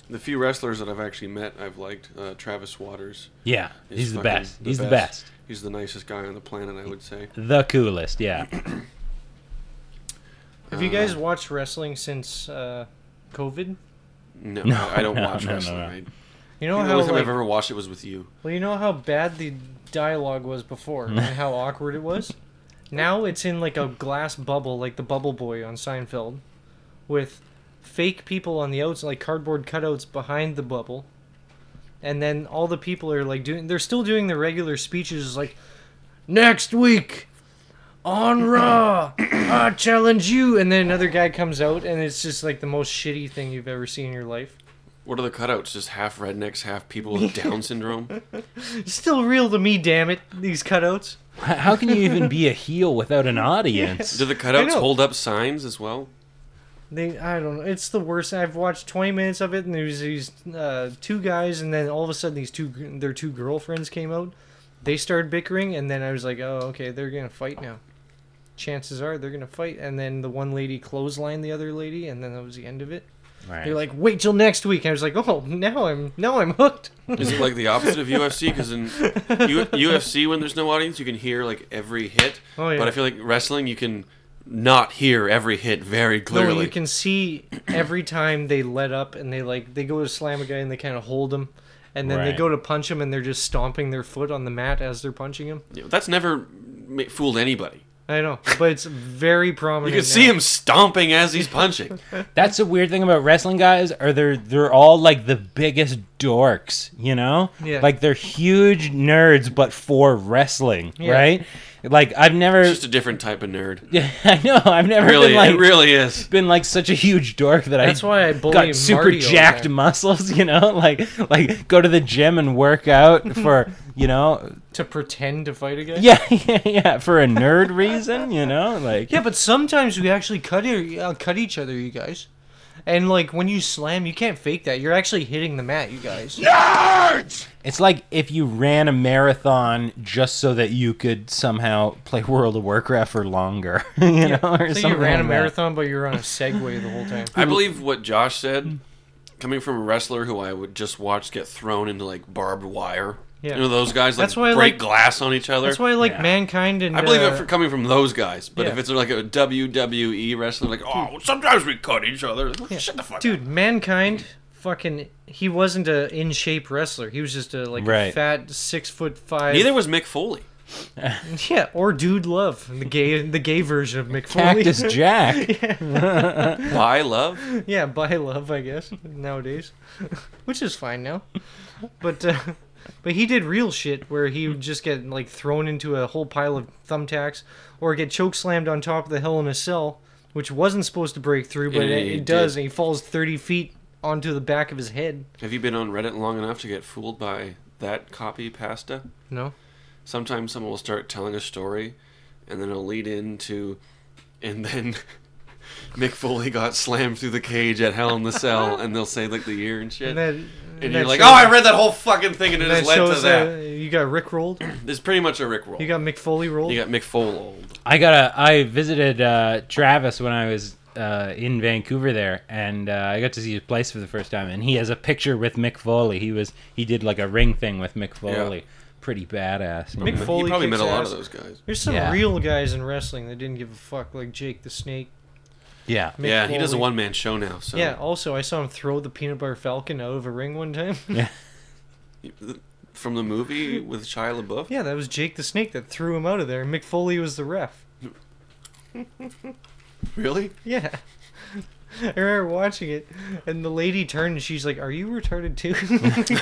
Speaker 4: the few wrestlers that I've actually met, I've liked uh, Travis Waters.
Speaker 6: Yeah, he's, the
Speaker 4: fucking
Speaker 6: best. he's the best.
Speaker 4: He's the nicest guy on the planet, I would say.
Speaker 6: The coolest. Yeah.
Speaker 5: Have you guys watched wrestling since uh, COVID?
Speaker 4: No,
Speaker 6: No,
Speaker 4: I I don't
Speaker 6: no,
Speaker 4: watch
Speaker 6: no, no,
Speaker 4: wrestling.
Speaker 6: no.
Speaker 4: I-
Speaker 5: You know
Speaker 4: the
Speaker 5: how
Speaker 4: only time
Speaker 5: like,
Speaker 4: I've ever watched it was with you.
Speaker 5: well, you know how bad the dialogue was before and how awkward it was. Now it's in like a glass bubble, like the Bubble Boy on Seinfeld, with fake people on the outs, like cardboard cutouts behind the bubble, and then all the people are like doing. They're still doing their regular speeches, like next week. On Raw, I challenge you, and then another guy comes out, and it's just like the most shitty thing you've ever seen in your life.
Speaker 4: What are the cutouts? Just half rednecks, half people with Down syndrome.
Speaker 5: Still real to me, damn it. These cutouts.
Speaker 6: H- How can you even be a heel without an audience?
Speaker 4: Do the cutouts
Speaker 5: know.
Speaker 4: hold up signs as well?
Speaker 5: They, I don't know. It's the worst. I've watched 20 minutes of it, and there's these uh, two guys, and then all of a sudden, these two gr- their two girlfriends came out. They started bickering, and then I was like, "Oh, okay, they're gonna fight now." Chances are they're gonna fight, and then the one lady clotheslined the other lady, and then that was the end of it.
Speaker 6: Right.
Speaker 5: They're like, "Wait till next week." I was like, "Oh, now I'm now I'm hooked."
Speaker 4: Is it like the opposite of UFC? Because in U- UFC, when there's no audience, you can hear like every hit.
Speaker 5: Oh, yeah.
Speaker 4: But I feel like wrestling, you can not hear every hit very clearly.
Speaker 5: No, you can see every time they let up and they like they go to slam a guy and they kind of hold him, and then they
Speaker 6: Right.
Speaker 5: go to punch him and they're just stomping their foot on the mat as they're punching him.
Speaker 4: Yeah, but that's never ma- fooled anybody.
Speaker 5: I know, but it's very prominent.
Speaker 4: You can see
Speaker 5: now.
Speaker 4: him stomping as he's punching.
Speaker 6: That's the weird thing about wrestling guys are they're they're all like the biggest dorks, you know?
Speaker 5: Yeah.
Speaker 6: Like they're huge nerds but for wrestling, right? Like I've never
Speaker 4: Just a different type of nerd.
Speaker 6: I know, I've never
Speaker 4: Really,
Speaker 6: been like
Speaker 4: it really is.
Speaker 6: been like such a huge dork that
Speaker 5: That's
Speaker 6: I
Speaker 5: why I bully
Speaker 6: got super
Speaker 5: Marty all the
Speaker 6: jacked
Speaker 5: time.
Speaker 6: muscles, you know? Like like go to the gym and work out for, you know,
Speaker 5: to pretend to fight a guy.
Speaker 6: yeah, yeah, yeah, for a nerd reason, you know? Like
Speaker 5: yeah, but sometimes we actually cut e- uh, cut each other, you guys. And like when you slam, you can't fake that. You're actually hitting the mat, you guys.
Speaker 6: It's like if you ran a marathon just so that you could somehow play World of Warcraft for longer, you know, or
Speaker 5: So you
Speaker 6: something
Speaker 5: ran
Speaker 6: like
Speaker 5: a
Speaker 6: that.
Speaker 5: marathon, but you're on a Segway the whole time.
Speaker 4: I believe what Josh
Speaker 5: Mm.
Speaker 4: said, coming from a wrestler who I would just watch get thrown into like barbed wire.
Speaker 5: Yeah.
Speaker 4: You know those guys that
Speaker 5: That's why I
Speaker 4: break
Speaker 5: like-
Speaker 4: glass on each other.
Speaker 5: That's why I like
Speaker 6: Yeah.
Speaker 5: mankind and
Speaker 4: I believe
Speaker 5: uh,
Speaker 4: it for coming from those guys, but
Speaker 5: yeah.
Speaker 4: if it's like a E WWE wrestler, like oh, sometimes we cut each other. Shut the fuck up.
Speaker 5: Dude, Mankind, fucking he wasn't a in shape wrestler. He was just a like
Speaker 6: Right.
Speaker 5: fat six foot five.
Speaker 4: Neither was Mick Foley.
Speaker 5: yeah, or Dude Love, the gay the gay version of Mick Foley.
Speaker 6: Cactus Jack.
Speaker 5: yeah.
Speaker 4: By love.
Speaker 5: yeah, by love, I guess nowadays, which is fine now. But uh, but he did real shit where he would just get like thrown into a whole pile of thumbtacks or get choke slammed on top of the hell in a cell, which wasn't supposed to break through, but
Speaker 4: Yeah,
Speaker 5: it,
Speaker 4: he
Speaker 5: it does,
Speaker 4: did.
Speaker 5: and he falls thirty feet onto the back of his head.
Speaker 4: Have you been on Reddit long enough to get fooled by that copy pasta?
Speaker 5: No.
Speaker 4: Sometimes someone will start telling a story, and then it'll lead into, and then Mick Foley got slammed through the cage at Hell in the Cell, and they'll say like the year and shit.
Speaker 5: And
Speaker 4: And,
Speaker 5: that- and
Speaker 4: you're
Speaker 5: that
Speaker 4: like,
Speaker 5: shows-
Speaker 4: oh, I read that whole fucking thing, and it
Speaker 5: That
Speaker 4: just led to
Speaker 5: shows
Speaker 4: that.
Speaker 5: uh, you got Rick rolled.
Speaker 4: This is pretty much a Rick roll.
Speaker 5: You
Speaker 4: You
Speaker 5: got McFoley rolled.
Speaker 4: got, Mick Foley old.
Speaker 6: I got a. I visited uh, Travis when I was uh, in Vancouver there, and uh, I got to see his place for the first time. And he has a picture with Mick Foley. He was he did like a ring thing with Mick Foley. Pretty badass. man.
Speaker 5: Mick Foley
Speaker 4: he probably
Speaker 5: kicks
Speaker 4: met a lot
Speaker 5: ass.
Speaker 4: of those guys.
Speaker 5: There's some
Speaker 6: Yeah.
Speaker 5: real guys in wrestling that didn't give a fuck, like Jake the Snake.
Speaker 6: Yeah.
Speaker 5: Mick
Speaker 4: yeah, he does a
Speaker 5: Foley.
Speaker 4: one man show now. So
Speaker 5: Yeah. Also, I saw him throw the peanut butter falcon out of a ring one time.
Speaker 4: from the movie with Shia LaBeouf,
Speaker 5: yeah, that was Jake the Snake that threw him out of there. Mick Foley was the ref.
Speaker 4: really?
Speaker 5: Yeah. I remember watching it, and the lady turned and she's like, "Are you retarded too?"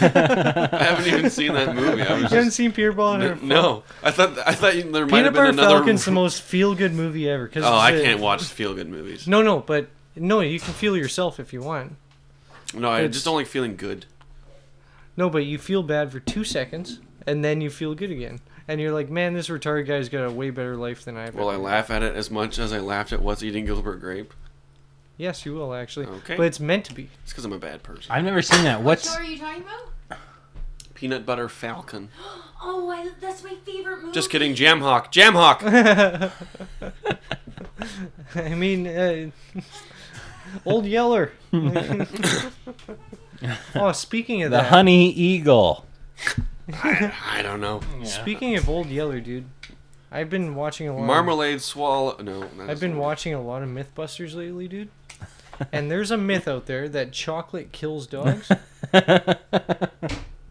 Speaker 4: I haven't even seen that movie. I
Speaker 5: you
Speaker 4: was
Speaker 5: haven't
Speaker 4: just,
Speaker 5: seen Peter Ball in her.
Speaker 4: no, I thought I thought you- there might
Speaker 5: Peanut
Speaker 4: have been
Speaker 5: Butter
Speaker 4: another.
Speaker 5: Falcon's the most feel-good movie ever. Cause
Speaker 4: Oh,
Speaker 5: it's
Speaker 4: I
Speaker 5: a-
Speaker 4: can't watch feel good movies.
Speaker 5: No, no, but no, you can feel yourself if you want.
Speaker 4: No, I
Speaker 5: It's-
Speaker 4: just don't like feeling good.
Speaker 5: No, but you feel bad for two seconds, and then you feel good again. And you're like, man, this retarded guy's got a way better life than I have.
Speaker 4: Will I laugh at it as much as I laughed at What's Eating Gilbert Grape?
Speaker 5: yes, you will, actually.
Speaker 4: Okay.
Speaker 5: But it's meant to be.
Speaker 4: It's because I'm a bad person.
Speaker 6: I've never seen that. What's
Speaker 12: What are you talking about?
Speaker 4: Peanut Butter Falcon.
Speaker 12: Oh, I, that's my favorite movie.
Speaker 4: Just kidding, Jamhawk. Jamhawk.
Speaker 5: I mean, uh, Old Yeller. oh, speaking of
Speaker 6: the
Speaker 5: that.
Speaker 6: Honey Eagle?
Speaker 4: I don't know.
Speaker 5: Speaking of Old Yeller, dude, I've been watching a lot. of-
Speaker 4: Marmalade swallow. No, that's-
Speaker 5: I've been watching a lot of MythBusters lately, dude. And there's a myth out there that chocolate kills dogs.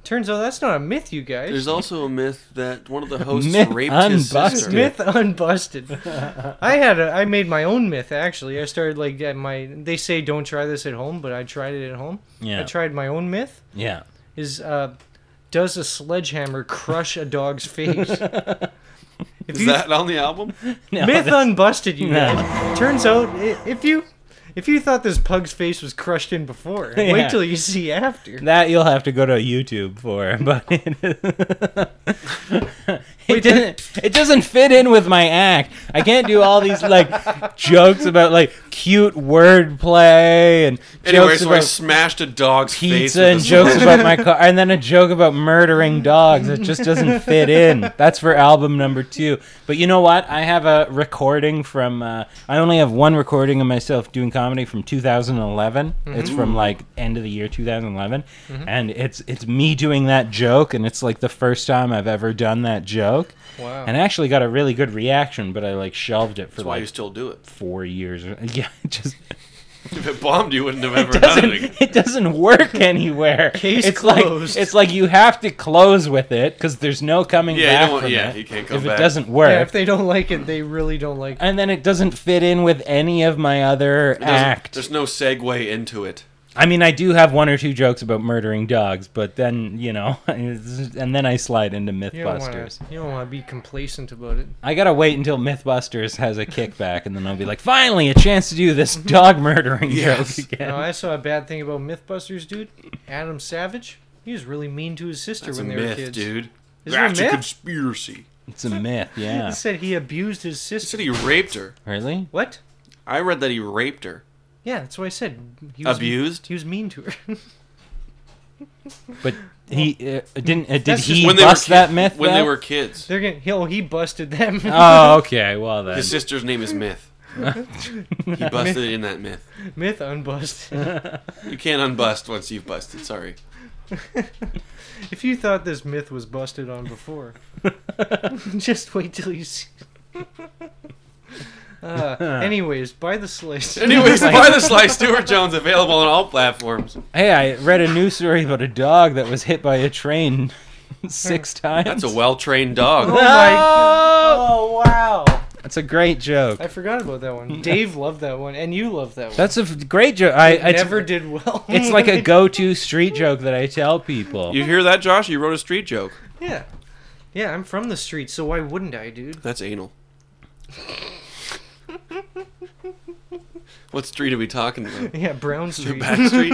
Speaker 5: Turns out that's not a myth, you guys.
Speaker 4: There's also a myth that one of the hosts
Speaker 6: Myth
Speaker 4: raped his
Speaker 6: unbusted.
Speaker 4: sister.
Speaker 5: myth unbusted. I had a, I made my own myth actually. I started like at my they say don't try this at home, but I tried it at home. I
Speaker 6: Yeah.
Speaker 5: tried my own myth
Speaker 6: Yeah.
Speaker 5: is uh, does a sledgehammer crush a dog's face? if
Speaker 4: Is
Speaker 5: you
Speaker 4: that on the album?
Speaker 6: No,
Speaker 5: myth
Speaker 6: that's-
Speaker 5: unbusted, you
Speaker 6: No.
Speaker 5: guys. Turns out i- if you if you thought this pug's face was crushed in before,
Speaker 6: Yeah.
Speaker 5: wait till you see after.
Speaker 6: That you'll have to go to YouTube for, but it, didn't. It doesn't fit in with my act. I can't do all these like jokes about like cute wordplay and
Speaker 4: Anyway,
Speaker 6: jokes
Speaker 4: so I
Speaker 6: about
Speaker 4: smashed a dog's face.
Speaker 6: pizza
Speaker 4: with
Speaker 6: and
Speaker 4: a
Speaker 6: jokes about my car, and then a joke about murdering dogs. It just doesn't fit in. That's for album number two. But you know what? I have a recording from. Uh, I only have one recording of myself doing comedy from 2011.
Speaker 4: Mm-hmm.
Speaker 6: It's from like end of the year 2011, and it's it's me doing that joke, and it's like the first time I've ever done that joke.
Speaker 5: Wow.
Speaker 6: And I actually got a really good reaction, but I like shelved it for
Speaker 4: That's why you
Speaker 6: like
Speaker 4: still do it.
Speaker 6: four years. Or, yeah, it just
Speaker 4: If it bombed, you wouldn't have ever done it. Again.
Speaker 6: it doesn't work anywhere.
Speaker 5: Case
Speaker 6: it's
Speaker 5: closed.
Speaker 6: like it's like you have to close with it because there's no coming
Speaker 4: Yeah, you
Speaker 6: back
Speaker 4: don't want-
Speaker 6: from
Speaker 4: yeah,
Speaker 6: it.
Speaker 4: you can't come
Speaker 6: if
Speaker 4: back.
Speaker 6: it doesn't work,
Speaker 5: Yeah, if they don't like it, they really don't like it.
Speaker 6: and then it doesn't fit in with any of my other
Speaker 4: It doesn't-
Speaker 6: act.
Speaker 4: There's no segue into it.
Speaker 6: I mean, I do have one or two jokes about murdering dogs, but then you know, and then I slide into
Speaker 5: You don't wanna-
Speaker 6: MythBusters.
Speaker 5: you don't want to be complacent about it.
Speaker 6: I gotta wait until MythBusters has a kickback, and then I'll be like, finally, a chance to do this dog murdering
Speaker 4: Yes.
Speaker 6: joke again.
Speaker 5: No, I saw a bad thing about MythBusters, dude. Adam Savage, he was really mean to his sister
Speaker 4: It's a
Speaker 5: when they were
Speaker 4: myth,
Speaker 5: kids.
Speaker 4: dude.
Speaker 5: Is it a
Speaker 4: That's a
Speaker 5: myth?
Speaker 4: conspiracy.
Speaker 6: It's a myth,
Speaker 5: He
Speaker 6: yeah.
Speaker 5: said he abused his sister.
Speaker 4: He said he raped her.
Speaker 6: Really?
Speaker 5: what?
Speaker 4: I read that he raped her.
Speaker 5: Yeah, that's what I said. He
Speaker 4: Abused?
Speaker 5: He was mean to her.
Speaker 6: But he uh, didn't. Uh, did
Speaker 5: That's just
Speaker 6: he
Speaker 4: When they
Speaker 6: bust
Speaker 4: were
Speaker 6: that
Speaker 4: ki-
Speaker 6: myth?
Speaker 4: When they
Speaker 6: though?
Speaker 4: were kids.
Speaker 5: They're gonna. Oh, he busted them.
Speaker 4: Ah.
Speaker 6: Oh, okay. Well then.
Speaker 4: His sister's name is Myth. he busted in that myth.
Speaker 5: Myth unbusted.
Speaker 4: You can't unbust once you've busted. Sorry.
Speaker 5: if you thought this myth was busted on before, just wait till you see. Uh, anyways, buy the slice.
Speaker 4: Anyways, buy the slice. Stuart Jones available on all platforms.
Speaker 6: Hey, I read a news story about a dog that was hit by a train six times.
Speaker 4: That's a well-trained dog.
Speaker 5: Oh my! Oh wow!
Speaker 6: That's a great joke.
Speaker 5: I forgot about that one. Dave loved that one, and you loved that one.
Speaker 6: That's a f- great joke. I,
Speaker 5: It
Speaker 6: I
Speaker 5: never did well.
Speaker 6: It's like a go-to street joke that I tell people.
Speaker 4: You hear that, Josh? You wrote a street joke.
Speaker 5: yeah, yeah. I'm from the street, so why wouldn't I, dude?
Speaker 4: That's anal. what street are we talking about?
Speaker 5: Yeah, Brown Street.
Speaker 4: Back street.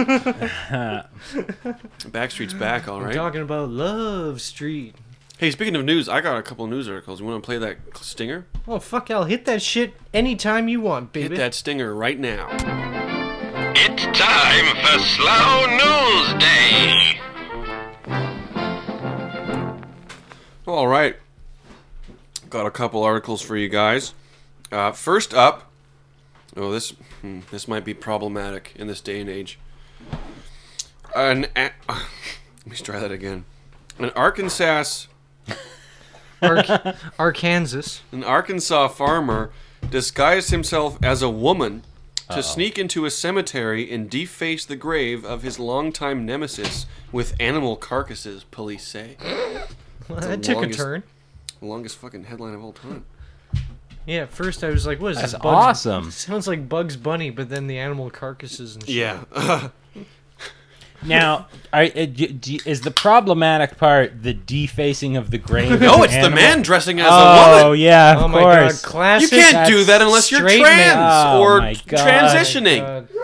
Speaker 4: Backstreet's back, all
Speaker 5: We're
Speaker 4: right.
Speaker 5: talking about Love Street.
Speaker 4: Hey, speaking of news, I got a couple news articles. You want to play that stinger?
Speaker 5: Oh fuck! I'll hit that shit anytime you want, baby.
Speaker 4: Hit that stinger right now.
Speaker 13: It's time for Slow News Day.
Speaker 4: All right. Got a couple articles for you guys. Uh, first up, oh this hmm, this might be problematic in this day and age. An a- let me try that again. An Arkansas
Speaker 5: Ar- Arkansas.
Speaker 4: An Arkansas farmer disguised himself as a woman to sneak into a cemetery and deface the grave of his longtime nemesis with animal carcasses, police say.
Speaker 5: Well,
Speaker 4: It's the
Speaker 5: that took
Speaker 4: longest-
Speaker 5: a turn.
Speaker 4: Longest fucking headline of all time.
Speaker 5: Yeah, at first I was like, "What is
Speaker 6: That's
Speaker 5: this?"
Speaker 6: awesome.
Speaker 5: Sounds like Bugs Bunny, but then the animal carcasses and shit.
Speaker 4: Yeah.
Speaker 6: Now, are, uh, do- do- is the problematic part the defacing of the grave?
Speaker 4: No,
Speaker 6: of
Speaker 4: it's the
Speaker 6: animal?
Speaker 4: man dressing as a
Speaker 6: oh,
Speaker 4: woman.
Speaker 6: yeah, of
Speaker 5: Oh my god,
Speaker 6: course.
Speaker 4: you
Speaker 5: classic.
Speaker 4: can't do that unless you're
Speaker 5: straight
Speaker 4: trans
Speaker 5: man.
Speaker 6: Oh,
Speaker 4: or
Speaker 6: my God.
Speaker 4: transitioning.
Speaker 5: God.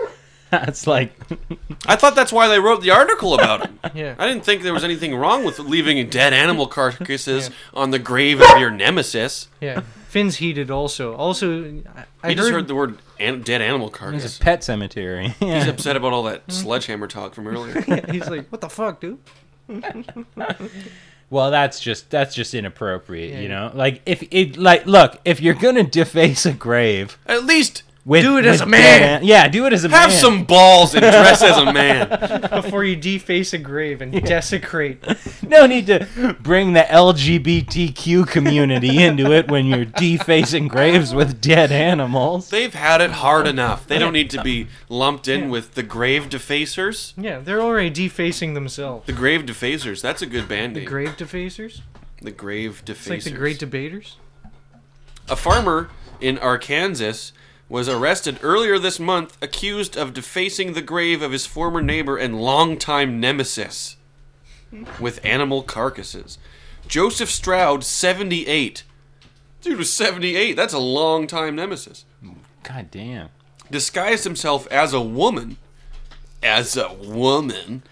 Speaker 6: That's like
Speaker 4: I thought that's why they wrote the article about him.
Speaker 5: Yeah.
Speaker 4: I didn't think there was anything wrong with leaving dead animal carcasses on the grave of your nemesis.
Speaker 5: Yeah, Finn's heated also. Also, I, I
Speaker 4: He just heard
Speaker 5: heard,
Speaker 4: the word an- dead animal carcass.
Speaker 6: it's a pet cemetery.
Speaker 4: He's
Speaker 6: Yeah.
Speaker 4: upset about all that sledgehammer talk from earlier.
Speaker 5: he's like, "What the fuck, dude?"
Speaker 6: Well, that's just that's just inappropriate,
Speaker 5: Yeah.
Speaker 6: you know. Like if it like look, if you're gonna deface a grave
Speaker 4: At least
Speaker 6: with
Speaker 5: Do it as
Speaker 6: with
Speaker 5: a man.
Speaker 6: dead an- yeah, do it as a
Speaker 4: have
Speaker 6: man.
Speaker 4: some balls and dress as a man.
Speaker 5: Before you deface a grave and desecrate.
Speaker 6: No need to bring the LGBTQ community into it when you're defacing graves with dead animals.
Speaker 4: They've had it hard enough. They don't need to be lumped in with the grave defacers.
Speaker 5: Yeah, they're already defacing themselves.
Speaker 4: The grave defacers. That's a good band
Speaker 5: The
Speaker 4: name.
Speaker 5: grave defacers.
Speaker 4: The grave defacers.
Speaker 5: It's like the great debaters.
Speaker 4: A farmer in Arkansas was arrested earlier this month accused of defacing the grave of his former neighbor and longtime nemesis with animal carcasses. Joseph Stroud, 78. Dude was 78. That's a long-time nemesis.
Speaker 6: God damn.
Speaker 4: Disguised himself as a woman. As a woman.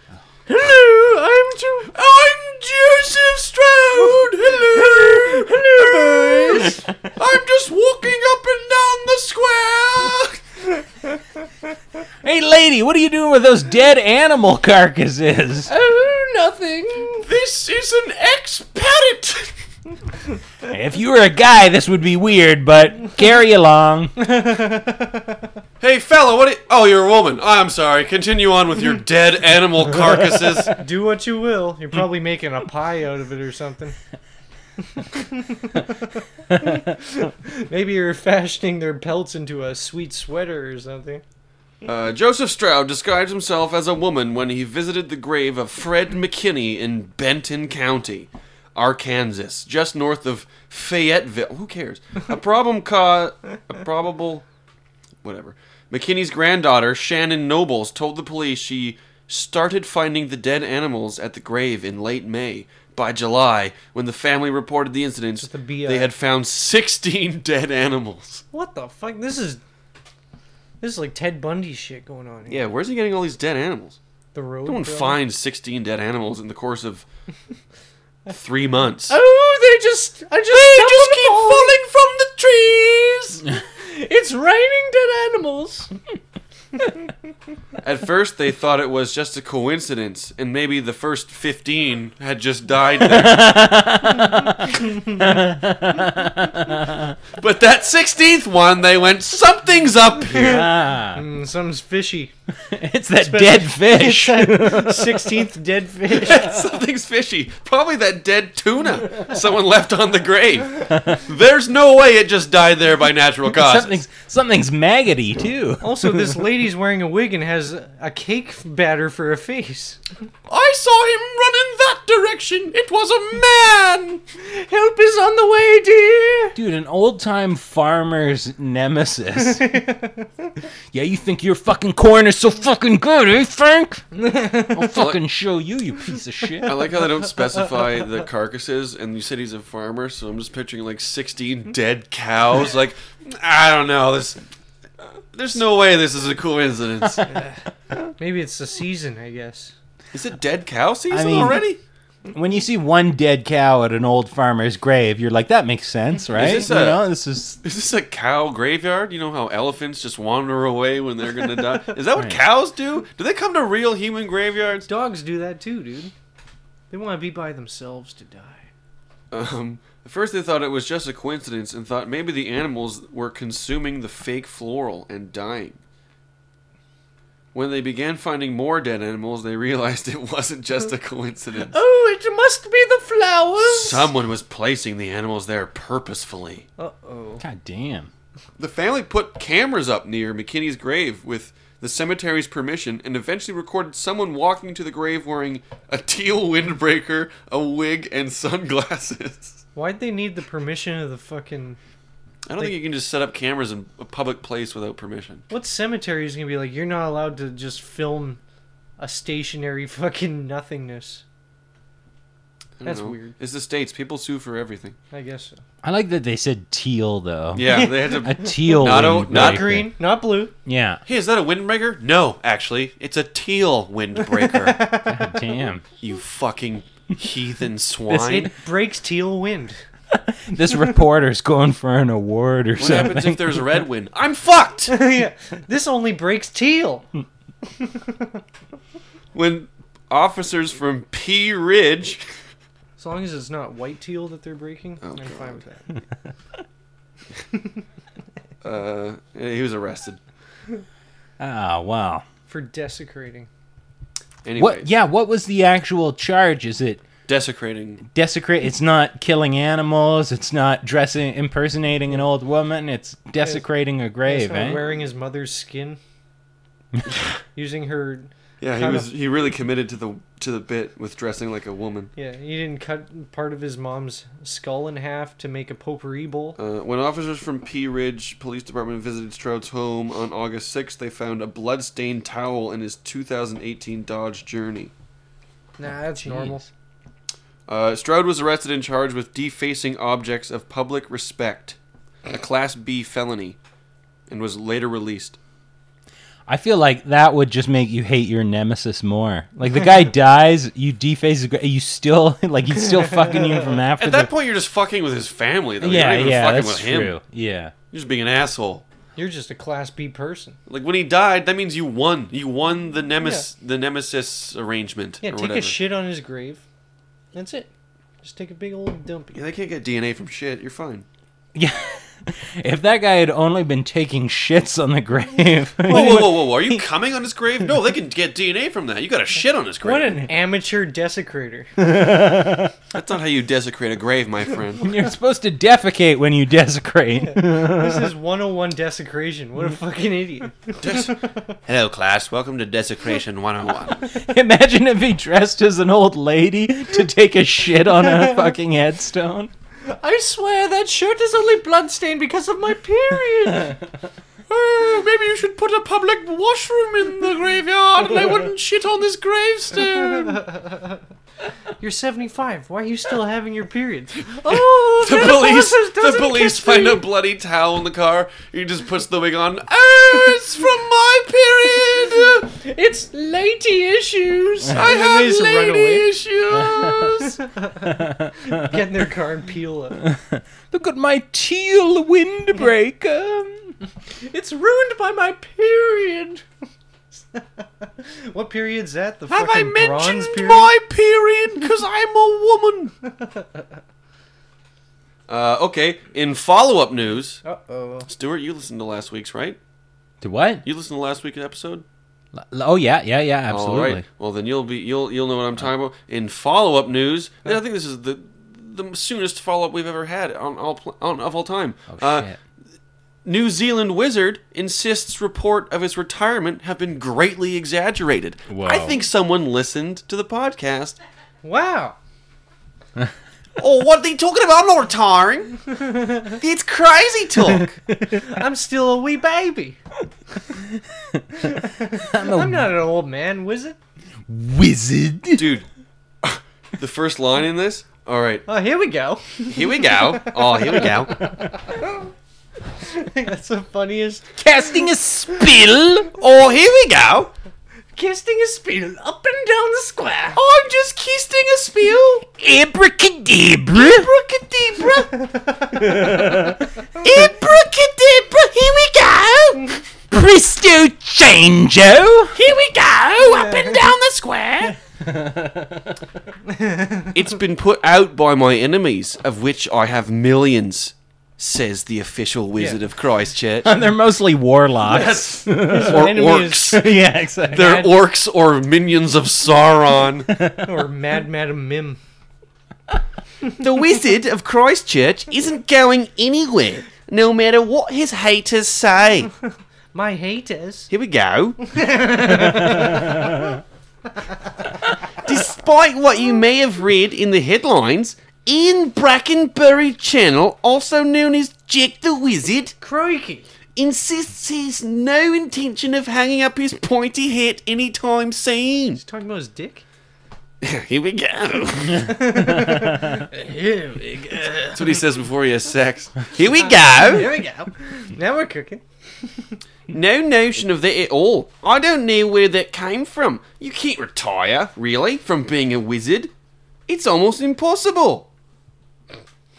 Speaker 5: Hello, I'm Joe.
Speaker 4: I'm Joseph Stroud. Hello. Hello, boys. I'm just walking up and down the square.
Speaker 6: Hey, lady, what are you doing with those dead animal carcasses?
Speaker 5: Oh, nothing.
Speaker 4: This is an expat.
Speaker 6: if you were a guy, this would be weird, but carry along.
Speaker 4: hey, fella, what? i- oh, you're a woman. I'm sorry. Continue on with your dead animal carcasses.
Speaker 5: Do what you will. You're probably making a pie out of it or something. Maybe you're fashioning their pelts into a sweet sweater or something.
Speaker 4: Uh, Joseph Stroud described himself as a woman when he visited the grave of Fred McKinney in Benton County, Arkansas, just north of Fayetteville. Who cares? A problem ca a probable whatever. McKinney's granddaughter, Shannon Nobles, told the police she started finding the dead animals at the grave in late May. By July, when the family reported the incidents,
Speaker 5: the BI.
Speaker 4: they had found 16 dead animals.
Speaker 5: What the fuck? This is this is like Ted Bundy shit going on here.
Speaker 4: Yeah, where's he getting all these dead animals?
Speaker 5: The road.
Speaker 4: No one
Speaker 5: bro.
Speaker 4: finds 16 dead animals in the course of three months.
Speaker 5: Oh, they just I just
Speaker 4: falling from the trees!
Speaker 5: keep falling. It's raining dead animals.
Speaker 4: At first, they thought it was just a coincidence, and maybe the first 15 had just died there. but that 16th one, they went, Something's up here.
Speaker 6: Ah.
Speaker 5: Mm, something's fishy.
Speaker 6: it's that dead fish.
Speaker 5: Sixteenth dead fish.
Speaker 4: Something's fishy. Probably that dead tuna someone left on the grave. There's no way it just died there by natural causes.
Speaker 6: something's something's maggoty too.
Speaker 5: Also, this lady's wearing a wig and has a cake batter for a face.
Speaker 4: I saw him run in that direction. It was a man.
Speaker 5: Help is on the way, dear.
Speaker 6: Dude, an old time farmer's nemesis. yeah, you think your fucking corn is so fucking good, eh, Frank? I'll fucking show you, you piece of shit.
Speaker 4: I like how they don't specify the carcasses, and you said he's a farmer, so I'm just picturing like 16 dead cows. Like, I don't know. This, there's no way this is a coincidence.
Speaker 5: Maybe it's the season, I guess.
Speaker 4: Is it dead cow season
Speaker 6: I mean-
Speaker 4: already?
Speaker 6: When you see one dead cow at an old farmer's grave, you're like, that makes sense, right?
Speaker 4: this
Speaker 6: you
Speaker 4: a-
Speaker 6: know, this is
Speaker 4: Is this a cow graveyard? You know how elephants just wander away when they're gonna die. Is that what cows do? Do they come to real human graveyards?
Speaker 5: Dogs do that too, dude. They want to be by themselves to die.
Speaker 4: Um, at first, they thought it was just a coincidence and thought maybe the animals were consuming the fake floral and dying. When they began finding more dead animals, they realized it wasn't just a coincidence.
Speaker 5: Oh, it must be the flowers.
Speaker 4: Someone was placing the animals there purposefully.
Speaker 5: Uh oh.
Speaker 6: God damn.
Speaker 4: The family put cameras up near McKinney's grave with the cemetery's permission and eventually recorded someone walking to the grave wearing a teal windbreaker, a wig, and sunglasses.
Speaker 5: Why'd they need the permission of the fucking?
Speaker 4: I don't think you can just set up cameras in a public place without permission.
Speaker 5: What cemetery is gonna be like? You're not allowed to just film a stationary fucking nothingness.
Speaker 4: I don't
Speaker 5: That's
Speaker 4: know.
Speaker 5: weird.
Speaker 4: It's the States. People sue for everything.
Speaker 5: I guess so.
Speaker 6: I like that they said teal though.
Speaker 4: Yeah, they had to.
Speaker 6: A teal.
Speaker 4: Not a-
Speaker 6: windbreaker.
Speaker 4: not
Speaker 5: Green, not blue.
Speaker 6: Yeah.
Speaker 4: Hey, is that a windbreaker? No, actually, it's a teal windbreaker.
Speaker 6: God damn.
Speaker 4: you fucking heathen swine.
Speaker 5: It breaks teal wind.
Speaker 6: This reporter's going for an award or
Speaker 4: What
Speaker 6: something.
Speaker 4: happens if there's a red wind? I'm fucked.
Speaker 5: yeah, this only breaks teal.
Speaker 4: When officers from P Ridge.
Speaker 5: As long as it's not white teal that they're breaking, I'm fine with that.
Speaker 4: Uh, he was arrested.
Speaker 6: Ah, wow.
Speaker 5: For desecrating.
Speaker 4: Anyways,
Speaker 6: What? Yeah. What was the actual charge? Is it
Speaker 4: desecrating.
Speaker 6: desecrate? It's not killing animals. It's not dressing, impersonating an old woman. It's desecrating a
Speaker 5: That's
Speaker 6: grave.
Speaker 5: not
Speaker 6: Eh?
Speaker 5: Wearing his mother's skin. Using her.
Speaker 4: Yeah, he
Speaker 5: Kind
Speaker 4: was.
Speaker 5: of-
Speaker 4: He really committed to the to the bit with dressing like a woman.
Speaker 5: Yeah, he didn't cut part of his mom's skull in half to make a potpourri bowl.
Speaker 4: Uh, when officers from P Ridge Police Department visited Stroud's home on August 6th, they found a blood-stained towel in his 2018 Dodge Journey.
Speaker 5: Nah, that's normal.
Speaker 4: Uh, Stroud was arrested and charged with defacing objects of public respect, a Class B felony, and was later released.
Speaker 6: I feel like that would just make you hate your nemesis more. Like the guy dies, you deface his grave. You still like he's still fucking you from after.
Speaker 4: At that point, you're just fucking with his family, though.
Speaker 6: the, yeah,
Speaker 4: you're not even
Speaker 6: yeah,
Speaker 4: fucking
Speaker 6: that's
Speaker 4: with him.
Speaker 6: true. Yeah.
Speaker 4: You're just being an asshole.
Speaker 5: You're just a class B person.
Speaker 4: Like when he died, that means you won. You won the nemesis, the nemesis arrangement.
Speaker 5: Yeah,
Speaker 4: or
Speaker 5: take
Speaker 4: whatever.
Speaker 5: a shit on his grave. That's it. Just take a big old dumpy.
Speaker 4: Yeah, they can't get DNA from shit. You're fine.
Speaker 6: Yeah. If that guy had only been taking shits on the grave,
Speaker 4: Whoa, whoa, whoa, whoa! whoa. Are you coming on his grave? No, they can get DNA from that. You got to shit on his grave.
Speaker 5: What an amateur desecrator.
Speaker 4: That's not how you desecrate a grave, my friend.
Speaker 6: you're supposed to defecate when you desecrate.
Speaker 5: this is 101 desecration. What a fucking idiot.
Speaker 4: Hello, class. Welcome to Desecration 101.
Speaker 6: Imagine if he dressed as an old lady to take a shit on a fucking headstone.
Speaker 5: I swear that shirt is only bloodstained because of my period.
Speaker 4: oh, maybe you should put a public washroom in the graveyard, and I wouldn't shit on this gravestone.
Speaker 5: You're 75. Why are you still having your periods? Oh,
Speaker 4: The police, the police find a bloody towel in the car. He just puts the wig on. Oh, it's from my period.
Speaker 5: It's lady issues.
Speaker 4: I have
Speaker 5: just run
Speaker 4: lady
Speaker 5: away.
Speaker 4: issues.
Speaker 5: Get in their car and peel up.
Speaker 6: Look at my teal windbreaker.
Speaker 14: It's ruined by my period.
Speaker 5: What period's that? The
Speaker 14: Have I
Speaker 5: fucking
Speaker 14: mentioned
Speaker 5: bronze period?
Speaker 14: my period? Because I'm a woman.
Speaker 4: Uh, okay, in follow up news,
Speaker 5: Uh-oh.
Speaker 4: Stuart, you listened to last week's, right?
Speaker 6: To what?
Speaker 4: You listened to last week's episode?
Speaker 6: Oh yeah, yeah, yeah, absolutely.
Speaker 4: Well, then you'll be you'll you'll know what I'm talking about. In follow up news, I think this is the the soonest follow up we've ever had on all pl- on of all time. Oh,
Speaker 6: shit.
Speaker 4: New Zealand wizard insists report of his retirement have been greatly exaggerated. I think someone listened to the podcast.
Speaker 5: Wow.
Speaker 4: oh, what are you talking about? I'm not retiring. it's crazy talk.
Speaker 5: I'm still a wee baby. I'm, not an old man, wizard.
Speaker 4: Wizard, dude. The first line in this. All right.
Speaker 5: Oh, here we go.
Speaker 4: Here we go. Oh, here we go.
Speaker 5: That's the funniest.
Speaker 6: Casting a spill.
Speaker 4: Oh, here we go.
Speaker 5: Casting a spill up and down the square.
Speaker 14: Oh, I'm just kissing a spiel.
Speaker 6: Abracadabra.
Speaker 14: Abracadabra. Abracadabra. Here we go.
Speaker 6: Presto chango.
Speaker 14: Here we go. Up and down the square.
Speaker 4: It's been put out by my enemies, of which I have millions, says the official Wizard of Christchurch.
Speaker 6: They're mostly warlocks.
Speaker 4: Yes. or orcs.
Speaker 6: yeah, exactly.
Speaker 4: They're orcs or minions of Sauron.
Speaker 5: or Mad Madam Mim.
Speaker 4: the Wizard of Christchurch isn't going anywhere, no matter what his haters say.
Speaker 5: My haters.
Speaker 4: Here we go. Despite what you may have read in the headlines, Ian Brackenbury Channel, also known as Jack the Wizard,
Speaker 5: Crikey.
Speaker 4: insists he has no intention of hanging up his pointy hat anytime soon.
Speaker 5: He's talking about his dick.
Speaker 4: Here we go.
Speaker 5: Here we go. That's
Speaker 4: what he says before he has sex. Here we go.
Speaker 5: Here we go. Now we're cooking.
Speaker 4: No notion of that at all. I don't know where that came from. You can't retire, really, from being a wizard. It's almost impossible.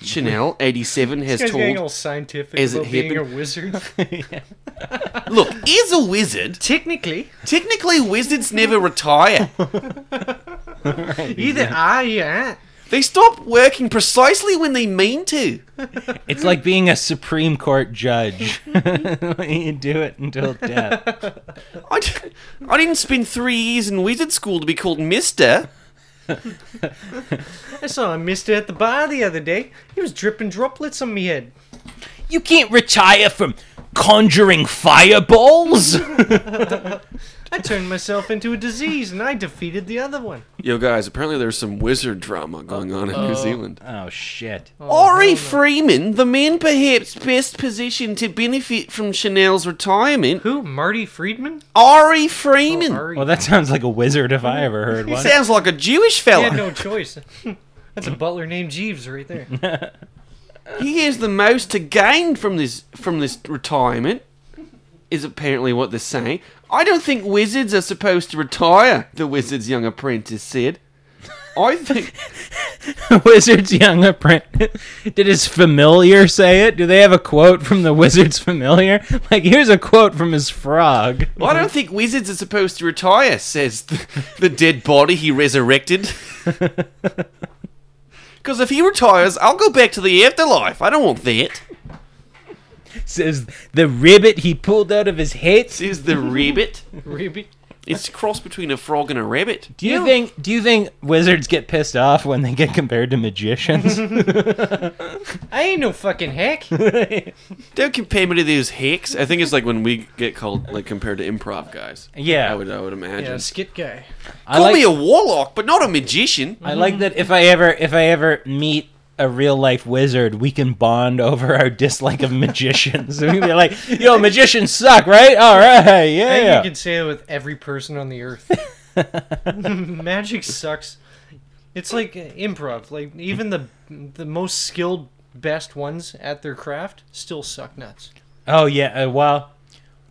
Speaker 4: Chanel, 87, has
Speaker 5: This guy's getting all
Speaker 4: told.
Speaker 5: scientific
Speaker 4: Is it
Speaker 5: about being
Speaker 4: happened?
Speaker 5: a wizard.
Speaker 4: Look, he's a wizard.
Speaker 5: Technically,
Speaker 4: Technically, wizards never retire.
Speaker 5: either are you aren't.
Speaker 4: They stop working precisely when they mean to.
Speaker 6: It's like being a Supreme Court judge. you do it until death.
Speaker 4: I, d- I didn't spend three years in wizard school to be called Mister.
Speaker 5: I saw a mister at the bar the other day. He was dripping droplets on me head.
Speaker 6: You can't retire from conjuring fireballs.
Speaker 5: I turned myself into a disease and I defeated the other one.
Speaker 4: Yo, guys, apparently there's some wizard drama going on in New Zealand.
Speaker 6: Oh shit.
Speaker 4: Ori Freeman, the man perhaps best positioned to benefit from Chanel's retirement.
Speaker 5: Who? Marty Friedman?
Speaker 4: Ari Freeman.
Speaker 6: Well, that sounds like a wizard if I ever heard
Speaker 4: he
Speaker 6: one.
Speaker 4: sounds like a Jewish
Speaker 5: He
Speaker 4: fella.
Speaker 5: had no choice. That's a butler named Jeeves right there.
Speaker 4: he has the most to gain from this from this retirement. Is apparently what they're saying. I don't think wizards are supposed to retire. The wizard's young apprentice said. I think
Speaker 6: Wizard's young apprentice. Did his familiar say it? Do they have a quote from the wizard's familiar? Like, here's a quote from his frog.
Speaker 4: I don't think wizards are supposed to retire, says the, the dead body he resurrected. Because if he retires, I'll go back to the afterlife. I don't want that.
Speaker 6: Says the ribbit he pulled out of his head.
Speaker 4: Says the rabbit.
Speaker 5: Ruby.
Speaker 4: It's a cross between a frog and a rabbit.
Speaker 6: Do you think? Do you think wizards get pissed off when they get compared to magicians?
Speaker 5: I ain't no fucking hack.
Speaker 4: Don't compare me to those hicks. I think it's like when we get called, like compared to improv guys.
Speaker 6: Yeah.
Speaker 4: I would, I would imagine.
Speaker 5: Yeah, skit guy.
Speaker 6: I
Speaker 4: Call
Speaker 6: like.
Speaker 4: me a warlock, but not a magician.
Speaker 6: I like that. If I ever, if I ever meet a real life wizard, we can bond over our dislike of magicians. we can be like, "Yo, magicians suck, right? All right,
Speaker 5: I think
Speaker 6: yeah."
Speaker 5: you can say it with every person on the earth. Magic sucks. It's like uh, improv. Like even the the most skilled best ones at their craft still suck nuts.
Speaker 6: Oh yeah. Uh, well,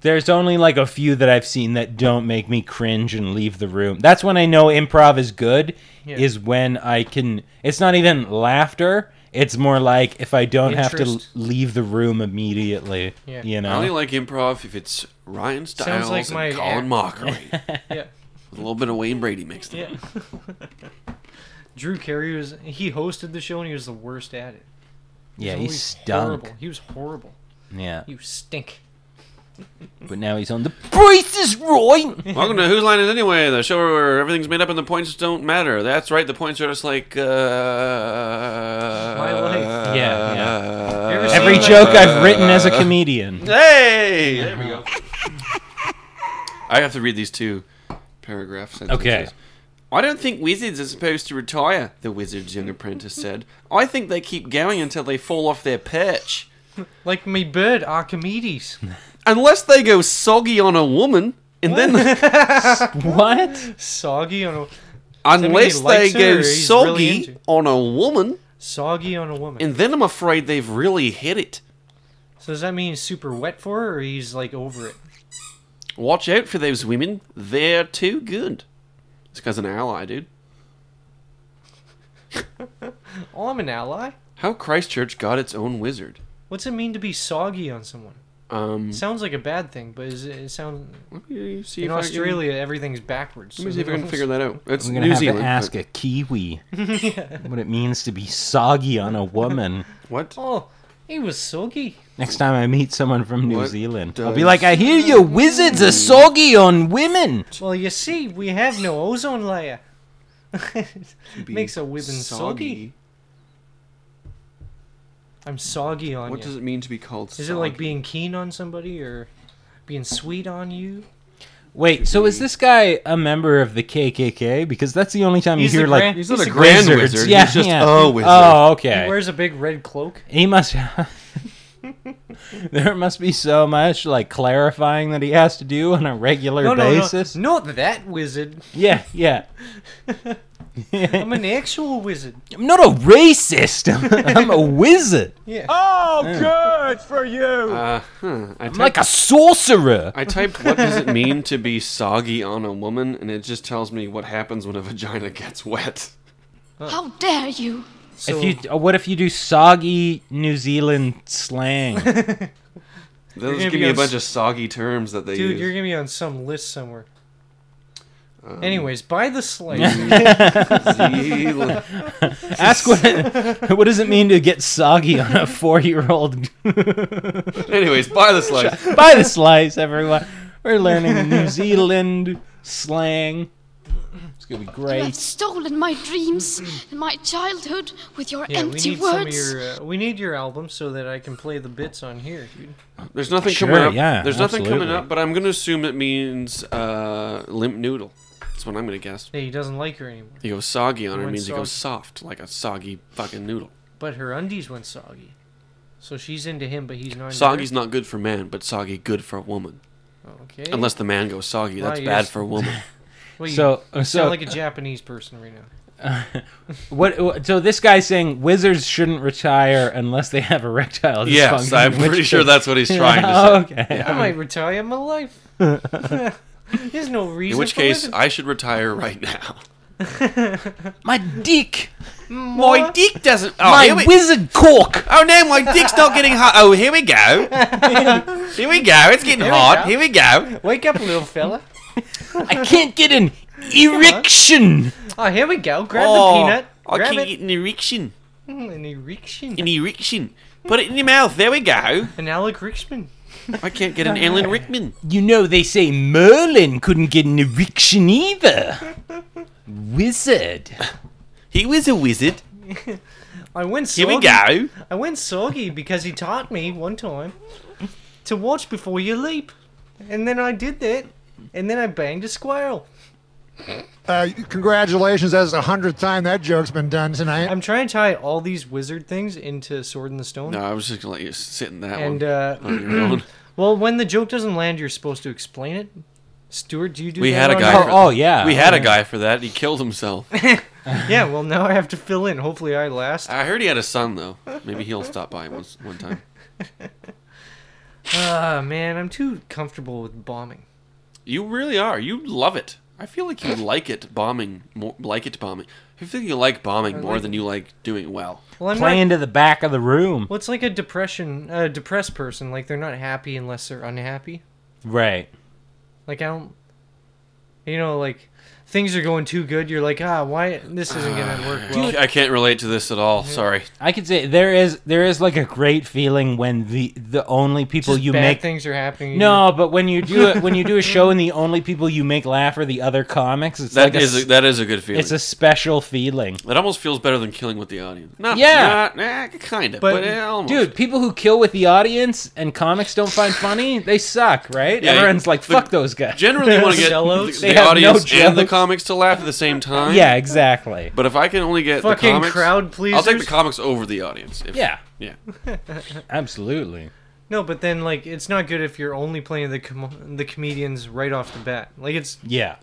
Speaker 6: there's only like a few that I've seen that don't make me cringe and leave the room. That's when I know improv is good.
Speaker 5: Yeah.
Speaker 6: Is when I can. It's not even laughter. It's more like if I don't have to
Speaker 4: Interest.
Speaker 6: l- leave the room immediately,
Speaker 4: Yeah.
Speaker 6: you
Speaker 4: I
Speaker 6: know.
Speaker 4: only like improv if it's Ryan
Speaker 5: Sounds
Speaker 4: Stiles
Speaker 5: like my
Speaker 4: and Colin
Speaker 5: act-
Speaker 4: Mockery.
Speaker 5: Yeah.
Speaker 4: With a little bit of Wayne Brady mixed in.
Speaker 5: Yeah. Drew Carey was he hosted the show and he was the worst at it.
Speaker 6: Yeah, he
Speaker 5: always
Speaker 6: stunk.
Speaker 5: Horrible. He was horrible.
Speaker 6: Yeah.
Speaker 5: You stink.
Speaker 6: But now he's on the
Speaker 5: Braces, Roy.
Speaker 4: Welcome to Whose Line Is It Anyway, the show where everything's made up and the points don't matter. That's right, the points are just like. Uh, My
Speaker 5: life.
Speaker 6: Yeah,
Speaker 4: uh,
Speaker 6: yeah. Every
Speaker 5: Uh,
Speaker 6: joke I've written as a comedian.
Speaker 4: Hey! There we go. I have to read these two paragraph sentences.
Speaker 6: Okay.
Speaker 4: I don't think wizards are supposed to retire, the wizard's young apprentice said. I think they keep going until they fall off their perch.
Speaker 5: Like me bird, Archimedes.
Speaker 4: Unless they go soggy on a woman, and then.
Speaker 6: what?
Speaker 5: Soggy on a. Does that mean he
Speaker 4: Unless they
Speaker 5: likes her or
Speaker 4: go
Speaker 5: he's
Speaker 4: soggy
Speaker 5: really into-
Speaker 4: on a woman,
Speaker 5: Soggy on a woman.
Speaker 4: and then I'm afraid they've really hit it.
Speaker 5: so does that mean he's super wet for her, or he's like over it?
Speaker 4: Watch out for those women; they're too good. This guy's an ally, dude.
Speaker 5: Oh, I'm an ally.
Speaker 4: How Christchurch got its own wizard?
Speaker 5: What's it mean to be soggy on someone?
Speaker 4: Um,
Speaker 5: Sounds like a bad thing, but is it, it sounds.
Speaker 4: see
Speaker 5: in
Speaker 4: if I can-
Speaker 5: Australia, everything everything's backwards.
Speaker 4: Let me
Speaker 5: so
Speaker 4: see if I
Speaker 5: who
Speaker 4: can
Speaker 5: knows?
Speaker 4: figure that out. It's
Speaker 6: I'm
Speaker 4: New
Speaker 6: gonna have
Speaker 4: Zealand.
Speaker 6: to ask a Kiwi what it means to be soggy on a woman.
Speaker 4: What?
Speaker 5: Oh, he was soggy.
Speaker 6: Next time I meet someone from New Zealand, I'll be
Speaker 5: does-
Speaker 6: like, "I hear your wizards are soggy on women."
Speaker 5: Well, you see, we have no ozone layer.
Speaker 4: be
Speaker 5: Makes a woman soggy.
Speaker 4: soggy.
Speaker 5: I'm soggy on
Speaker 4: What
Speaker 5: you.
Speaker 4: does it mean to be called?
Speaker 5: Is it like
Speaker 4: soggy?
Speaker 5: being keen on somebody or being sweet on you?
Speaker 6: Wait, so is this guy a member of the KKK? Because that's the only time
Speaker 5: He's
Speaker 6: you
Speaker 5: the
Speaker 6: hear like
Speaker 5: grand- he's not a
Speaker 6: the
Speaker 5: grand
Speaker 6: wizards.
Speaker 5: wizard,
Speaker 6: Yeah,
Speaker 5: he's just
Speaker 6: yeah.
Speaker 5: a wizard.
Speaker 6: Oh,
Speaker 5: He
Speaker 6: okay.
Speaker 5: wears a big red cloak.
Speaker 6: He must. there must be so much like clarifying that he has to do on a regular
Speaker 5: No, no, no,
Speaker 6: basis.
Speaker 5: not that wizard.
Speaker 6: Yeah, yeah.
Speaker 5: I'm an actual wizard.
Speaker 6: I'm not a racist. I'm a wizard.
Speaker 5: Yeah.
Speaker 15: Oh,
Speaker 6: good
Speaker 15: for you.
Speaker 4: Uh, huh. I
Speaker 6: I'm
Speaker 4: typed-
Speaker 6: like a sorcerer.
Speaker 4: I typed what does it mean to be soggy on a woman, and it just tells me what happens when a vagina gets wet.
Speaker 15: How dare you?
Speaker 6: if you, uh, what if you do soggy New Zealand slang?
Speaker 4: They'll
Speaker 5: You're gonna
Speaker 4: just give
Speaker 5: be
Speaker 4: me a
Speaker 5: on
Speaker 4: bunch
Speaker 5: s-
Speaker 4: of soggy terms that they
Speaker 5: Dude,
Speaker 4: use.
Speaker 5: you're gonna be on some list somewhere.
Speaker 4: Um,
Speaker 5: Anyways, buy the slice.
Speaker 6: Zealand. Ask what what does it mean to get soggy on a four year old?
Speaker 4: Anyways, buy the slice.
Speaker 6: Buy the slice, everyone. We're learning New Zealand slang. It's gonna be
Speaker 12: You have
Speaker 6: great.
Speaker 12: stolen my dreams and my childhood with your
Speaker 5: Yeah, we
Speaker 12: empty
Speaker 5: need some of
Speaker 12: words.
Speaker 5: your. Uh, we need your album so that I can play the bits on here, dude.
Speaker 4: There's nothing
Speaker 6: Sure,
Speaker 4: coming up.
Speaker 6: yeah,
Speaker 4: There's nothing coming
Speaker 6: absolutely.
Speaker 4: up, but I'm going to assume it means uh, limp noodle. That's what I'm going to guess.
Speaker 5: Yeah, he doesn't like her anymore.
Speaker 4: You go soggy on her
Speaker 5: Went
Speaker 4: means you go soft, like a soggy fucking noodle.
Speaker 5: But her undies went soggy, so she's into him, but he's not. into her.
Speaker 4: Soggy's not good for man, but soggy good for a woman.
Speaker 5: Okay.
Speaker 4: Unless the man goes soggy,
Speaker 5: Wow,
Speaker 4: that's
Speaker 5: you
Speaker 4: bad
Speaker 5: just-
Speaker 4: for a woman.
Speaker 5: Well, you
Speaker 6: So- uh, so-
Speaker 5: sound like a Japanese person right now.
Speaker 6: What, what? So this guy's saying wizards shouldn't retire unless they have erectile dysfunction.
Speaker 4: Yes, I'm
Speaker 6: in which
Speaker 4: pretty sure
Speaker 6: case-
Speaker 4: that's what he's trying to say.
Speaker 6: Okay.
Speaker 5: I might retire my life. There's no reason.
Speaker 4: In which
Speaker 5: for
Speaker 4: case,
Speaker 5: living.
Speaker 4: I should retire right now.
Speaker 6: My dick.
Speaker 4: My dick doesn't. Oh,
Speaker 6: My
Speaker 4: here we-
Speaker 6: wizard cork.
Speaker 4: Oh no, my dick's not getting hot. Oh, here we go. Here we go. It's getting
Speaker 5: Here we
Speaker 4: hot.
Speaker 5: go.
Speaker 4: Here we go.
Speaker 5: Wake up, little fella. Uh-huh.
Speaker 6: I can't get an erection.
Speaker 5: Oh, here we go. Grab
Speaker 4: Oh,
Speaker 5: the peanut.
Speaker 4: I
Speaker 5: Grab
Speaker 4: can
Speaker 5: it.
Speaker 4: get an erection.
Speaker 5: Mm, An erection.
Speaker 4: An erection. Put it in your mouth. There we go.
Speaker 5: An Alec Richman.
Speaker 4: I can't get an Alan Rickman.
Speaker 6: You know they say Merlin couldn't get an erection either. Wizard.
Speaker 4: He was a wizard.
Speaker 5: I went
Speaker 4: Here
Speaker 5: soggy.
Speaker 4: we go.
Speaker 5: I went soggy because he taught me one time to watch before you leap, and then I did that, and then I banged a squirrel.
Speaker 16: Uh, congratulations, that's the hundredth time that joke's been done tonight.
Speaker 5: I'm trying to tie all these wizard things into Sword in the Stone.
Speaker 4: No, I was just gonna let you sit in that
Speaker 5: and
Speaker 4: one. Hmm.
Speaker 5: uh,
Speaker 4: on your own.
Speaker 5: well, when the joke doesn't land, you're supposed to explain it. Stuart, do you do?
Speaker 4: we
Speaker 5: that
Speaker 4: had a
Speaker 6: Oh,
Speaker 5: on
Speaker 4: guy.
Speaker 5: your-
Speaker 4: for- we had a guy for that. He killed himself.
Speaker 5: yeah, well now I have to fill in. Hopefully I
Speaker 6: Uh,
Speaker 5: last.
Speaker 4: I heard he had a son though. Maybe he'll stop by once one time.
Speaker 5: Ah man, I'm too comfortable with bombing.
Speaker 4: You really are. You love it. I feel like you like it bombing more. Like it bombing. I think you like bombing
Speaker 5: I
Speaker 4: more
Speaker 5: like-
Speaker 4: than you like doing well.
Speaker 5: Well, I'm
Speaker 6: Playing
Speaker 5: not-
Speaker 6: to the back of the room.
Speaker 5: Well, it's like a depression, a depressed person. Like they're not happy unless they're unhappy.
Speaker 6: Right.
Speaker 5: Like I don't, you know, like things are going too good. You're like, ah, why this isn't
Speaker 6: Ah,
Speaker 5: gonna work well.
Speaker 4: I can't relate to this at all. Sorry.
Speaker 6: I could say there is there is like a great feeling when the the only people
Speaker 5: Just
Speaker 6: you
Speaker 5: bad
Speaker 6: make
Speaker 5: things are happening to
Speaker 6: No,
Speaker 5: you.
Speaker 6: but when you do it when you do a show and the only people you make laugh are the other comics, it's
Speaker 4: That
Speaker 6: like
Speaker 4: is
Speaker 6: a, s-
Speaker 4: a- that is a good feeling.
Speaker 6: It's a special feeling.
Speaker 4: It almost feels better than killing with the audience. Not,
Speaker 6: yeah,
Speaker 4: kind of,
Speaker 6: but,
Speaker 4: but, eh, almost.
Speaker 6: dude, people who kill with the audience and comics don't find funny, they suck, right?
Speaker 4: Yeah,
Speaker 6: Everyone's
Speaker 4: you-
Speaker 6: like,
Speaker 4: the-
Speaker 6: fuck those guys.
Speaker 4: Generally, you want to get the,
Speaker 6: They
Speaker 4: the
Speaker 6: have no
Speaker 4: audience and the
Speaker 6: jokes.
Speaker 4: comics to laugh at the same time.
Speaker 6: Yeah, exactly.
Speaker 4: But if I can only get
Speaker 5: Fucking
Speaker 4: the comics,
Speaker 5: crowd
Speaker 4: I'll take the
Speaker 5: pleasers.
Speaker 4: comics over the audience. if-
Speaker 6: Yeah.
Speaker 4: yeah.
Speaker 6: Absolutely.
Speaker 5: No, but then like it's not good if you're only playing the com- the comedians right off the bat. Like it's
Speaker 6: Yeah.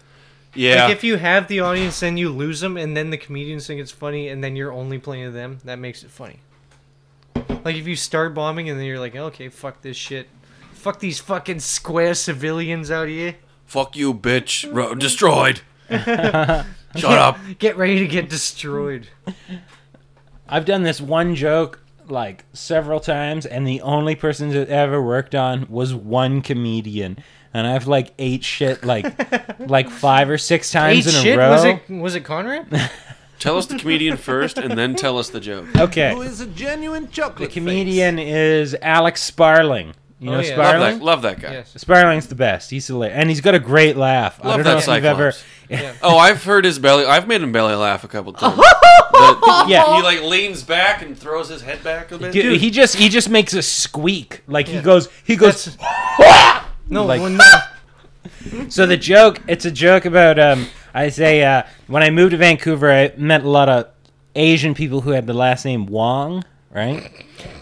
Speaker 4: Yeah.
Speaker 5: Like if you have the audience, then you lose them, and then the comedians think it's funny, and then you're only playing them. That makes it funny. Like if you start bombing, and then you're like, okay, fuck this shit, fuck these fucking square civilians out here.
Speaker 4: Fuck you, bitch. Ro- destroyed. Shut up.
Speaker 5: Get ready to get destroyed.
Speaker 6: I've done this one joke like several times, and the only person that ever worked on was one comedian. And I've like ate shit like like five or six times
Speaker 5: Ate
Speaker 6: in a
Speaker 5: shit?
Speaker 6: row.
Speaker 5: Was it was it Conrad?
Speaker 4: Tell us the comedian first, and then tell us the joke.
Speaker 6: Okay.
Speaker 17: is a genuine chocolate.
Speaker 6: The comedian is Alex Sparling. You
Speaker 4: Oh,
Speaker 6: know
Speaker 4: yeah. Love
Speaker 6: Sparling?
Speaker 4: that- love that guy. Yes.
Speaker 6: Sparling's the best. He's hilarious. And he's got a great laugh. I
Speaker 4: Love
Speaker 6: don't
Speaker 4: that
Speaker 6: know if you've ever.
Speaker 4: Cyclops. Oh, I've heard his belly. I've made him belly laugh a couple times.
Speaker 6: Yeah.
Speaker 4: yeah. He like leans back and throws his head back a bit.
Speaker 6: Dude, he just he just makes a squeak. Like he goes he goes
Speaker 5: No,
Speaker 6: Like-
Speaker 5: well, no.
Speaker 6: So the joke, it's a joke about um I say uh when I moved to Vancouver I met a lot of Asian people who had the last name Wong, right?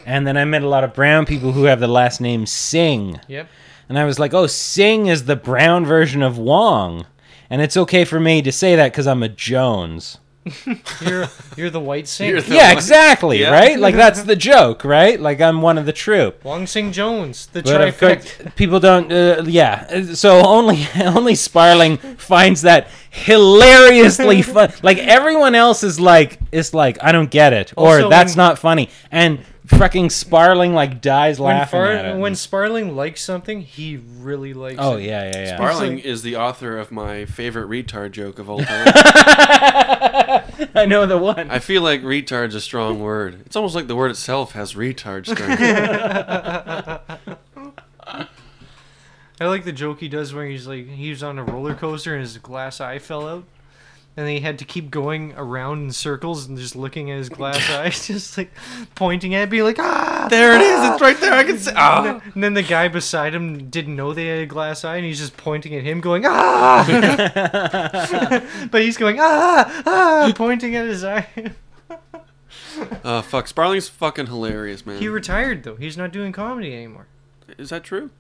Speaker 6: And then I met a lot of brown people who have the last name Singh.
Speaker 5: Yep.
Speaker 6: And I was like, "Oh, Singh is the brown version of Wong." And it's okay for me to say that cuz I'm a Jones.
Speaker 5: You're you're the white singer.
Speaker 6: yeah, exactly, right? Like that's the joke, right? Like I'm one of the troop.
Speaker 5: Wong Sing Jones, the
Speaker 6: But of
Speaker 5: trifecta.
Speaker 6: course, people don't. Uh, yeah, so only only Sparling finds that hilariously fun. Like everyone else is like is like I don't get it, or
Speaker 5: Also,
Speaker 6: that's
Speaker 5: when-
Speaker 6: not funny, and fucking Sparling like dies
Speaker 5: When,
Speaker 6: laughing
Speaker 5: Far-
Speaker 6: at it.
Speaker 5: when Sparling likes something, he really likes
Speaker 6: Oh,
Speaker 5: it.
Speaker 6: yeah, yeah, yeah.
Speaker 4: Sparling is the author of my favorite retard joke of all time.
Speaker 6: I know the one.
Speaker 4: I feel like retard's a strong word. It's almost like the word itself has retard strength.
Speaker 5: I like the joke he does where he's like he was on a roller coaster and his glass eye fell out, and he had to keep going around in circles and just looking at his glass eye, just like pointing at, it, be like, ah,
Speaker 4: There it is,
Speaker 5: ah!"
Speaker 4: it's right there, I can see-
Speaker 5: And then-
Speaker 4: ah.
Speaker 5: And then the guy beside him didn't know they had a glass eye, and he's just pointing at him, going, ah, but he's going, ah, ah, pointing at his eye.
Speaker 4: uh, fuck, Sparling's fucking hilarious, man.
Speaker 5: he retired though; he's not doing comedy anymore.
Speaker 4: Is that true?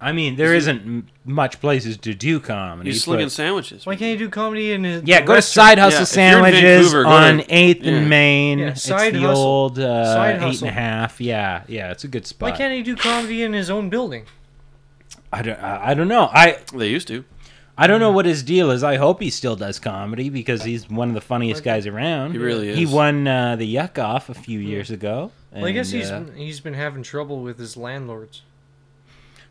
Speaker 6: I mean, there isn't m much places to do comedy.
Speaker 4: He's slinging
Speaker 6: but-
Speaker 4: sandwiches.
Speaker 5: Why can't he do comedy in his?
Speaker 6: Yeah,
Speaker 5: the
Speaker 6: go to
Speaker 5: restaurant?
Speaker 6: Side Hustle Sandwiches
Speaker 4: Vancouver, go
Speaker 6: on
Speaker 4: to-
Speaker 6: 8th and
Speaker 4: yeah.
Speaker 6: Main.
Speaker 5: Yeah,
Speaker 6: it's
Speaker 5: Side
Speaker 6: the
Speaker 5: Hustle.
Speaker 6: old uh,
Speaker 5: Side
Speaker 6: 8
Speaker 5: Hustle.
Speaker 6: and a half. Yeah, yeah, it's a good spot.
Speaker 5: Why can't he do comedy in his own building?
Speaker 6: I don't. I I don't know. I
Speaker 4: they used to.
Speaker 6: I don't know
Speaker 5: Hmm.
Speaker 6: what his deal is. I hope he still does comedy because he's one of the funniest guys around.
Speaker 4: He really
Speaker 6: He
Speaker 4: is.
Speaker 6: won uh, the Yuck Off a few years ago.
Speaker 5: Hmm. Well, I guess
Speaker 6: and,
Speaker 5: he's
Speaker 6: uh,
Speaker 5: he's been having trouble with his landlords.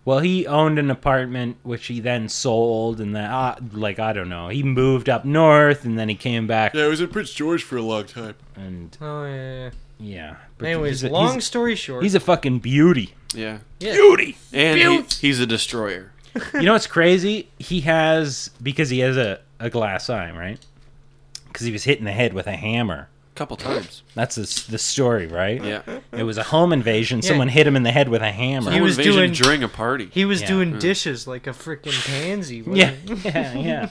Speaker 6: well, he owned an apartment which he then sold, and then uh, like I don't know, he moved up north, and then he came back.
Speaker 18: Yeah, it was in Prince George for a long time.
Speaker 6: And
Speaker 5: Oh yeah. yeah, yeah.
Speaker 6: yeah.
Speaker 5: Anyways,
Speaker 6: he's a- he's
Speaker 5: long
Speaker 6: a-
Speaker 5: story short,
Speaker 6: he's a fucking beauty.
Speaker 4: Yeah.
Speaker 5: Yeah.
Speaker 6: Beauty.
Speaker 4: And he, he's a destroyer.
Speaker 6: you know what's crazy? He has because he has a, a glass eye, right? Because he was hit in the head with a hammer.
Speaker 4: A couple times.
Speaker 6: That's the, s- the story, right?
Speaker 4: Yeah.
Speaker 6: It was a home invasion.
Speaker 5: Yeah.
Speaker 6: Someone hit him in the head with a hammer.
Speaker 5: he was doing
Speaker 4: during a party.
Speaker 5: He was
Speaker 6: Yeah.
Speaker 5: doing
Speaker 6: Mm.
Speaker 5: dishes like a freaking pansy.
Speaker 6: Yeah,
Speaker 5: wasn't he?
Speaker 6: yeah, yeah.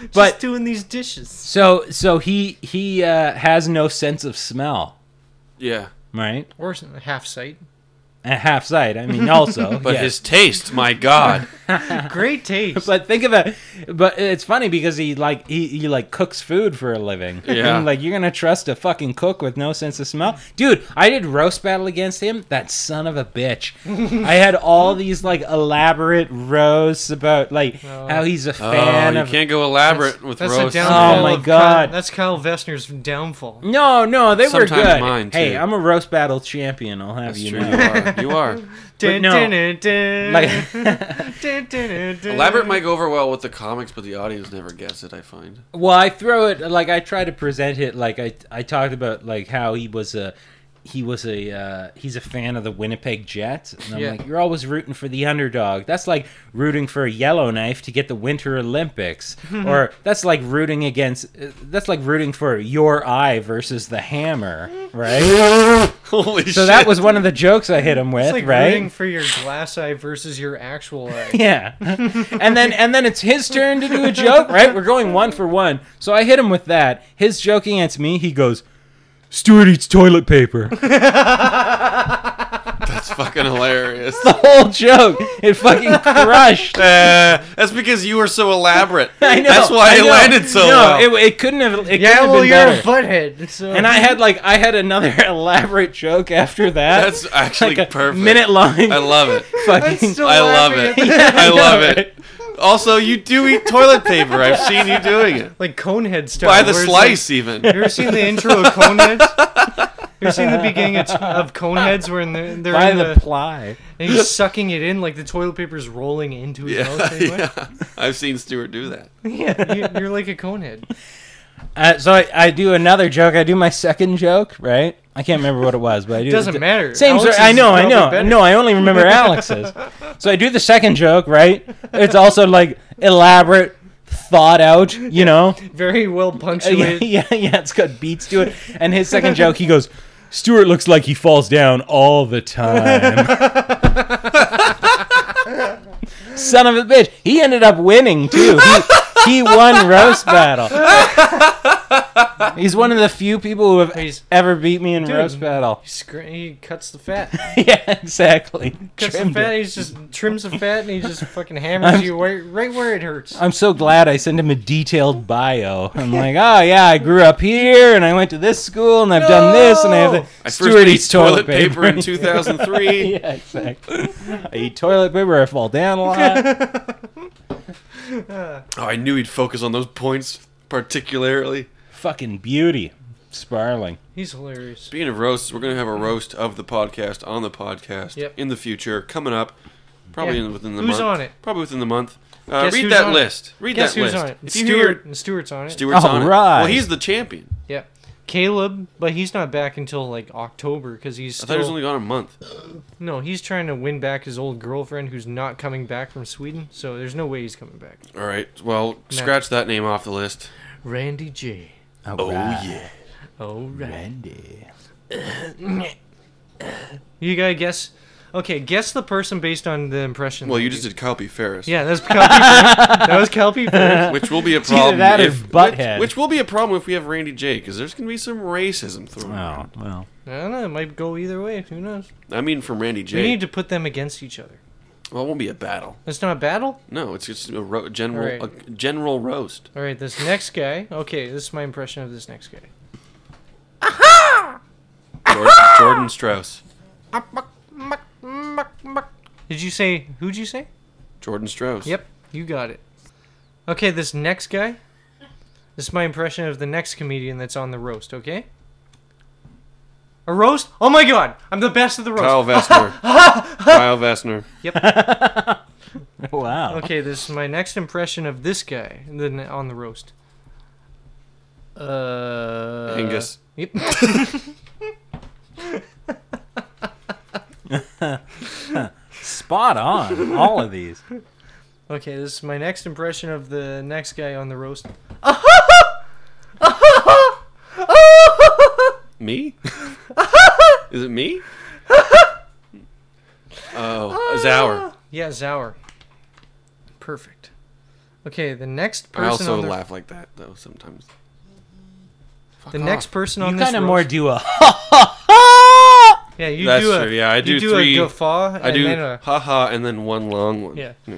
Speaker 5: Just
Speaker 6: But-
Speaker 5: doing these dishes.
Speaker 6: So so he he uh, has no sense of smell,
Speaker 4: Yeah.
Speaker 6: right?
Speaker 5: Or s- half sight.
Speaker 6: At half sight, I mean, also.
Speaker 4: But
Speaker 6: yes.
Speaker 4: his taste, my God.
Speaker 5: Great taste.
Speaker 6: But think of it. But it's funny because he like he, he like cooks food for a living.
Speaker 4: Yeah.
Speaker 6: And, like you're gonna trust a fucking cook with no sense of smell, dude. I did roast battle against him. That son of a bitch. I had all these like elaborate roasts about like how he's a fan
Speaker 4: Oh. you
Speaker 6: of.
Speaker 4: can't go elaborate with
Speaker 5: That's
Speaker 4: roast.
Speaker 5: the downfall.
Speaker 6: Oh my
Speaker 5: of Kyle-
Speaker 6: God.
Speaker 5: that's Kyle Vestner's downfall.
Speaker 6: No, no, they were
Speaker 4: Sometimes
Speaker 6: good.
Speaker 4: mine,
Speaker 6: hey,
Speaker 4: too.
Speaker 6: I'm a roast battle champion. I'll have
Speaker 4: That's
Speaker 6: you
Speaker 4: true,
Speaker 6: know.
Speaker 4: you are. You are.
Speaker 6: But
Speaker 5: Dun,
Speaker 6: no.
Speaker 5: dun, dun, dun.
Speaker 6: Like-
Speaker 5: Dun, dun, dun, dun.
Speaker 4: Elaborate might go over well with the comics, but the audience never gets it. I find.
Speaker 6: Well, I throw it like I try to present it like I I talked about like how he was a he was a uh, he's a fan of the Winnipeg Jets, and I'm
Speaker 5: Yeah.
Speaker 6: like, you're always rooting for the underdog. That's like rooting for a Yellowknife to get the Winter Olympics, or that's like rooting against uh, that's like rooting for your eye versus the hammer, right?
Speaker 4: Holy
Speaker 6: so that was one of the jokes I hit him with,
Speaker 5: It's like
Speaker 6: right?
Speaker 5: rooting for your glass eye versus your actual eye.
Speaker 6: Yeah. and then and then it's his turn to do a joke, right? We're going one for one. So I hit him with that. His joke against me, he goes, Stuart eats toilet paper.
Speaker 4: That's fucking hilarious.
Speaker 6: the whole joke. It fucking crushed.
Speaker 4: Uh, that's because you were so elaborate.
Speaker 6: I know.
Speaker 4: That's why
Speaker 6: I
Speaker 4: it
Speaker 6: know.
Speaker 4: landed so
Speaker 6: no,
Speaker 4: well.
Speaker 6: It, it couldn't have. It
Speaker 5: Yeah,
Speaker 6: couldn't have
Speaker 5: well,
Speaker 6: been
Speaker 5: you're
Speaker 6: better.
Speaker 5: a butthead. So.
Speaker 6: and I had like I had another elaborate joke after that.
Speaker 4: That's actually
Speaker 6: like a
Speaker 4: perfect.
Speaker 6: Minute long.
Speaker 4: I love it.
Speaker 6: fucking.
Speaker 5: still
Speaker 4: I love
Speaker 5: laughing
Speaker 4: it.
Speaker 5: at
Speaker 4: I love it. Also, you do eat toilet paper. I've seen you doing it
Speaker 5: like Conehead stuff.
Speaker 4: by the slice, even.
Speaker 5: Have you ever seen the intro of Coneheads? you ever seen the beginning of, of Coneheads where in the, they're
Speaker 6: by
Speaker 5: in
Speaker 6: the
Speaker 5: the-
Speaker 6: ply.
Speaker 5: and he's sucking it in like the toilet paper's rolling into his
Speaker 4: Yeah,
Speaker 5: mouth?
Speaker 4: yeah.
Speaker 5: Like,
Speaker 4: I've seen Stuart do that.
Speaker 5: what? yeah. You, you're like a Conehead.
Speaker 6: Uh, so I, I do another joke. I do my second joke, right? I can't remember what it was, but I do.
Speaker 5: Doesn't matter.
Speaker 6: Same.
Speaker 5: Alex's
Speaker 6: sort- I know.
Speaker 5: is
Speaker 6: I know.
Speaker 5: probably
Speaker 6: No, I only remember Alex's. So I do the second joke, right? It's also like elaborate, thought out. You know.
Speaker 5: Very well
Speaker 6: Uh, yeah,
Speaker 5: punctuated.
Speaker 6: yeah, yeah. It's got beats to it. And his second joke, he goes, "Stuart looks like he falls down all the time." Son of a bitch. He ended up winning too. He, he won roast battle. He's one of the few people who have
Speaker 5: He's-
Speaker 6: ever beat me in
Speaker 5: Dude.
Speaker 6: roast battle.
Speaker 5: He, scr- he cuts the fat.
Speaker 6: yeah, exactly.
Speaker 5: Cuts
Speaker 6: Trimmed
Speaker 5: the fat.
Speaker 6: it.
Speaker 5: He's just trims the fat and he just fucking hammers
Speaker 6: I'm-
Speaker 5: you right, right where it hurts.
Speaker 6: I'm so glad I sent him a detailed bio. I'm like, oh yeah, I grew up here and I went to this school and I've done this and I have
Speaker 5: No!
Speaker 6: the
Speaker 4: I first
Speaker 6: Stuart
Speaker 4: ate
Speaker 6: eats toilet, paper.
Speaker 4: in 2003.
Speaker 6: yeah, exactly. I eat toilet paper. I fall down a lot.
Speaker 4: Oh, I knew he'd focus on those points particularly.
Speaker 6: Fucking beauty, sparling.
Speaker 5: He's hilarious.
Speaker 4: Speaking of roasts, we're going to have a roast of the podcast on the podcast
Speaker 5: Yep.
Speaker 4: in the future, coming up, probably
Speaker 5: Yeah.
Speaker 4: in, within the
Speaker 5: Who's
Speaker 4: month.
Speaker 5: on it?
Speaker 4: Probably within the month. Uh,
Speaker 5: Guess
Speaker 4: read
Speaker 5: who's
Speaker 4: that
Speaker 5: on it?
Speaker 4: list. Read
Speaker 5: Guess
Speaker 4: that
Speaker 5: who's
Speaker 4: list.
Speaker 5: on it?
Speaker 4: If you hear-
Speaker 5: Stewart. Stewart's on it.
Speaker 4: Stewart's on it.
Speaker 6: Alright.
Speaker 4: Well, he's the champion.
Speaker 5: Yeah. Caleb, but he's not back until like October because he's
Speaker 4: I
Speaker 5: still.
Speaker 4: thought he was only gone a month.
Speaker 5: No, he's trying to win back his old girlfriend who's not coming back from Sweden, so there's no way he's coming back.
Speaker 4: All right. Well, scratch that name off the list.
Speaker 5: Randy J.
Speaker 4: Oh yeah.
Speaker 5: Oh,
Speaker 6: Randy.
Speaker 5: You gotta guess. Okay, guess the person based on the impression.
Speaker 4: Well,
Speaker 5: they
Speaker 4: you
Speaker 5: gave.
Speaker 4: just did Calpe Ferris.
Speaker 5: Yeah, that's Kelpie. that was Kelpie. Ferris.
Speaker 4: Which will be a
Speaker 6: either
Speaker 4: problem.
Speaker 6: that or
Speaker 4: if,
Speaker 6: Butthead.
Speaker 4: Which, which will be a problem if we have Randy J, because there's going to be some racism thrown.
Speaker 6: Oh well.
Speaker 5: I don't know. It might go either way. Who knows?
Speaker 4: I mean, from Randy J.
Speaker 5: We need to put them against each other.
Speaker 4: Well, it won't be a battle.
Speaker 5: It's not a battle.
Speaker 4: No, it's just a ro- general
Speaker 5: All right.
Speaker 4: a general roast.
Speaker 5: All right, this next guy. Okay, this is my impression of this next guy.
Speaker 4: Jordan, Jordan Strauss.
Speaker 5: Did you say? Who'd you say?
Speaker 4: Jordan Strauss.
Speaker 5: Yep, you got it. Okay, this next guy. This is my impression of the next comedian that's on the roast, okay? A roast? Oh my god! I'm the best of the roast.
Speaker 4: Kyle Vestner. Kyle Vestner.
Speaker 6: Wow.
Speaker 5: Okay, this is my next impression of this guy and then on the roast. Uh
Speaker 4: Angus.
Speaker 5: Yep.
Speaker 6: Spot on. All of these.
Speaker 5: Okay, this is my next impression of the next guy on the roast.
Speaker 4: Me? Is it me? oh, Zauer.
Speaker 5: Yeah, Zauer. Perfect. Okay, the next person
Speaker 4: I also
Speaker 5: on the,
Speaker 4: laugh like that though sometimes.
Speaker 5: the next person on
Speaker 6: You
Speaker 5: this
Speaker 6: kind of
Speaker 5: roast-
Speaker 6: more do a
Speaker 5: Yeah, you
Speaker 4: That's
Speaker 5: do a
Speaker 4: true. Yeah, I do,
Speaker 5: you do
Speaker 4: three.
Speaker 5: a guffaw.
Speaker 4: I do
Speaker 5: And then a,
Speaker 4: haha and then one long one.
Speaker 5: Yeah. yeah.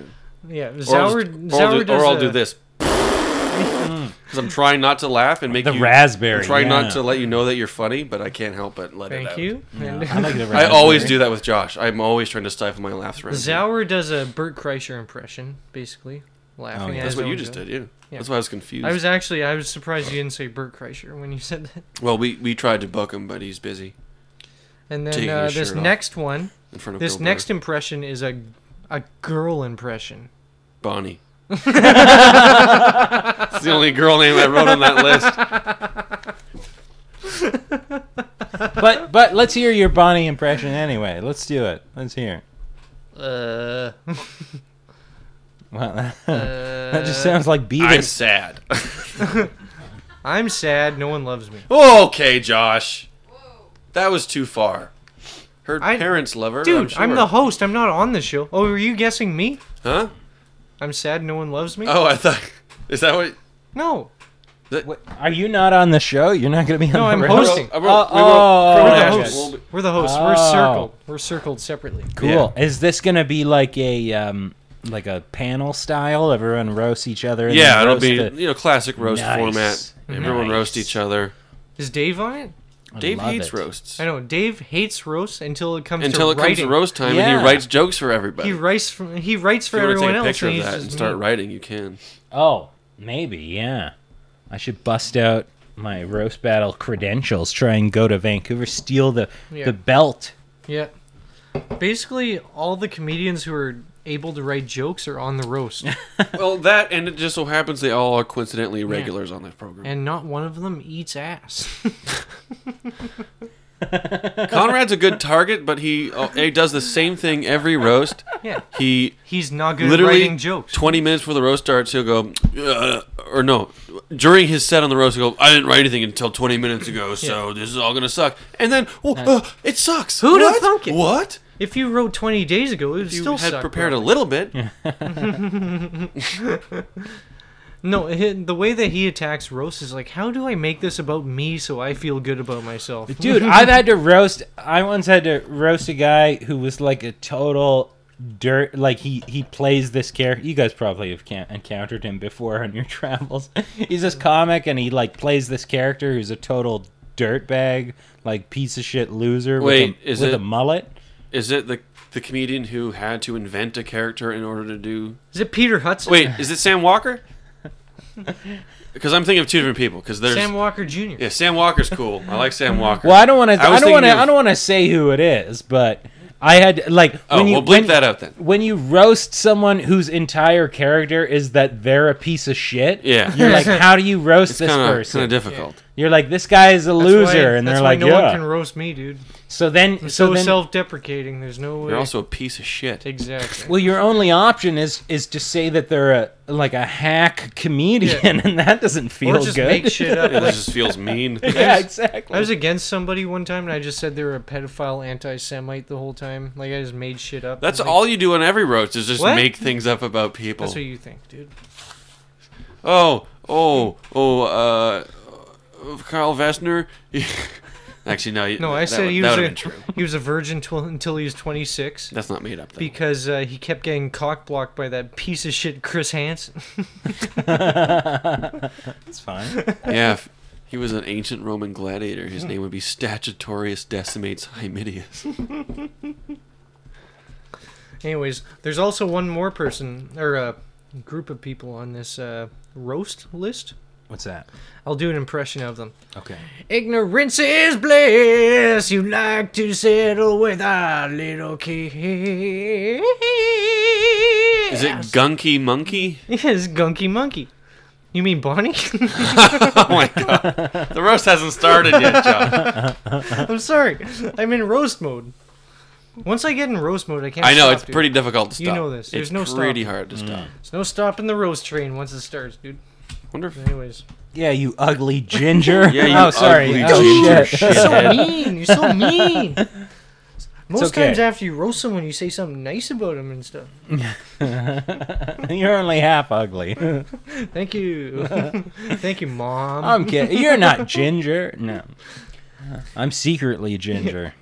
Speaker 4: Or I'll,
Speaker 5: Zauer,
Speaker 4: or
Speaker 5: Zauer
Speaker 4: I'll do, or
Speaker 5: does
Speaker 4: I'll
Speaker 5: a-
Speaker 4: do this. Mm. Because I'm trying not to laugh and make
Speaker 6: The
Speaker 4: you
Speaker 6: raspberry,
Speaker 4: I'm trying
Speaker 6: yeah.
Speaker 4: not to let you know that you're funny, but I can't help but let it
Speaker 5: Thank
Speaker 4: out.
Speaker 5: you. Yeah, And-
Speaker 6: I like the
Speaker 4: I always
Speaker 6: raspberry.
Speaker 4: do that with Josh. I'm always trying to stifle my laughs. Right. now.
Speaker 5: Zauer does a Bert Kreischer impression, basically laughing.
Speaker 4: Oh, yeah.
Speaker 5: at
Speaker 4: That's
Speaker 5: his
Speaker 4: what you
Speaker 5: own
Speaker 4: just
Speaker 5: joke.
Speaker 4: did, yeah. That's why I was confused.
Speaker 5: I was actually I was surprised you didn't say Bert Kreischer when you said that.
Speaker 4: Well, we we tried to book him, but he's busy.
Speaker 5: And
Speaker 4: Taking
Speaker 5: then
Speaker 4: his
Speaker 5: uh, this
Speaker 4: shirt off
Speaker 5: next one,
Speaker 4: in front of
Speaker 5: this
Speaker 4: Bill
Speaker 5: next impression is a a girl impression.
Speaker 4: Bonnie. it's the only girl name I wrote on that list.
Speaker 6: but but let's hear your Bonnie impression anyway. Let's do it. Let's hear. it.
Speaker 5: Uh,
Speaker 6: Wow, that, that just sounds like beating.
Speaker 4: I'm sad.
Speaker 5: I'm sad. No one loves me.
Speaker 4: okay, Josh. That was too far. Her parents love her.
Speaker 5: Dude,
Speaker 4: I'm,
Speaker 5: I'm,
Speaker 4: sure.
Speaker 5: the host. I'm not on the show. Oh, were you guessing me?
Speaker 4: Huh?
Speaker 5: I'm sad. No one loves me.
Speaker 4: Oh, I thought. Is that what?
Speaker 5: No.
Speaker 6: Are you not on the show? You're not going to be on
Speaker 5: No,
Speaker 6: the
Speaker 5: I'm
Speaker 6: radio?
Speaker 5: hosting.
Speaker 6: Oh, oh,
Speaker 5: we're the
Speaker 6: okay.
Speaker 5: hosts. We're the hosts. We're
Speaker 6: Oh.
Speaker 5: circled. We're circled separately.
Speaker 6: Cool. Is this going to be like a um, like a panel style? Everyone roasts each other. and
Speaker 4: Yeah,
Speaker 6: then
Speaker 4: it'll
Speaker 6: roast
Speaker 4: be
Speaker 6: the-
Speaker 4: you know classic roast
Speaker 6: Nice.
Speaker 4: format. Everyone
Speaker 6: Nice.
Speaker 4: roast each other.
Speaker 5: Is Dave on it?
Speaker 4: I Dave love hates it. roasts.
Speaker 5: I know. Dave hates roasts until it comes
Speaker 4: Until
Speaker 5: to
Speaker 4: it comes to
Speaker 5: writing.
Speaker 4: roast time, and he writes jokes for everybody.
Speaker 5: He writes. For, he writes for
Speaker 4: if you wanna
Speaker 5: everyone
Speaker 4: take a
Speaker 5: else.
Speaker 4: picture
Speaker 5: and
Speaker 4: of
Speaker 5: he's
Speaker 4: that
Speaker 5: just
Speaker 4: and start
Speaker 5: me.
Speaker 4: writing, you can.
Speaker 6: Oh, maybe, yeah. I should bust out my roast battle credentials, try and go to Vancouver, steal the,
Speaker 5: Yeah.
Speaker 6: the belt.
Speaker 5: Yeah. Basically, all the comedians who are able to write jokes are on the roast,
Speaker 4: well, that and it just so happens they all are coincidentally regulars on this program.
Speaker 5: and not one of them eats ass.
Speaker 4: Conrad's a good target, but he oh, he does the same thing every roast.
Speaker 5: Yeah.
Speaker 4: He
Speaker 5: He's not good at
Speaker 4: literally
Speaker 5: writing jokes.
Speaker 4: Twenty minutes before the roast starts, he'll go, "Uh," or no, during his set on the roast, he'll go, "I didn't write anything until twenty minutes ago, so this is all gonna suck." And then, oh, uh, it sucks.
Speaker 5: Who'd have
Speaker 4: What?
Speaker 5: thunk it?
Speaker 4: What?
Speaker 5: If you wrote 20 days ago, it would
Speaker 4: You
Speaker 5: still
Speaker 4: had
Speaker 5: suck,
Speaker 4: prepared
Speaker 5: bro.
Speaker 4: a little bit.
Speaker 5: no, hi- the way that he attacks roast is like, how do I make this about me so I feel good about myself?
Speaker 6: Dude, I've had to roast. I once had to roast a guy who was like a total dirt. Like he he plays this character. You guys probably have can- encountered him before on your travels. He's this comic and he like plays this character who's a total dirtbag, like piece of shit loser.
Speaker 4: Wait,
Speaker 6: with a,
Speaker 4: is
Speaker 6: with
Speaker 4: it
Speaker 6: a mullet?
Speaker 4: Is it the the comedian who had to invent a character in order to do?
Speaker 5: Is it Peter Hudson?
Speaker 4: Wait, is it Sam Walker? Because I'm thinking of two different people. Because there's
Speaker 5: Sam Walker Jr.
Speaker 4: Yeah, Sam Walker's cool. I like Sam Walker.
Speaker 6: Well, I don't want to. I,
Speaker 4: was
Speaker 6: don't want to.
Speaker 4: thinking
Speaker 6: I don't want to say who it is, but I had like
Speaker 4: Oh,
Speaker 6: when you
Speaker 4: we'll bleep
Speaker 6: when-
Speaker 4: that out then.
Speaker 6: When you roast someone whose entire character is that they're a piece of shit,
Speaker 4: Yeah.
Speaker 6: you're like, how do you roast
Speaker 4: It's
Speaker 6: this
Speaker 4: kinda-
Speaker 6: person?
Speaker 4: kinda difficult.
Speaker 6: You're like, this guy is a
Speaker 5: That's why-
Speaker 6: loser, and
Speaker 5: that's
Speaker 6: they're
Speaker 5: why
Speaker 6: like,
Speaker 5: no
Speaker 6: yeah.
Speaker 5: one can roast me, dude.
Speaker 6: So then,
Speaker 5: I'm
Speaker 6: so
Speaker 5: so
Speaker 6: then,
Speaker 5: self-deprecating. There's no way.
Speaker 4: You're also a piece of shit.
Speaker 5: Exactly.
Speaker 6: well, your only option is is to say that they're a like a hack comedian,
Speaker 5: Yeah.
Speaker 6: and that doesn't feel
Speaker 5: or just
Speaker 6: good.
Speaker 5: make shit up.
Speaker 4: It
Speaker 5: like-
Speaker 4: just feels mean.
Speaker 6: yeah,
Speaker 5: I was-
Speaker 6: exactly.
Speaker 5: I was against somebody one time, and I just said they were a pedophile, anti-Semite the whole time. Like I just made shit up.
Speaker 4: That's
Speaker 5: Like,
Speaker 4: all you do on every roast is just
Speaker 5: What?
Speaker 4: make things up about people.
Speaker 5: That's what you think, dude.
Speaker 4: Oh, oh, oh, uh, Carl Vestner. Actually, no. you-
Speaker 5: No, I
Speaker 4: that
Speaker 5: said
Speaker 4: would-
Speaker 5: he
Speaker 4: that
Speaker 5: was
Speaker 4: would
Speaker 5: a
Speaker 4: have been true.
Speaker 5: he was a virgin till, until he was 26.
Speaker 4: That's not made up, though.
Speaker 5: Because uh, he kept getting cock blocked by that piece of shit Chris Hansen.
Speaker 6: That's fine.
Speaker 4: Yeah, if he was an ancient Roman gladiator. His name would be Statutorius Decimates Hymidius.
Speaker 5: Anyways, there's also one more person or a group of people on this uh, roast list.
Speaker 6: What's that?
Speaker 5: I'll do an impression of them.
Speaker 6: Okay.
Speaker 5: Ignorance is bliss. You like to settle with a little kid.
Speaker 4: Is it Gunky Monkey?
Speaker 5: Yes, Gunky Monkey. You mean Bonnie?
Speaker 4: oh my god. The roast hasn't started yet, John.
Speaker 5: I'm sorry. I'm in roast mode. Once I get in roast mode, I can't.
Speaker 4: I know,
Speaker 5: stop,
Speaker 4: it's
Speaker 5: dude.
Speaker 4: pretty difficult to stop.
Speaker 5: You know this. There's
Speaker 4: it's
Speaker 5: no
Speaker 4: pretty
Speaker 5: stop.
Speaker 4: hard to stop.
Speaker 5: There's no stopping the roast train once it starts, dude.
Speaker 4: Wonder if.
Speaker 5: Anyways.
Speaker 6: Yeah, you ugly ginger.
Speaker 4: Yeah, you
Speaker 6: oh, sorry.
Speaker 4: ugly
Speaker 6: Oh,
Speaker 4: ginger
Speaker 6: shit.
Speaker 4: shithead.
Speaker 5: so mean. You're so mean. Most
Speaker 6: okay.
Speaker 5: times after you roast someone, you say something nice about them and stuff.
Speaker 6: You're only half ugly.
Speaker 5: Thank you. Thank you, mom.
Speaker 6: I'm kidding. You're not ginger. No. I'm secretly ginger.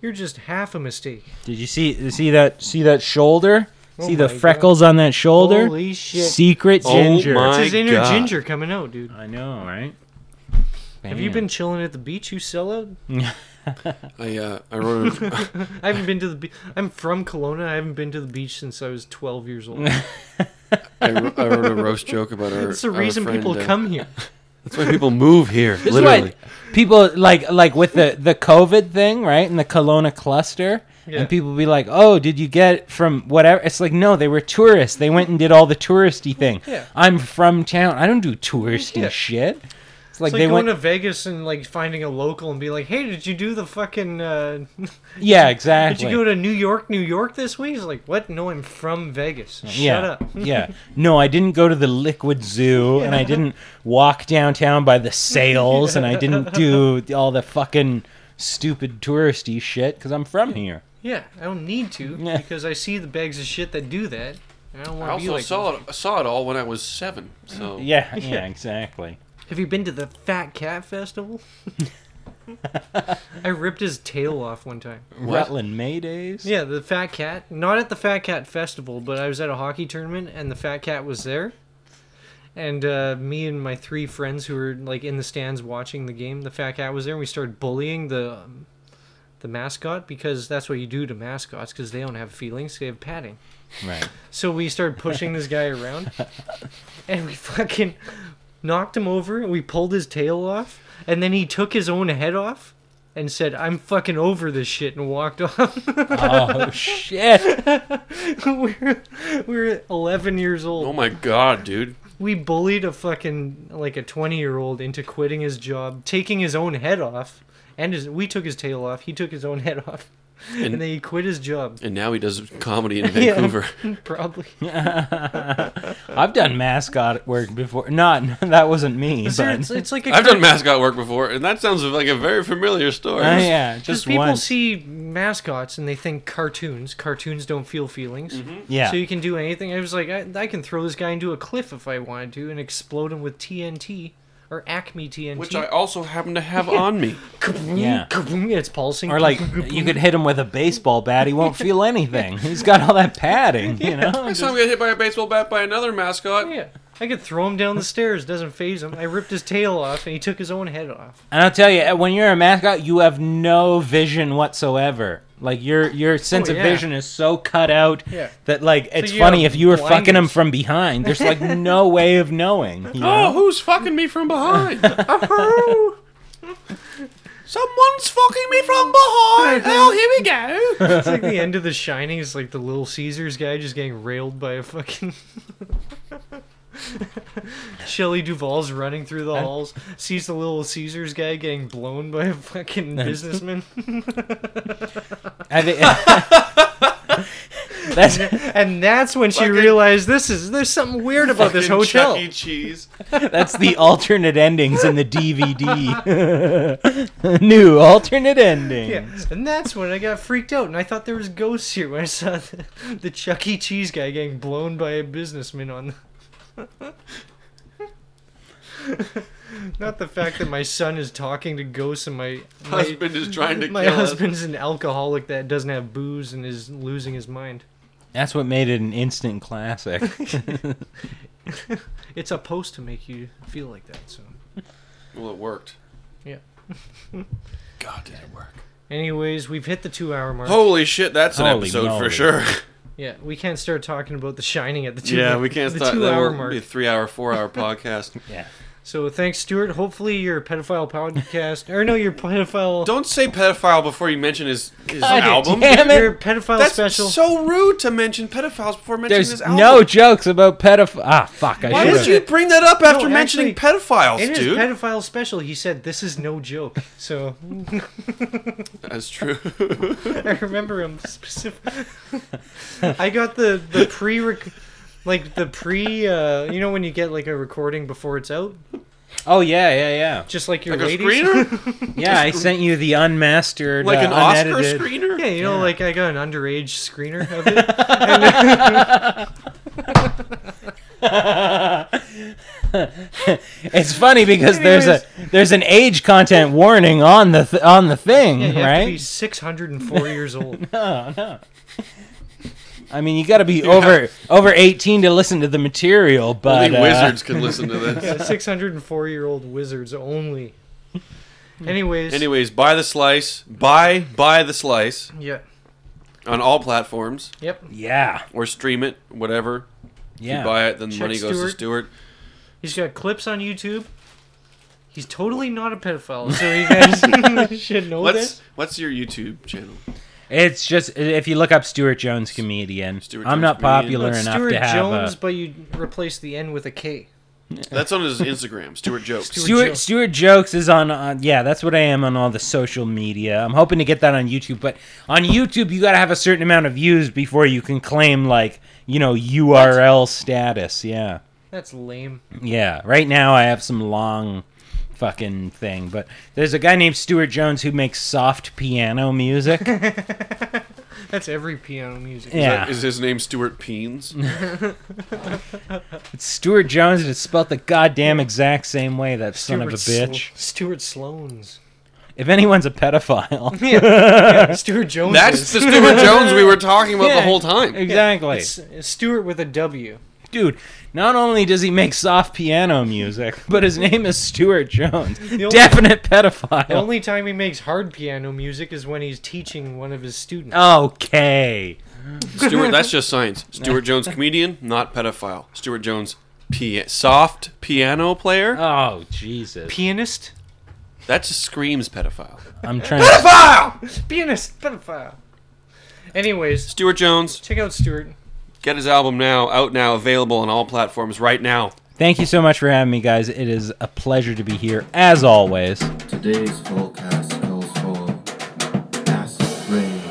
Speaker 5: You're just half a mistake.
Speaker 6: Did you see you see that see that shoulder?
Speaker 5: Oh
Speaker 6: see the
Speaker 5: my God.
Speaker 6: freckles on that shoulder?
Speaker 5: Holy shit.
Speaker 6: Secret
Speaker 5: Oh
Speaker 6: ginger.
Speaker 5: my That's his inner God. ginger coming out, dude.
Speaker 6: I know, right?
Speaker 5: Have you been chilling at the beach, you sellout?
Speaker 2: I uh, I wrote. A,
Speaker 5: I haven't been to the beach. I'm from Kelowna. I haven't been to the beach since I was 12 years old.
Speaker 2: I, wr- I wrote a roast joke about our.
Speaker 5: That's the
Speaker 2: our
Speaker 5: reason
Speaker 2: friend,
Speaker 5: people
Speaker 2: uh,
Speaker 5: come here.
Speaker 2: That's why people move here.
Speaker 6: This is
Speaker 2: literally.
Speaker 6: why people like like with the the COVID thing, right? And the Kelowna cluster,
Speaker 5: Yeah.
Speaker 6: and people be like, "Oh, did you get it from whatever?" It's like, no, they were tourists. They went and did all the touristy thing.
Speaker 5: Yeah.
Speaker 6: I'm from town. I don't do touristy shit. It's like,
Speaker 5: it's like
Speaker 6: they
Speaker 5: going
Speaker 6: went.
Speaker 5: to Vegas and like finding a local and be like, "Hey, did you do the fucking?" Uh,
Speaker 6: yeah,
Speaker 5: Did
Speaker 6: exactly.
Speaker 5: you go to New York, New York this week? He's like, "What? No, I'm from Vegas. Shut
Speaker 6: yeah,
Speaker 5: up."
Speaker 6: yeah. No, I didn't go to the Liquid Zoo, and I didn't walk downtown by the sales, and I didn't do all the fucking stupid touristy shit because I'm from here.
Speaker 5: Yeah, I don't need to because I see the bags of shit that do that. and I don't
Speaker 2: I
Speaker 5: want to be
Speaker 2: also
Speaker 5: like.
Speaker 2: saw it, saw it all when I was seven. So
Speaker 6: Yeah, yeah, exactly.
Speaker 5: Have you been to the Fat Cat Festival? I ripped his tail off one time.
Speaker 6: Rutland Maydays.
Speaker 5: Yeah, the Fat Cat. Not at the Fat Cat Festival, but I was at a hockey tournament and the Fat Cat was there. And uh, me and my three friends who were like in the stands watching the game, the Fat Cat was there, and we started bullying the um, the mascot because that's what you do to mascots because they don't have feelings, they have padding.
Speaker 6: Right.
Speaker 5: So we started pushing this guy around, and we fucking knocked him over. And we pulled his tail off, and then he took his own head off and said, "I'm fucking over this shit," and walked off.
Speaker 6: Oh shit!
Speaker 5: we were we were 11 years old.
Speaker 2: Oh my god, dude.
Speaker 5: We bullied a fucking like a 20 year old into quitting his job, taking his own head off, and his, we took his tail off. He took his own head off, and,
Speaker 2: And-
Speaker 5: then he quit his job.
Speaker 2: And now he does comedy in
Speaker 5: Yeah,
Speaker 2: Vancouver.
Speaker 5: probably.
Speaker 6: I've done mascot work before. Not that wasn't me.
Speaker 5: Is
Speaker 6: but
Speaker 5: there- it's- it's like a
Speaker 2: I've
Speaker 5: cur-
Speaker 2: done mascot work before, and that sounds like a very familiar story.
Speaker 6: Oh, yeah,
Speaker 5: Because
Speaker 6: just
Speaker 5: people
Speaker 6: once.
Speaker 5: see mascots and they think cartoons. Cartoons don't feel feelings.
Speaker 2: Mm-hmm.
Speaker 6: Yeah.
Speaker 5: So you can do anything. I was like, I, I can throw this guy into a cliff if I wanted to and explode him with TNT or Acme TNT.
Speaker 2: Which I also happen to have on me.
Speaker 5: Kaboom,
Speaker 6: Yeah.
Speaker 5: kaboom, it's pulsing.
Speaker 6: or like
Speaker 5: Kaboom,
Speaker 6: you
Speaker 5: kaboom.
Speaker 6: could hit him with a baseball bat. He won't feel anything. He's got all that padding. You know.
Speaker 2: I saw him get hit by a baseball bat by another mascot.
Speaker 5: Yeah. I could throw him down the stairs. Doesn't phase him. I ripped his tail off and he took his own head off.
Speaker 6: And I'll tell you, uh, when you're a mascot, you have no vision whatsoever. Like your your sense
Speaker 5: Oh, yeah.
Speaker 6: of vision is so cut out
Speaker 5: Yeah.
Speaker 6: that like it's
Speaker 5: you
Speaker 6: funny
Speaker 5: have
Speaker 6: if you were fucking him
Speaker 5: blinders.
Speaker 6: from behind. There's like no way of knowing. you
Speaker 2: Oh,
Speaker 6: know?
Speaker 2: who's fucking me from behind? Someone's fucking me from behind. Oh, here we go.
Speaker 5: It's like the end of The Shining. It's like the Little Caesars guy just getting railed by a fucking. Shelley Duvall's running through the halls, sees the Little Caesars guy getting blown by a fucking businessman. Oh!
Speaker 6: I think- that's
Speaker 5: and that's when she realized this is there's something weird about this
Speaker 2: Fucking
Speaker 5: hotel.
Speaker 2: Chuck E. Cheese.
Speaker 6: that's the alternate endings in the DVD. New alternate ending.
Speaker 5: Yeah, and that's when I got freaked out, and I thought there was ghosts here when I saw the, the Chuck E. Cheese guy getting blown by a businessman on. The... Not the fact that my son is talking to ghosts and my my-
Speaker 2: Husband is trying to
Speaker 5: my
Speaker 2: kill us.
Speaker 5: husband's an alcoholic that doesn't have booze and is losing his mind.
Speaker 6: That's what made it an instant classic.
Speaker 5: It's supposed to make you feel like that. So
Speaker 2: Well, it worked.
Speaker 5: yeah.
Speaker 2: God, did it work?
Speaker 5: Anyways, we've hit the two-hour mark.
Speaker 2: Holy shit, that's an
Speaker 6: Holy
Speaker 2: episode for
Speaker 6: moly.
Speaker 2: sure.
Speaker 5: Yeah, we can't start talking about The Shining at the two.
Speaker 2: yeah, we can't
Speaker 5: the
Speaker 2: start. That
Speaker 5: two-hour
Speaker 2: will
Speaker 5: mark.
Speaker 2: be a three-hour, four-hour podcast.
Speaker 6: yeah.
Speaker 5: So thanks, Stuart. Hopefully your pedophile podcast, or no, your pedophile,
Speaker 2: Don't say pedophile before you mention his, his
Speaker 6: God
Speaker 2: album.
Speaker 6: damn it.
Speaker 5: your pedophile
Speaker 2: That's
Speaker 5: special.
Speaker 2: so rude to mention pedophiles before mentioning
Speaker 6: There's
Speaker 2: his album.
Speaker 6: no jokes about pedoph. Ah, fuck! I
Speaker 2: Why
Speaker 6: should
Speaker 2: would
Speaker 6: have.
Speaker 2: you bring that up after
Speaker 5: No,
Speaker 2: mentioning
Speaker 5: actually,
Speaker 2: pedophiles,
Speaker 5: in his
Speaker 2: dude?
Speaker 5: pedophile special, he said this is no joke. So
Speaker 2: That's true.
Speaker 5: I remember him specific. I got the the pre, rec- like the pre, uh, you know when you get like a recording before it's out,
Speaker 6: Oh yeah, yeah, yeah.
Speaker 5: just like your
Speaker 2: like a
Speaker 5: ladies.
Speaker 2: screener?
Speaker 6: Yeah, I sent you the unmastered,
Speaker 2: Like
Speaker 6: uh,
Speaker 2: an Oscar
Speaker 6: unedited.
Speaker 2: screener?
Speaker 5: Yeah, you know, like I got an underage screener of it.
Speaker 6: it's funny because there's a There's an age content warning on the th- on the thing,
Speaker 5: Yeah, you have to be
Speaker 6: right?
Speaker 5: 604 years old.
Speaker 6: no, no. I mean, you got to be over over 18 to listen to the material, but
Speaker 4: Only
Speaker 6: uh,
Speaker 4: wizards can listen to this.
Speaker 5: Yeah, 604 year old wizards only. Anyways.
Speaker 4: Anyways, buy the slice. Buy buy the slice
Speaker 5: Yeah.
Speaker 4: on all platforms.
Speaker 5: Yep.
Speaker 6: Yeah.
Speaker 4: Or stream it, whatever. If
Speaker 5: Yeah.
Speaker 4: you buy it, then the
Speaker 5: Check
Speaker 4: money goes to
Speaker 5: Stewart.
Speaker 4: Stewart.
Speaker 5: He's got clips on YouTube. He's totally not a pedophile, so you guys should know
Speaker 4: what's
Speaker 5: this.
Speaker 4: what's your YouTube channel?
Speaker 6: It's just if you look up Stuart Jones comedian, I'm
Speaker 4: Jones
Speaker 6: not
Speaker 4: comedian.
Speaker 6: popular
Speaker 5: It's
Speaker 6: enough
Speaker 5: Stuart
Speaker 6: to have
Speaker 5: Jones,
Speaker 6: a,
Speaker 5: but you replace the N with a K.
Speaker 4: That's on his Instagram, Stewart Jokes.
Speaker 6: Stuart Stuart, jokes is on, on yeah, that's what I am on all the social media. I'm hoping to get that on YouTube, but on YouTube you got to have a certain amount of views before you can claim like, you know, URL status. Yeah.
Speaker 5: That's lame.
Speaker 6: Yeah, right now I have some long fucking thing, but there's a guy named Stuart Jones who makes soft piano music.
Speaker 5: That's every piano music.
Speaker 6: Yeah.
Speaker 4: Is, that, is his name Stuart Peens?
Speaker 6: it's Stuart Jones and it's spelled the goddamn exact same way that son of a
Speaker 5: Stuart
Speaker 6: bitch.
Speaker 5: Slo- Stuart Sloan's.
Speaker 6: If anyone's a pedophile.
Speaker 5: Yeah, yeah, Stuart Jones.
Speaker 4: That's
Speaker 5: is.
Speaker 4: the Stuart Jones we were talking about the whole time.
Speaker 6: Exactly.
Speaker 5: It's, it's Stuart with a W.
Speaker 6: Dude, not only does he make soft piano music, but his name is Stuart Jones.
Speaker 5: The only-
Speaker 6: Definite pedophile.
Speaker 5: The only time he makes hard piano music is when he's teaching one of his students.
Speaker 6: Uh, Okay.
Speaker 4: Stuart, that's just science. Stuart Jones, comedian, not pedophile. Stuart Jones, pia- soft piano player.
Speaker 6: Oh, Jesus.
Speaker 5: Pianist?
Speaker 4: That just screams pedophile.
Speaker 6: I'm trying to
Speaker 5: Pedophile! Pianist, pedophile. Anyways,
Speaker 4: Stuart Jones,
Speaker 5: check out Stuart.
Speaker 4: get his album now, out now, available on all platforms right now.
Speaker 6: Thank you so much for having me, guys. It is a pleasure to be here, as always.
Speaker 2: Today's forecast calls for acid rain.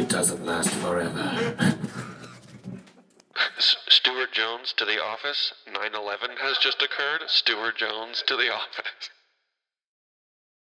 Speaker 19: It doesn't last forever.
Speaker 8: S- Stuart Jones to the office. 9 11 has just occurred. Stuart Jones to the office.